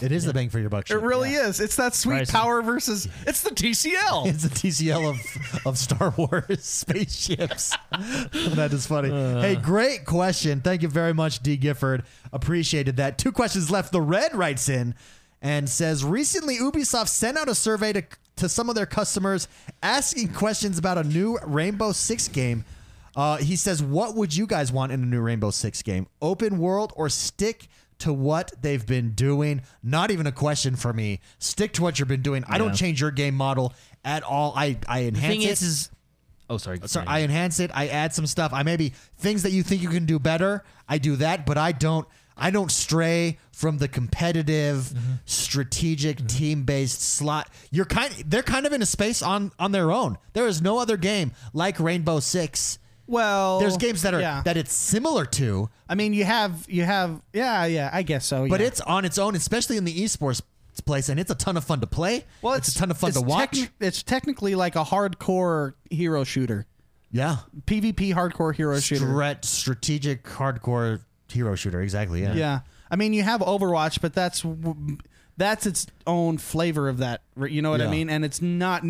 A: It is the bang for your buck.
B: It really is. It's that sweet
C: Pricey.
B: power versus it's the TCL.
A: It's a TCL of, of Star Wars spaceships. that is funny.
B: Uh.
A: hey, great question. Thank you very much, D. Gifford. Appreciated that. Two questions left. The Red writes in and says Recently, Ubisoft sent out a survey to, to some of their customers asking questions about a new Rainbow Six game. Uh, he says, What would you guys want in a new Rainbow Six game? Open world or stick? To what they've been doing. Not even a question for me. Stick to what you've been doing. I don't
C: Yeah.
A: change your game model at all. I, I enhance
C: thing
A: it.
C: is, is oh sorry,
A: So
C: continue.
A: I enhance it. I add some stuff. I maybe things that you think you can do better. I do that, but I don't. I don't stray from the competitive,
C: Mm-hmm.
A: strategic, team-based slot. You're kind. They're kind of in a space on on their own. There is no other game like Rainbow Six.
B: Well,
A: There's games that are
B: Oh, yeah.
A: that it's similar to,
B: I mean, you have you have yeah yeah. I guess so.
A: but
B: yeah.
A: it's on its own, especially in the esports place, and it's a ton of fun to play.
B: well,
A: it's, a ton of fun
B: it's
A: to watch.
B: techni- it's technically like a hardcore hero shooter,
A: yeah,
B: PvP hardcore hero shooter.
A: Strat- strategic hardcore hero shooter. Exactly. Yeah.
B: Yeah, I mean you have Overwatch, but that's w- that's its own flavor of that. r- You know what I
A: Yeah.
B: mean? And it's not.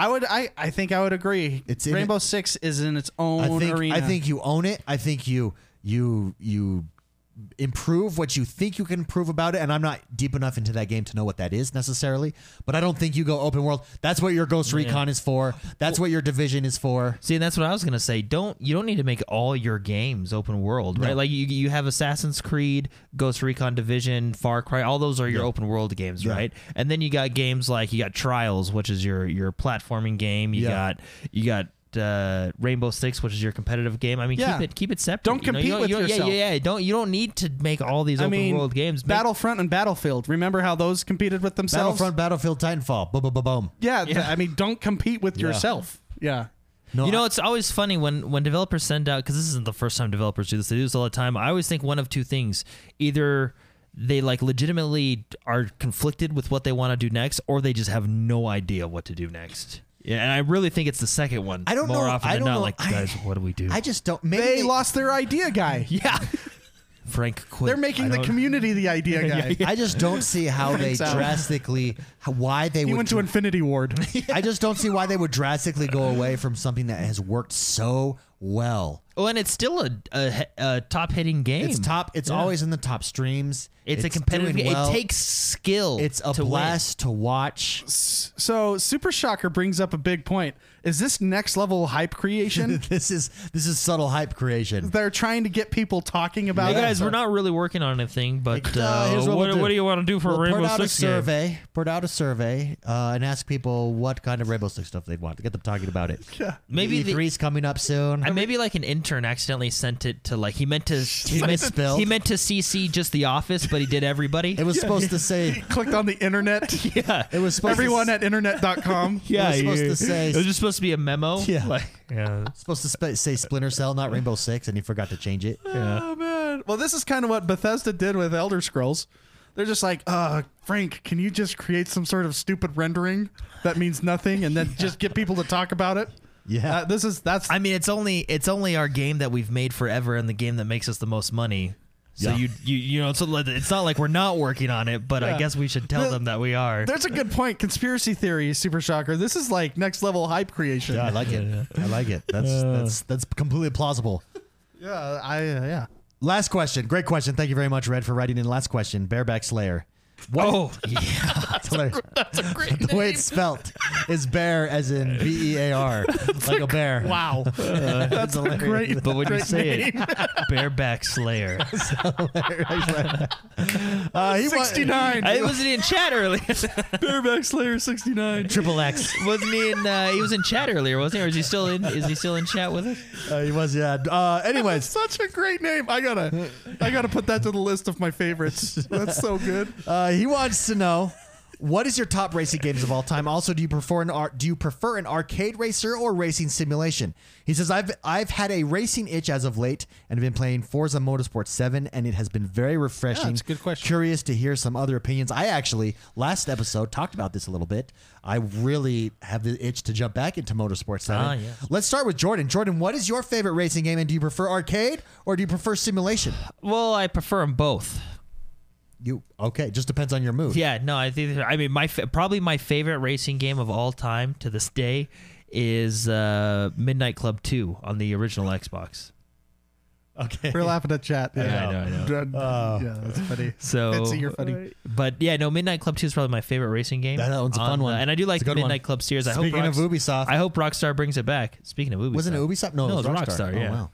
B: I would. I. I think I would agree.
A: It's in
B: Rainbow Six is in its own
A: I think
B: arena.
A: I think you own it. I think you you you improve what you think you can improve about it. And I'm not deep enough into that game to know what that is necessarily. But I don't think you go open world. That's what your Ghost Recon is for. That's what your Division is for.
C: See, and that's what I was gonna say. Don't you don't need to make all your games open world, right? Like you, you have Assassin's Creed, Ghost Recon Division, Far Cry. All those are your open world games, right? And then you got games like you got Trials, which is your your platforming game. You
A: Yeah.
C: got you got. Uh, Rainbow Six, which is your competitive game. I mean,
B: Yeah.
C: keep it keep it separate.
B: Don't
C: you know? You
B: compete
C: don't-
B: with
C: you don't-
B: yourself.
C: Yeah, yeah, yeah. Don't you don't need to make all these
B: I
C: open
B: mean,
C: world games. Make-
B: Battlefront and Battlefield. Remember how those competed with themselves?
A: Battlefront, Battlefield, Titanfall. Boom, boom, boom, boom.
B: Yeah, th- I mean, don't compete with yourself. Yeah.
A: No,
C: you know, it's always funny when when developers send out because this isn't the first time developers do this. They do this all the time. I always think one of two things: either they like legitimately are conflicted with what they want to do next, or they just have no idea what to do next. Yeah, and I really think it's the second one.
A: I don't
C: more
A: know-
C: often
A: I
C: than
A: don't
C: not.
A: know-
C: Like,
A: I-
C: guys, what do we do?
A: I just don't. Maybe
B: They lost their idea guy.
C: yeah, Frank quit.
B: They're making
C: I
B: the
C: don't-
B: community the idea guy.
A: I just don't see how they
B: so.
A: drastically how, why they
B: He
A: would
B: went to Infinity Ward.
A: I just don't see why they would drastically go away from something that has worked so well.
C: Oh, and it's still a, a, a top hitting game.
A: It's top. It's always in the top streams.
C: It's, a competitive
A: doing
C: game.
A: well.
C: It takes skill.
A: It's a
C: to win.
A: blast to watch.
B: so Super Shocker brings up a big point. Is this next level hype creation?
A: this is this is subtle hype creation.
B: They're trying to get people talking about
C: Hey
B: it.
C: guys, we're not really working on anything, but
A: Uh,
C: uh,
A: here's what
C: what,
A: we'll
C: what
A: do.
C: do you want to do for
A: We'll
C: a Rainbow
A: put out
C: Six
A: a
C: game?
A: survey. Put out a survey uh, and ask people what kind of Rainbow Six stuff they'd want to get them talking about it.
C: Maybe the-
A: E3's coming up soon.
C: And maybe like an intern accidentally sent it to like he meant to he meant,
A: misspelled.
C: he meant to CC just the office, but he did everybody.
A: it was supposed to say.
B: clicked on the internet.
C: yeah,
A: It was supposed
B: Everyone
A: To,
B: at internet.com.
A: Yeah, it was supposed to say-
C: It was just supposed to be a memo.
A: Yeah.
C: like, yeah.
A: supposed to sp- say Splinter Cell, not Rainbow Six, and he forgot to change it.
B: Oh man. Well, this is kind of what Bethesda did with Elder Scrolls. They're just like, uh, Frank, can you just create some sort of stupid rendering that means nothing, and then just get people to talk about it?
A: Yeah.
B: Uh, this is that's
C: I mean, it's only it's only our game that we've made forever, and the game that makes us the most money. So
A: Yeah.
C: you you you know, so like, it's not like we're not working on it, but
B: Yeah.
C: I guess we should tell
B: The-
C: them that we are.
B: That's a good point. Conspiracy theory, Super Shocker. This is like next level hype creation.
A: Yeah, I
B: Yeah,
A: like it. I like it. That's that's that's completely plausible.
B: I uh, yeah.
A: Last question. Great question. Thank you very much, Red, for writing in. Last question. Bareback Slayer.
C: Whoa, yeah.
A: That's, a great The way it's spelt is bear as in B E A R, like a bear.
B: Wow,
A: That's hilarious.
B: great.
C: But when you
B: Great
C: say it, bareback slayer.
A: Uh, he wa-
B: sixty nine.
C: I wasn't in chat earlier.
B: Bareback Slayer sixty nine.
A: Triple X.
C: wasn't he in? Uh, he was in chat earlier, wasn't he? Or is he still in? Is he still in chat with us?
A: Uh, he was, yeah. Uh, anyways,
B: Such a great name. I gotta, I gotta put that to the list of my favorites. That's so good.
A: Uh, he wants to know what is your top racing games of all time. Also, do you prefer an ar- do you prefer an arcade racer or racing simulation? He says I've I've had a racing itch as of late and been playing Forza Motorsport Seven, and it has been very refreshing.
B: Yeah, it's a good question.
A: Curious to hear some other opinions. I actually last episode talked about this a little bit. I really have the itch to jump back into Motorsport Seven.
C: Ah, yeah.
A: Let's start with Jordan. Jordan, what is your favorite racing game, and do you prefer arcade or do you prefer simulation?
C: Well, I prefer them both.
A: You okay? Just depends on your mood.
C: Yeah, no, I think I mean my fa- probably my favorite racing game of all time to this day is uh, Midnight Club Two on the original Xbox.
A: Okay.
B: We're laughing at chat.
C: I know, I know.
B: Uh, yeah, that's funny.
C: So
B: Betsy, you're funny.
C: But yeah, no, Midnight Club Two is probably my favorite racing game.
A: That one's a
C: On
A: fun
C: the-
A: one.
C: and I do like
A: It's a
C: the
A: good one.
C: Midnight Club series. I
A: Speaking
C: hope
A: of
C: Rockst-
A: Ubisoft,
C: I hope Rockstar brings it back. Speaking of Ubisoft,
A: Wasn't it Ubisoft? No,
C: No,
A: it was
C: it was
A: Rockstar.
C: Rockstar, yeah.
A: Oh, wow.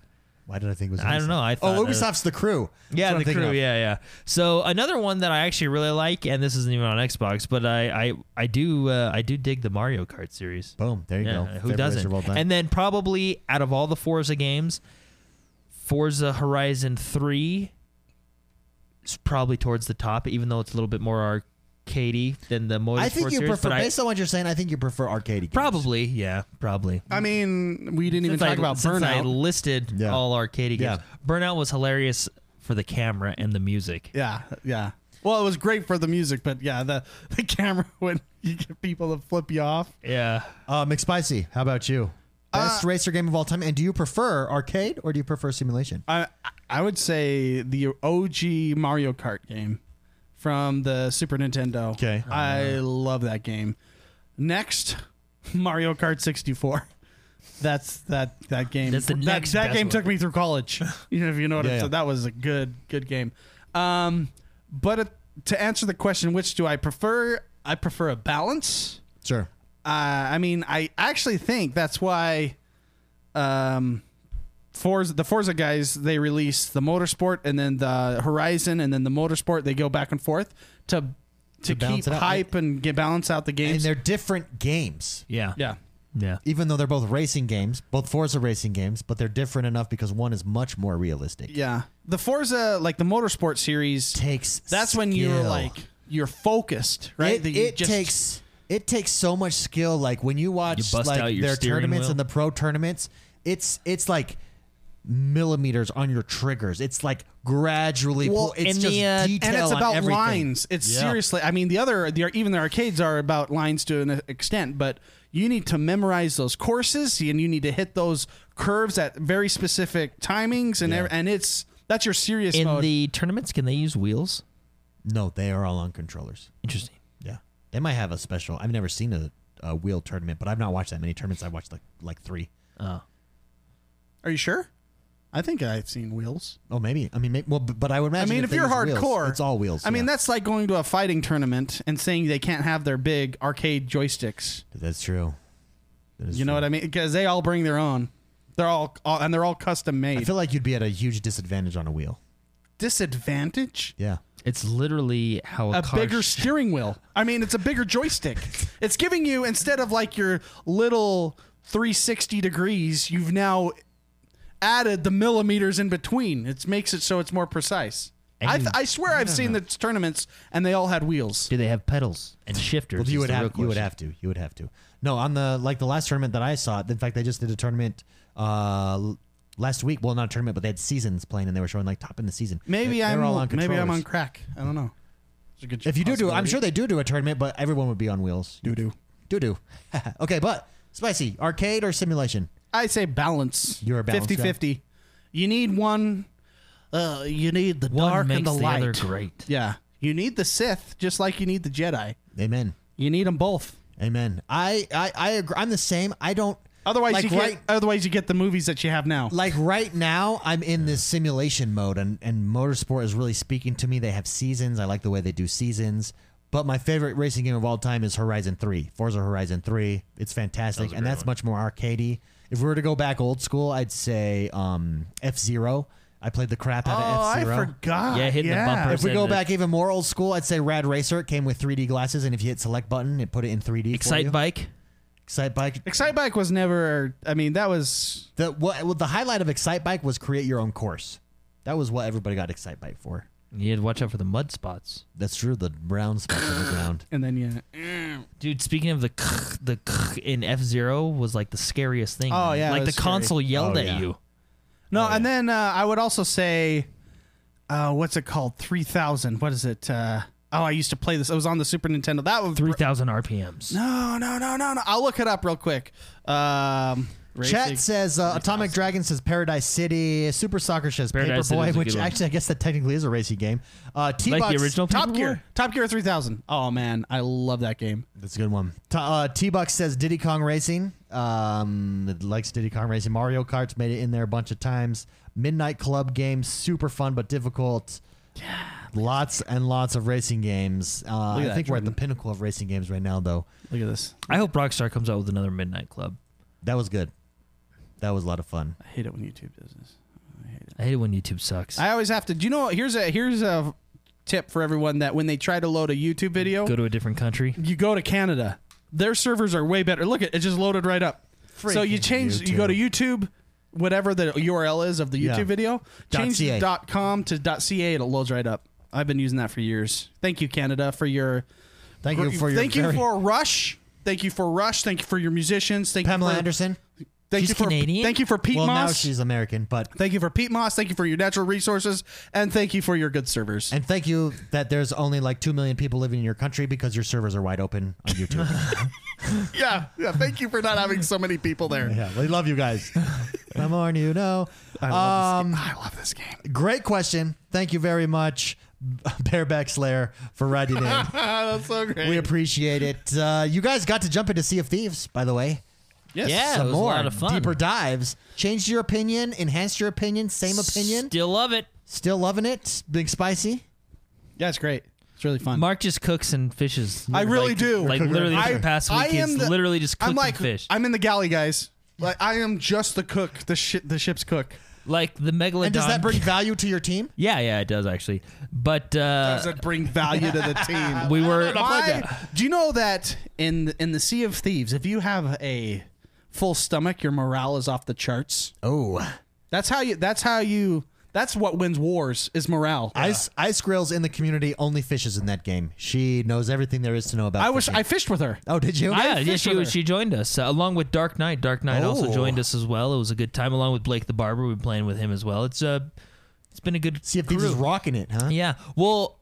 A: Why did I think it was? Ubisoft?
C: I don't know. I thought uh,
A: oh,
C: that-
A: Ubisoft's the crew. That's
C: Yeah,
A: what I'm
C: the
A: thinking
C: crew.
A: of.
C: Yeah, yeah. So another one that I actually really like, and this isn't even on Xbox, but I I, I do uh, I do dig the Mario Kart series.
A: Boom. There you go.
C: Yeah, who
A: Favorite
C: doesn't?
A: racer, well done.
C: and then probably out of all the Forza games, Forza Horizon Three is probably towards the top, even though it's a little bit more arcadey than the motorsport
A: I think you
C: series,
A: prefer.
C: but I-
A: Based on what you're saying, I think you prefer arcade. games.
C: probably, yeah, probably.
B: I mean, we didn't even
C: Since
B: talk
C: I-
B: about
C: since I
B: burnout.
C: listed
A: Yeah.
C: all arcade
A: Yeah.
C: games. Burnout was hilarious for the camera and the music.
B: yeah, yeah. Well, it was great for the music, but yeah, the the camera when you get people to flip you off.
C: Yeah.
A: Uh, McSpicy, how about you?
C: Uh,
A: Best racer game of all time, and do you prefer arcade or do you prefer simulation?
B: I I would say the OG Mario Kart game from the Super Nintendo.
A: Okay.
B: I love that game. Next, Mario Kart 64. That's that that game.
C: That's the
B: that,
C: next
B: that
C: best
B: game
C: one.
B: took me through college. You know, if you know what
A: Yeah,
B: I'm
A: yeah.
B: saying. That was a good good game. Um, but it, to answer the question, which do I prefer? I prefer a balance.
A: Sure.
B: Uh, I mean, I actually think that's why um, Forza, the Forza guys, they release the Motorsport and then the Horizon and then the Motorsport. They go back and forth to to, keep
A: balance it out.
B: hype and get balance out the
A: And
B: games.
A: they're different games,
C: Yeah.
B: yeah,
C: Yeah.
A: even though they're both racing games. Both Forza racing games, but they're different enough because one is much more realistic.
B: yeah. The Forza, like the Motorsport series,
A: Takes
B: that's when you're
A: skill.
B: like you're focused, right? That
A: It,
B: you
A: it
B: just-
A: takes it takes so much skill. Like when you watch
C: bust out
A: like
C: your
A: their
C: steering
A: tournaments
C: wheel.
A: and the pro tournaments, it's it's like millimeters on your triggers. It's like gradually.
B: Well,
A: pull- it's
C: in
A: just
C: the, uh, and
A: detail
B: and it's
A: on
B: about
A: everything.
B: lines. It's
A: Yeah.
B: seriously. I mean, the other, the, even the arcades are about lines to an extent, but you need to memorize those courses and you need to hit those curves at very specific timings, and ev- and it's that's your serious
C: In
B: mode.
C: the tournaments, can they use wheels?
A: No, they are all on controllers.
C: Interesting.
A: Yeah, they might have a special. I've never seen a, a wheel tournament, but I've not watched that many tournaments. I've watched like like three.
C: Oh.
B: are you sure? I think I've seen wheels.
A: Oh, maybe. I mean, may well, but, but I would
B: I
A: imagine.
B: mean, if,
A: they
B: you're
A: use wheels,
B: hardcore,
A: it's all wheels.
B: I mean,
A: yeah.
B: that's like going to a fighting tournament and saying they can't have their big arcade joysticks.
A: that's true. That is
B: You know
A: true.
B: what I mean? Because they all bring their own. They're all, all and they're all custom
A: I
B: made.
A: feel like you'd be at a huge disadvantage on a wheel.
B: Disadvantage.
A: Yeah.
C: It's literally how a,
B: a
C: car
B: bigger
C: sh-
B: steering wheel. I mean, it's a bigger joystick. It's giving you instead of like your little 360 degrees, you've now added the millimeters in between. It makes it so it's more precise. I, th-
C: And-
B: I swear I've seen the tournaments and they all had wheels.
C: Do they have pedals and shifters?
A: Well, you
C: is
A: would
C: the
A: have
C: real
A: you would
C: question.
A: have to you would have to. No, on the like the last tournament that I saw. In fact, they just did a tournament uh l- last week. Well, not a tournament, but they had seasons playing, and they were showing like top in the season.
B: Maybe
A: They- they
B: I'm
A: were all on
B: maybe I'm
A: controllers.
B: on crack. I don't know. It's a good
A: If you do do, I'm
B: possibility.
A: sure they do do a tournament, but everyone would be on wheels.
B: Do do.
A: Do do. okay, but spicy arcade or simulation?
B: I say balance.
A: You're a balance guy.
B: 50-50. You need one. Uh, you need the
C: One
B: dark
C: makes
B: and the,
C: the
B: light.
C: other great.
B: Yeah, you need the Sith just like you need the Jedi.
A: Amen.
B: You need them both.
A: Amen. I I I agree. I'm the same. I don't.
B: Otherwise,
A: like
B: you get,
A: right
B: otherwise you get the movies that you have now.
A: like right now I'm in this simulation mode and and motorsport is really speaking to me. They have seasons. I like the way they do seasons. But my favorite racing game of all time is Horizon 3. Forza Horizon 3. It's fantastic and that's much more arcadey. If we were to go back old school, I'd say um, F-Zero. I played the crap out
B: oh,
A: of
B: I
A: F-Zero.
B: forgot.
C: Yeah, hitting the bumpers.
A: If we go
C: And the-
A: back even more old school, I'd say Rad Racer. It came with 3D glasses, and if you hit select button, it put it in 3D.
C: Excite
A: bike.
C: bike.
A: Excite bike.
B: Excite Bike was never. I mean, that was
A: The what? Well, the highlight of Excite Bike was create your own course. That was what everybody got Excite Bike for.
C: You had to watch out for the mud spots,
A: That's true. The brown spots on the ground.
B: and then yeah.
C: dude. Speaking of the the in F Zero was like the scariest thing.
B: Oh, yeah, it
C: like the
B: was scary.
C: console yelled
A: Oh,
C: at
A: yeah.
C: you.
B: No,
C: Oh,
B: and then uh, I would also say, uh, what's it called? Three thousand. What is it? Uh, oh, I used to play this. It was on the Super Nintendo. That was
C: Three thousand RPMs.
B: No, no, no, no, no. I'll look it up real quick. Um,
A: Chat says uh, Atomic Dragon says Paradise City. Super Soccer says
C: Paradise City
A: Paperboy,
C: is a
A: which
C: good one.
A: actually I guess that technically is a racing game. Uh, T-Box,
C: Like the original
B: Top
C: Paperboy?
B: Gear. Top Gear 3000. Oh, man. I love that game.
A: That's a good one. T- uh, T-Buck says Diddy Kong Racing. Um, it likes Diddy Kong Racing. Mario Kart's made it in there a bunch of times. Midnight Club game, super fun but difficult. Lots and lots of racing games. Uh, I
B: that,
A: think we're at the
B: Jordan.
A: pinnacle of racing games right now, though.
B: Look at this.
C: I hope Rockstar comes out with another Midnight Club.
A: That was good. That was a lot of fun.
B: I hate it when YouTube does this.
C: I hate it when YouTube sucks.
B: I always have to. Do you know? Here's a here's a tip for everyone that when they try to load a YouTube video,
C: go to a different country.
B: you go to Canada. Their servers are way better. Look, it, it just loaded right up. so you
A: Freaking
B: change, you go to
A: YouTube.
B: YouTube, whatever the URL is of the YouTube
A: Yeah.
B: video,
A: Dot
B: change
A: CA.
B: dot .com to dot .ca, and it loads right up. I've been using that for years. Thank you, Canada, for your
A: Thank you for your
B: thank you
A: very-
B: for Rush. Thank you for Rush. Thank you for your musicians. Thank
A: Pamela
B: you for,
A: Anderson.
B: Thank
C: She's
B: you for
C: Canadian?
B: Thank you for Pete
A: Well, now
B: Moss.
A: she's American, but
B: thank you for Pete Moss. Thank you for your natural resources, and thank you for your good servers.
A: and thank you that there's only like two million people living in your country because your servers are wide open on YouTube.
B: yeah, yeah. Thank you for not having so many people there.
A: Yeah, we love you guys. The more you know.
B: I love,
A: Um,
B: this game. Mm, I love this game.
A: great question. Thank you very much, Bareback Slayer, for writing in.
B: That's so great.
A: we appreciate it. Uh, you guys got to jump into Sea of Thieves, by the way.
B: yes.
C: Yeah.
A: Some
C: it was a
A: more
C: lot of fun.
A: deeper dives. Changed your opinion, enhanced your opinion, same opinion.
C: Still love it.
A: Still loving it. Big spicy.
B: Yeah, it's great. It's really fun.
C: Mark just cooks and fishes.
B: I really
C: Like-
B: do.
C: Like literally for the past week, he's
B: the-
C: literally just
B: I'm
C: cooking
B: like,
C: fish.
B: I'm in the galley, guys. Like I am just the cook, the shi the ship's cook.
C: like the megalodon.
A: And does that bring value to your team?
C: Yeah, yeah, it does actually. But uh,
B: Does it bring value to the team?
C: we were.
B: Why- do you know that in in the Sea of Thieves, if you have a full stomach, your morale is off the charts.
A: Oh.
B: That's how you. That's how you. That's what wins wars is morale.
A: Ice Ice Grills in the community only fishes in that game. She knows everything there is to know about.
B: I wish
A: fishing.
B: I fished with her.
A: Oh, did you?
C: ah, Yeah, yeah,
B: fish
C: she
B: with
C: was-
B: her.
C: she joined us uh, along with Dark Knight. Dark Knight also
A: Oh.
C: joined us as well. It was a good time along with Blake the barber. We've been playing with him as well. It's uh, it's been a good
A: Sea of Thieves is
C: crew.
A: rocking it, huh?
C: Yeah. Well,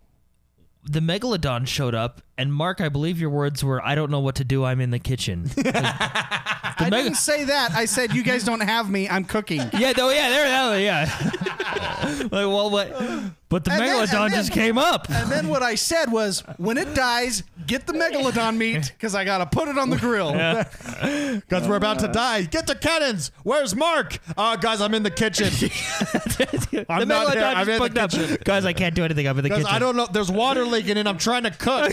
C: the megalodon showed up, and Mark, I believe your words were, "I don't know what to do. I'm in the kitchen."
B: I didn't say that. I said you guys don't have me. I'm cooking. And
C: yeah. No. Yeah. There. That. Yeah. like, well, what? But the
B: And then-
C: megalodon
B: and then-
C: just came up.
B: then what I said was, when it dies, get the megalodon meat because I gotta put it on the grill.
A: Guys, we're about to die. Get the cannons. Where's Mark? Uh, guys, I'm in the kitchen.
C: the
A: I'm not
C: megalodon
A: here. I'm
C: just
A: in the
C: bugged up. Guys, I can't do anything. I'm in the
A: Guys,
C: kitchen.
A: I don't know. There's water leaking and I'm trying to cook.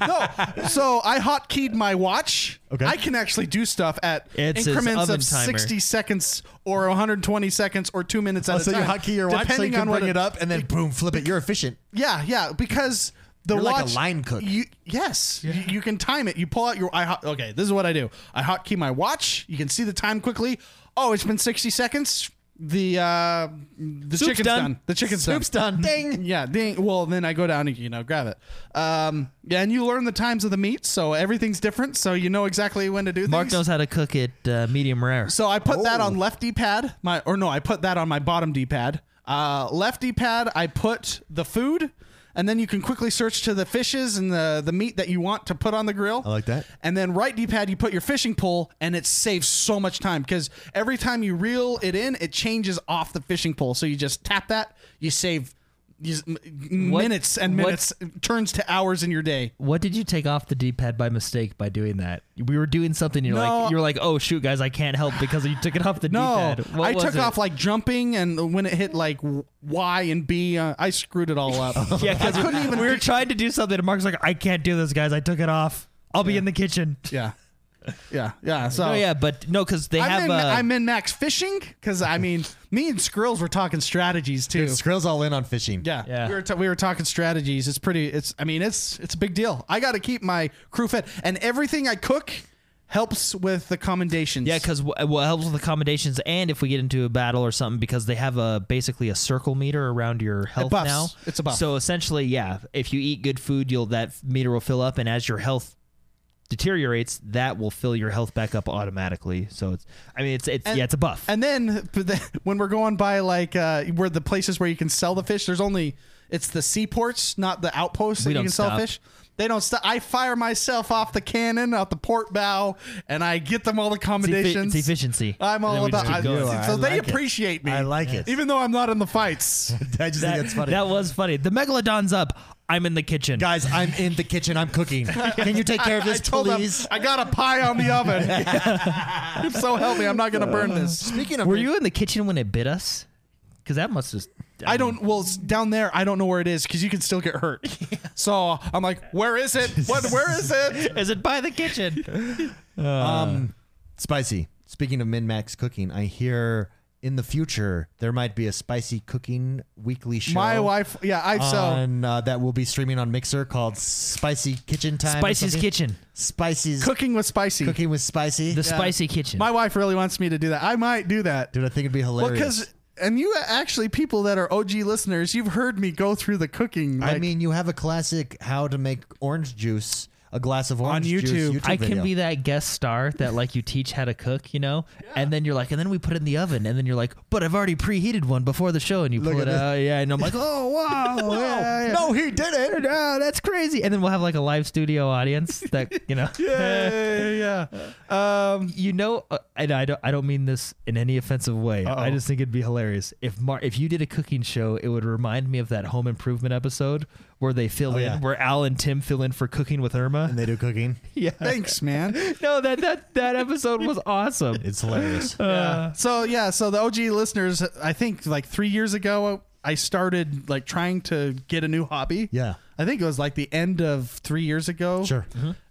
B: No, so I hotkeyed my watch.
A: Okay.
B: I can actually do stuff at
C: It's his
B: increments
C: oven
B: of
C: timer.
B: 60 seconds or 120 seconds or two minutes at
A: Oh,
B: a
A: so you
B: time.
A: hotkey your watch so you
B: depending
A: can
B: on what
A: bring it up and then boom, flip it. You're efficient.
B: Yeah, yeah, because the
A: You're like
B: watch
A: a line cook.
B: You, yes, you, you can time it. You pull out your I hot, okay. This is what I do. I hotkey my watch. You can see the time quickly. Oh, it's been 60 seconds. The uh, the
C: Soup's
B: chicken's
C: done.
B: done. The chicken's
A: Soup's done. Ding.
B: Yeah, ding. Well, then I go down and you know grab it. Um, yeah, and you learn the times of the meat, so everything's different, so you know exactly when to do
C: Mark
B: things.
C: knows how to cook it uh, medium rare.
B: So I put that
A: Oh.
B: on left D pad, my or no, I put that on my bottom D pad. Uh, left D pad, I put the food, and then you can quickly search to the fishes and the the meat that you want to put on the grill.
A: I like that.
B: And then right D-pad, you put your fishing pole, and it saves so much time because every time you reel it in, it changes off the fishing pole. So you just tap that, you save. you s- m-
C: What-
B: minutes and
C: what-
B: minutes turns to hours in your day.
C: What did you take off the D-pad by mistake by doing that? We were doing something. You're
B: No.
C: like, you're like, oh shoot, guys, I can't help because you took it off the
B: No,
C: D-pad. What
B: I
C: was
B: took
C: it?
B: off like jumping, and when it hit like w- Y and B, uh, I screwed it all up.
C: Yeah, because we were trying to do something, and Mark's like, "I can't do this, guys. I took it off. I'll be in the kitchen."
B: yeah, yeah, yeah. So
C: Oh yeah, but no, because they
B: I'm
C: have.
B: in,
C: uh,
B: I'm in Max fishing because I mean, me and Skrills were talking strategies too.
A: Skrill's all in on fishing.
B: Yeah,
C: Yeah.
B: We were ta- we were talking strategies. It's pretty. It's I mean, it's it's a big deal. I got to keep my crew fed, and everything I cook helps with the commendations.
C: yeah, because w- what helps with accommodations, and if we get into a battle or something, because they have a basically a circle meter around your health
B: buffs.
C: now.
B: It's a buff.
C: So essentially, yeah, if you eat good food, you'll that meter will fill up, and as your health deteriorates, that will fill your health back up automatically. So it's, I mean, it's it's
B: And-
C: yeah, it's a buff.
B: And then, but then when we're going by like uh, where the places where you can sell the fish, there's only it's the seaports, not the outposts
C: We
B: that you
C: don't
B: can sell
C: stop.
B: fish. They don't stop. I fire myself off the cannon, off the port bow, and I get them all the
C: It's effi-
B: commendations.
C: it's efficiency.
B: I'm
C: And then
B: all
C: we just
B: about
C: keep
B: I,
C: going.
A: I
B: so they
A: like it.
B: appreciate me.
A: I like it.
B: even though I'm not in the fights.
A: I just think
C: That,
A: that's funny.
C: that was funny. The megalodon's up. I'm in the kitchen.
A: Guys, I'm in the kitchen. I'm cooking. Can you take care of
B: I
A: this,
B: told them
A: please?
B: I got a pie on the oven. so help me, I'm not gonna burn this.
A: Speaking of,
C: Were you in the kitchen when it bit us? Because that must just.
B: I don't. Well, it's down there, I don't know where it is because you can still get hurt. So I'm like, where is it? What? Where is it?
C: Is it by the kitchen?
A: um, spicy. Speaking of Min Max cooking, I hear in the future there might be a spicy cooking weekly show.
B: My wife. Yeah, I so
A: on, uh, that will be streaming on Mixer called Spicy Kitchen Time. or
C: Spicy's
A: something.
C: kitchen.
A: Spicy's
B: cooking with spicy.
A: cooking with spicy.
C: The spicy kitchen.
B: My wife really wants me to do that. I might do that.
A: Dude, I think it'd be
B: Well,
A: hilarious.
B: because and you actually people that are OG listeners, you've heard me go through the cooking.
A: I
B: like-
A: mean, you have a classic how to make orange juice, a glass of orange
B: YouTube.
A: Juice, YouTube
C: I can
A: video.
C: be that guest star that like you teach how to cook, you know, and then you're like, and then we put it in the oven, and then you're like, but I've already preheated one before the show, and you pull
A: at
C: it
A: this.
C: out, yeah, and I'm like, oh wow, yeah, yeah.
A: No, he didn't.
C: No, that's crazy, and then we'll have like a live studio audience that you know,
B: yeah, yeah, yeah. Um,
C: you know, uh, and I don't, I don't mean this in any offensive way. I just think it'd be hilarious if Mar- if you did a cooking show, it would remind me of that Home Improvement episode where they fill in,
A: Oh, yeah.
C: where Al and Tim fill in for cooking with Irma.
A: And they do cooking.
C: Yeah,
B: thanks, man.
C: no, that that that episode was awesome.
A: It's hilarious.
C: Uh,
B: So yeah, so the OG listeners, I think like three years ago, I started like trying to get a new hobby.
A: Yeah.
B: I think it was like the end of three years ago.
A: Sure.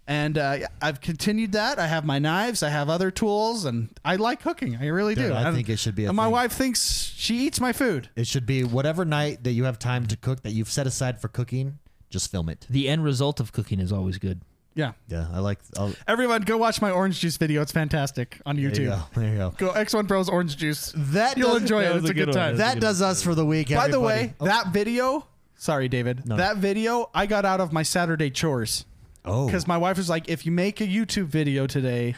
B: And uh, yeah, I've continued that. I have my knives. I have other tools, and I like cooking. I really
A: Dude,
B: do.
A: I
B: And-
A: think it should be a
B: and my
A: thing.
B: wife thinks she eats my food.
A: It should be whatever night that you have time to cook that you've set aside for cooking, just film it.
C: the end result of cooking is always good.
B: Yeah.
A: Yeah, I like. I'll,
B: Everyone, go watch my orange juice video. It's fantastic on
A: there
B: YouTube.
A: you go. There you go.
B: go. X1 Bros orange juice.
A: That
B: You'll
A: does,
B: enjoy
C: that
B: it.
C: was
B: It's
C: a
B: a good
C: good one.
B: time.
A: That does us for the week.
B: By the
A: everybody. Oh.
B: way, that video. Sorry, David.
A: No, no.
B: that video I got out of my Saturday chores
A: oh,
B: because my wife was like, "If you make a YouTube video today,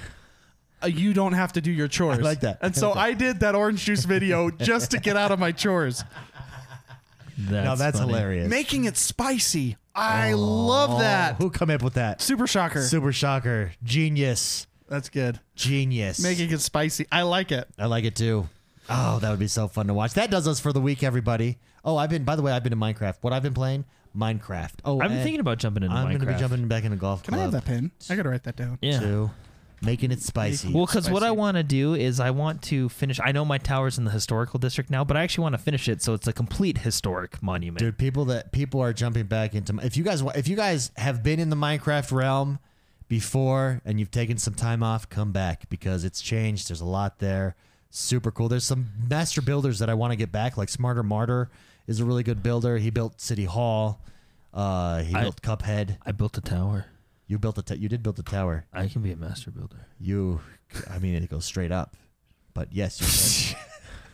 B: uh, you don't have to do your chores."
A: like that.
B: And so I did that orange juice video just to get out of my chores,
C: That's
A: no, that's
C: funny.
A: hilarious. Oh,
B: making it spicy. I love that.
A: Who come up with that?
B: Super shocker.
A: Super shocker, genius,
B: That's good.
A: genius.
B: Making it spicy. I like it.
A: I like it too. Oh, that would be so fun to watch. That does us for the week, everybody. Oh, I've been. By the way, I've been to Minecraft. What I've been playing, Minecraft. Oh,
C: I'm
A: and
C: thinking about jumping into
A: I'm
C: Minecraft.
A: gonna be jumping back in a golf
B: Can I
A: club
B: have that pen? I gotta write that down.
C: yeah.
A: too. Making it spicy.
C: Well, because what I
B: Spicy.
C: want to do is I want to finish. I know my tower's in the historical district now, but I actually want to finish it so it's a complete historic monument.
A: Dude, people that people are jumping back into. If you guys wa- if you guys have been in the Minecraft realm before and you've taken some time off, come back because it's changed. There's a lot there. Super cool. There's some master builders that I want to get back. Like Smarter Martyr is a really good builder. He built City Hall. Uh, he
C: I-
A: built Cuphead.
C: I built a tower.
A: You built a t- you did build the tower.
C: I can be a master builder.
A: You, I mean, it goes straight up. But yes, you can.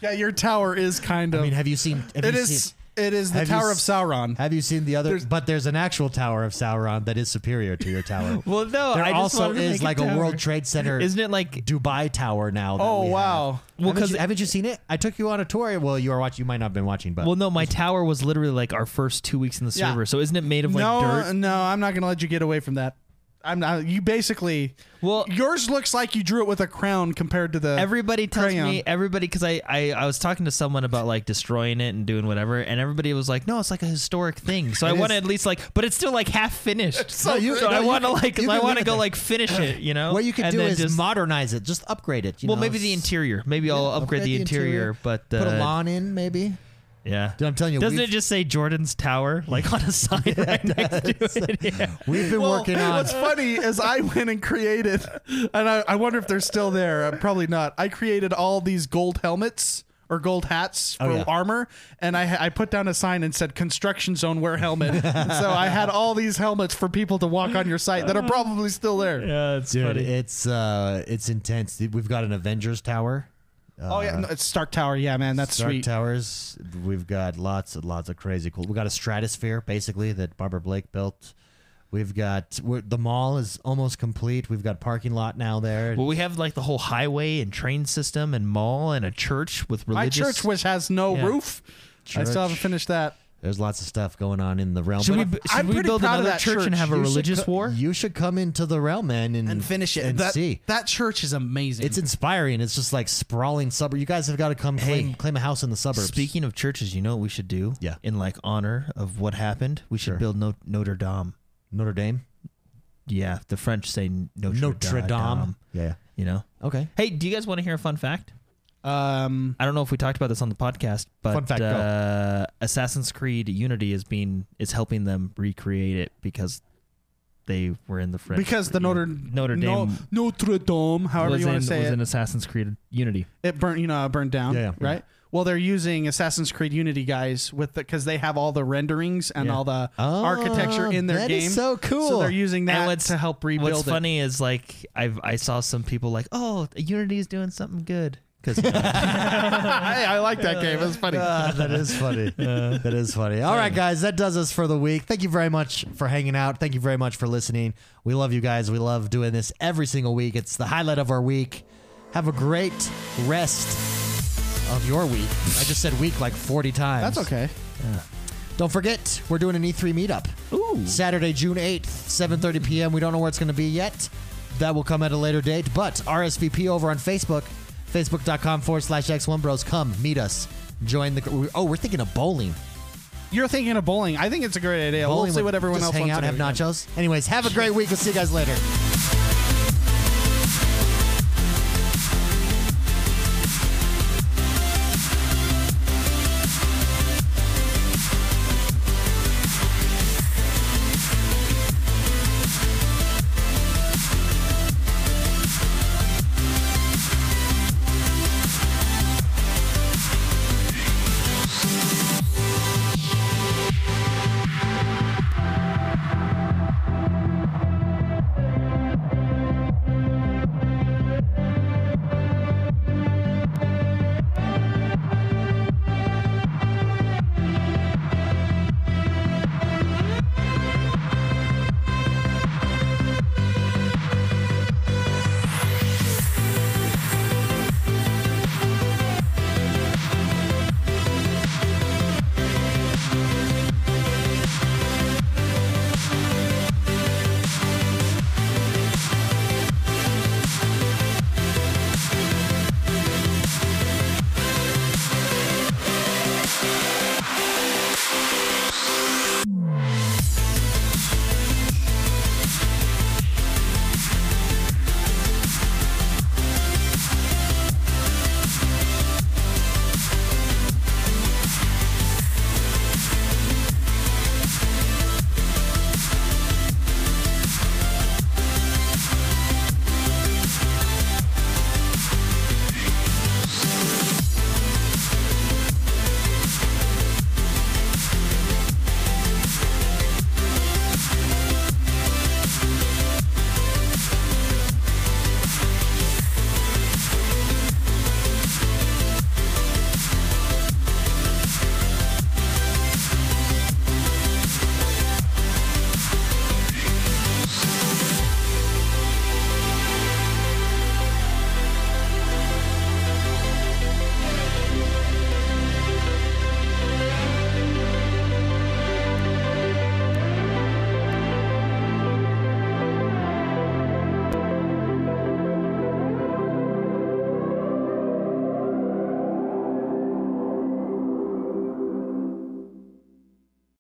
B: Yeah, your tower is kind of.
A: I mean, have you seen? Have
B: It
A: you
B: is-
A: Seen,
B: It is the
A: Have you
B: Tower of
A: s-
B: Sauron.
A: Have you seen the other? but there's an actual Tower of Sauron that is superior to your tower.
C: Well, no,
A: there
C: I just
A: also
C: wanted to
A: is
C: make a
A: like a
C: tower.
A: World Trade Center.
C: Isn't it like
A: Dubai Tower now? that
B: Oh,
A: we have.
B: wow.
C: Well,
A: haven't,
C: 'cause-
A: you, haven't you seen it? I took you on a tour. Well, you are watching. You might not have been watching, but
C: Well, no, my tower was literally like our first two weeks in the
B: Yeah.
C: server. So isn't it made of like
B: no,
C: dirt?
B: no, I'm not gonna let you get away from that. I'm not. You basically.
C: Well-
B: yours looks like you drew it with a crown compared to the
C: Everybody tells
B: Crayon.
C: me everybody because I, I I was talking to someone about like destroying it and doing whatever, and everybody was like, "No, it's like a historic thing." So I
A: It
C: want to
A: is.
C: at least like, but it's still like half finished.
A: so you-
C: so
A: no,
C: I
A: you
C: want to
A: can-
C: like
A: you
C: I
A: can
C: want to
A: limit
C: go
A: that.
C: like finish it, you know.
A: what you could
C: And
A: do
C: then
A: is
C: just-
A: modernize it. Just upgrade it. you
C: well,
A: know,
C: maybe the
A: s-
C: interior. Maybe I'll upgrade, the interior, but uh,
A: put a lawn in, maybe.
C: yeah.
A: Dude, I'm telling you,
C: Doesn't
A: we've-
C: it just say Jordan's Tower like on a sign right next to it? Yeah.
A: We've been
B: Well,
A: working on.
B: What's funny is I went and created, and I, I wonder if they're still there. Uh, probably not. I created all these gold helmets or gold hats for
A: Oh, yeah.
B: armor, and I I put down a sign and said "Construction Zone Wear Helmet." And so I had all these helmets for people to walk on your site that are probably still there.
C: Yeah, it's
A: Dude,
C: funny.
A: it's uh, it's intense. We've got an Avengers tower.
B: Oh yeah, no, it's Stark Tower. Yeah, man, that's
A: Dark
B: sweet.
A: towers. We've got lots and lots of crazy cool. We got a stratosphere basically that Barbara Blake built. We've got we're, the mall is almost complete. We've got parking lot now there.
C: Well, we have like the whole highway and train system and mall and a church with
B: My
C: religious.
B: church, which has no
C: Yeah.
B: roof, I
A: Church.
B: still haven't finished that.
A: There's lots of stuff going on in the realm.
C: should we,
A: But
C: should
B: I'm
C: we
B: pretty
C: build
B: proud of
C: another
B: that
C: church, and
B: church.
C: have a
B: You should
C: religious
B: co-
C: war?
A: you should come into the realm, man, and, and
B: that,
A: see.
B: that church is amazing.
A: it's inspiring. It's just like sprawling suburb. You guys have got to come claim, claim a house in the suburbs.
C: Speaking of churches, you know what we should do?
A: Yeah.
C: In like honor of what happened, we should build no- Notre Dame.
A: Notre Dame,
C: Yeah, the French say Notre,
A: Notre Dame.
C: Dame.
A: Yeah.
C: You know.
A: Okay.
C: Hey, do you guys want to hear a fun fact?
B: um,
C: I don't know if we talked about this on the podcast, but
A: Fun fact, go.
C: uh, Assassin's Creed Unity is being is helping them recreate it because they were in the French
B: because the Notre
C: Notre Dame
B: No- Notre Dame, however
D: was
B: you
D: in,
B: want to say
D: was
B: it,
D: in Assassin's Creed Unity.
B: it burnt you know it burned down
A: Yeah, yeah.
B: right well they're using assassin's creed unity guys with the because they have all the renderings and all the
A: Oh,
B: architecture in their
A: that
B: game
A: is so cool.
B: they're using
C: And
B: that
C: what's-
B: to help rebuild
C: What's
B: it
C: funny is like I've I saw some people like, oh, Unity is doing something good because
B: I, I like that game it's funny
A: Ah, that is funny. that is funny. All right, guys, that does us for the week. Thank you very much for hanging out. Thank you very much for listening. We love you guys. We love doing this every single week. It's the highlight of our week. Have a great rest of your week. I just said week like 40 times.
B: that's okay
A: Don't forget, we're doing an E3 meetup. Ooh. Saturday, June 8th, 7.30 p.m. We don't know where it's going to be yet. That will come at a later date. But RSVP over on Facebook, facebook.com forward slash X1 Bros. Come, meet us. Join the... Oh, we're thinking of bowling.
B: you're thinking of bowling i think it's a great idea
A: Bowling
B: we'll see
A: with-
B: what everyone
A: just
B: else
A: hang
B: wants
A: out,
B: to
A: have
B: do.
A: nachos. Anyways, have a great week. We'll see you guys later.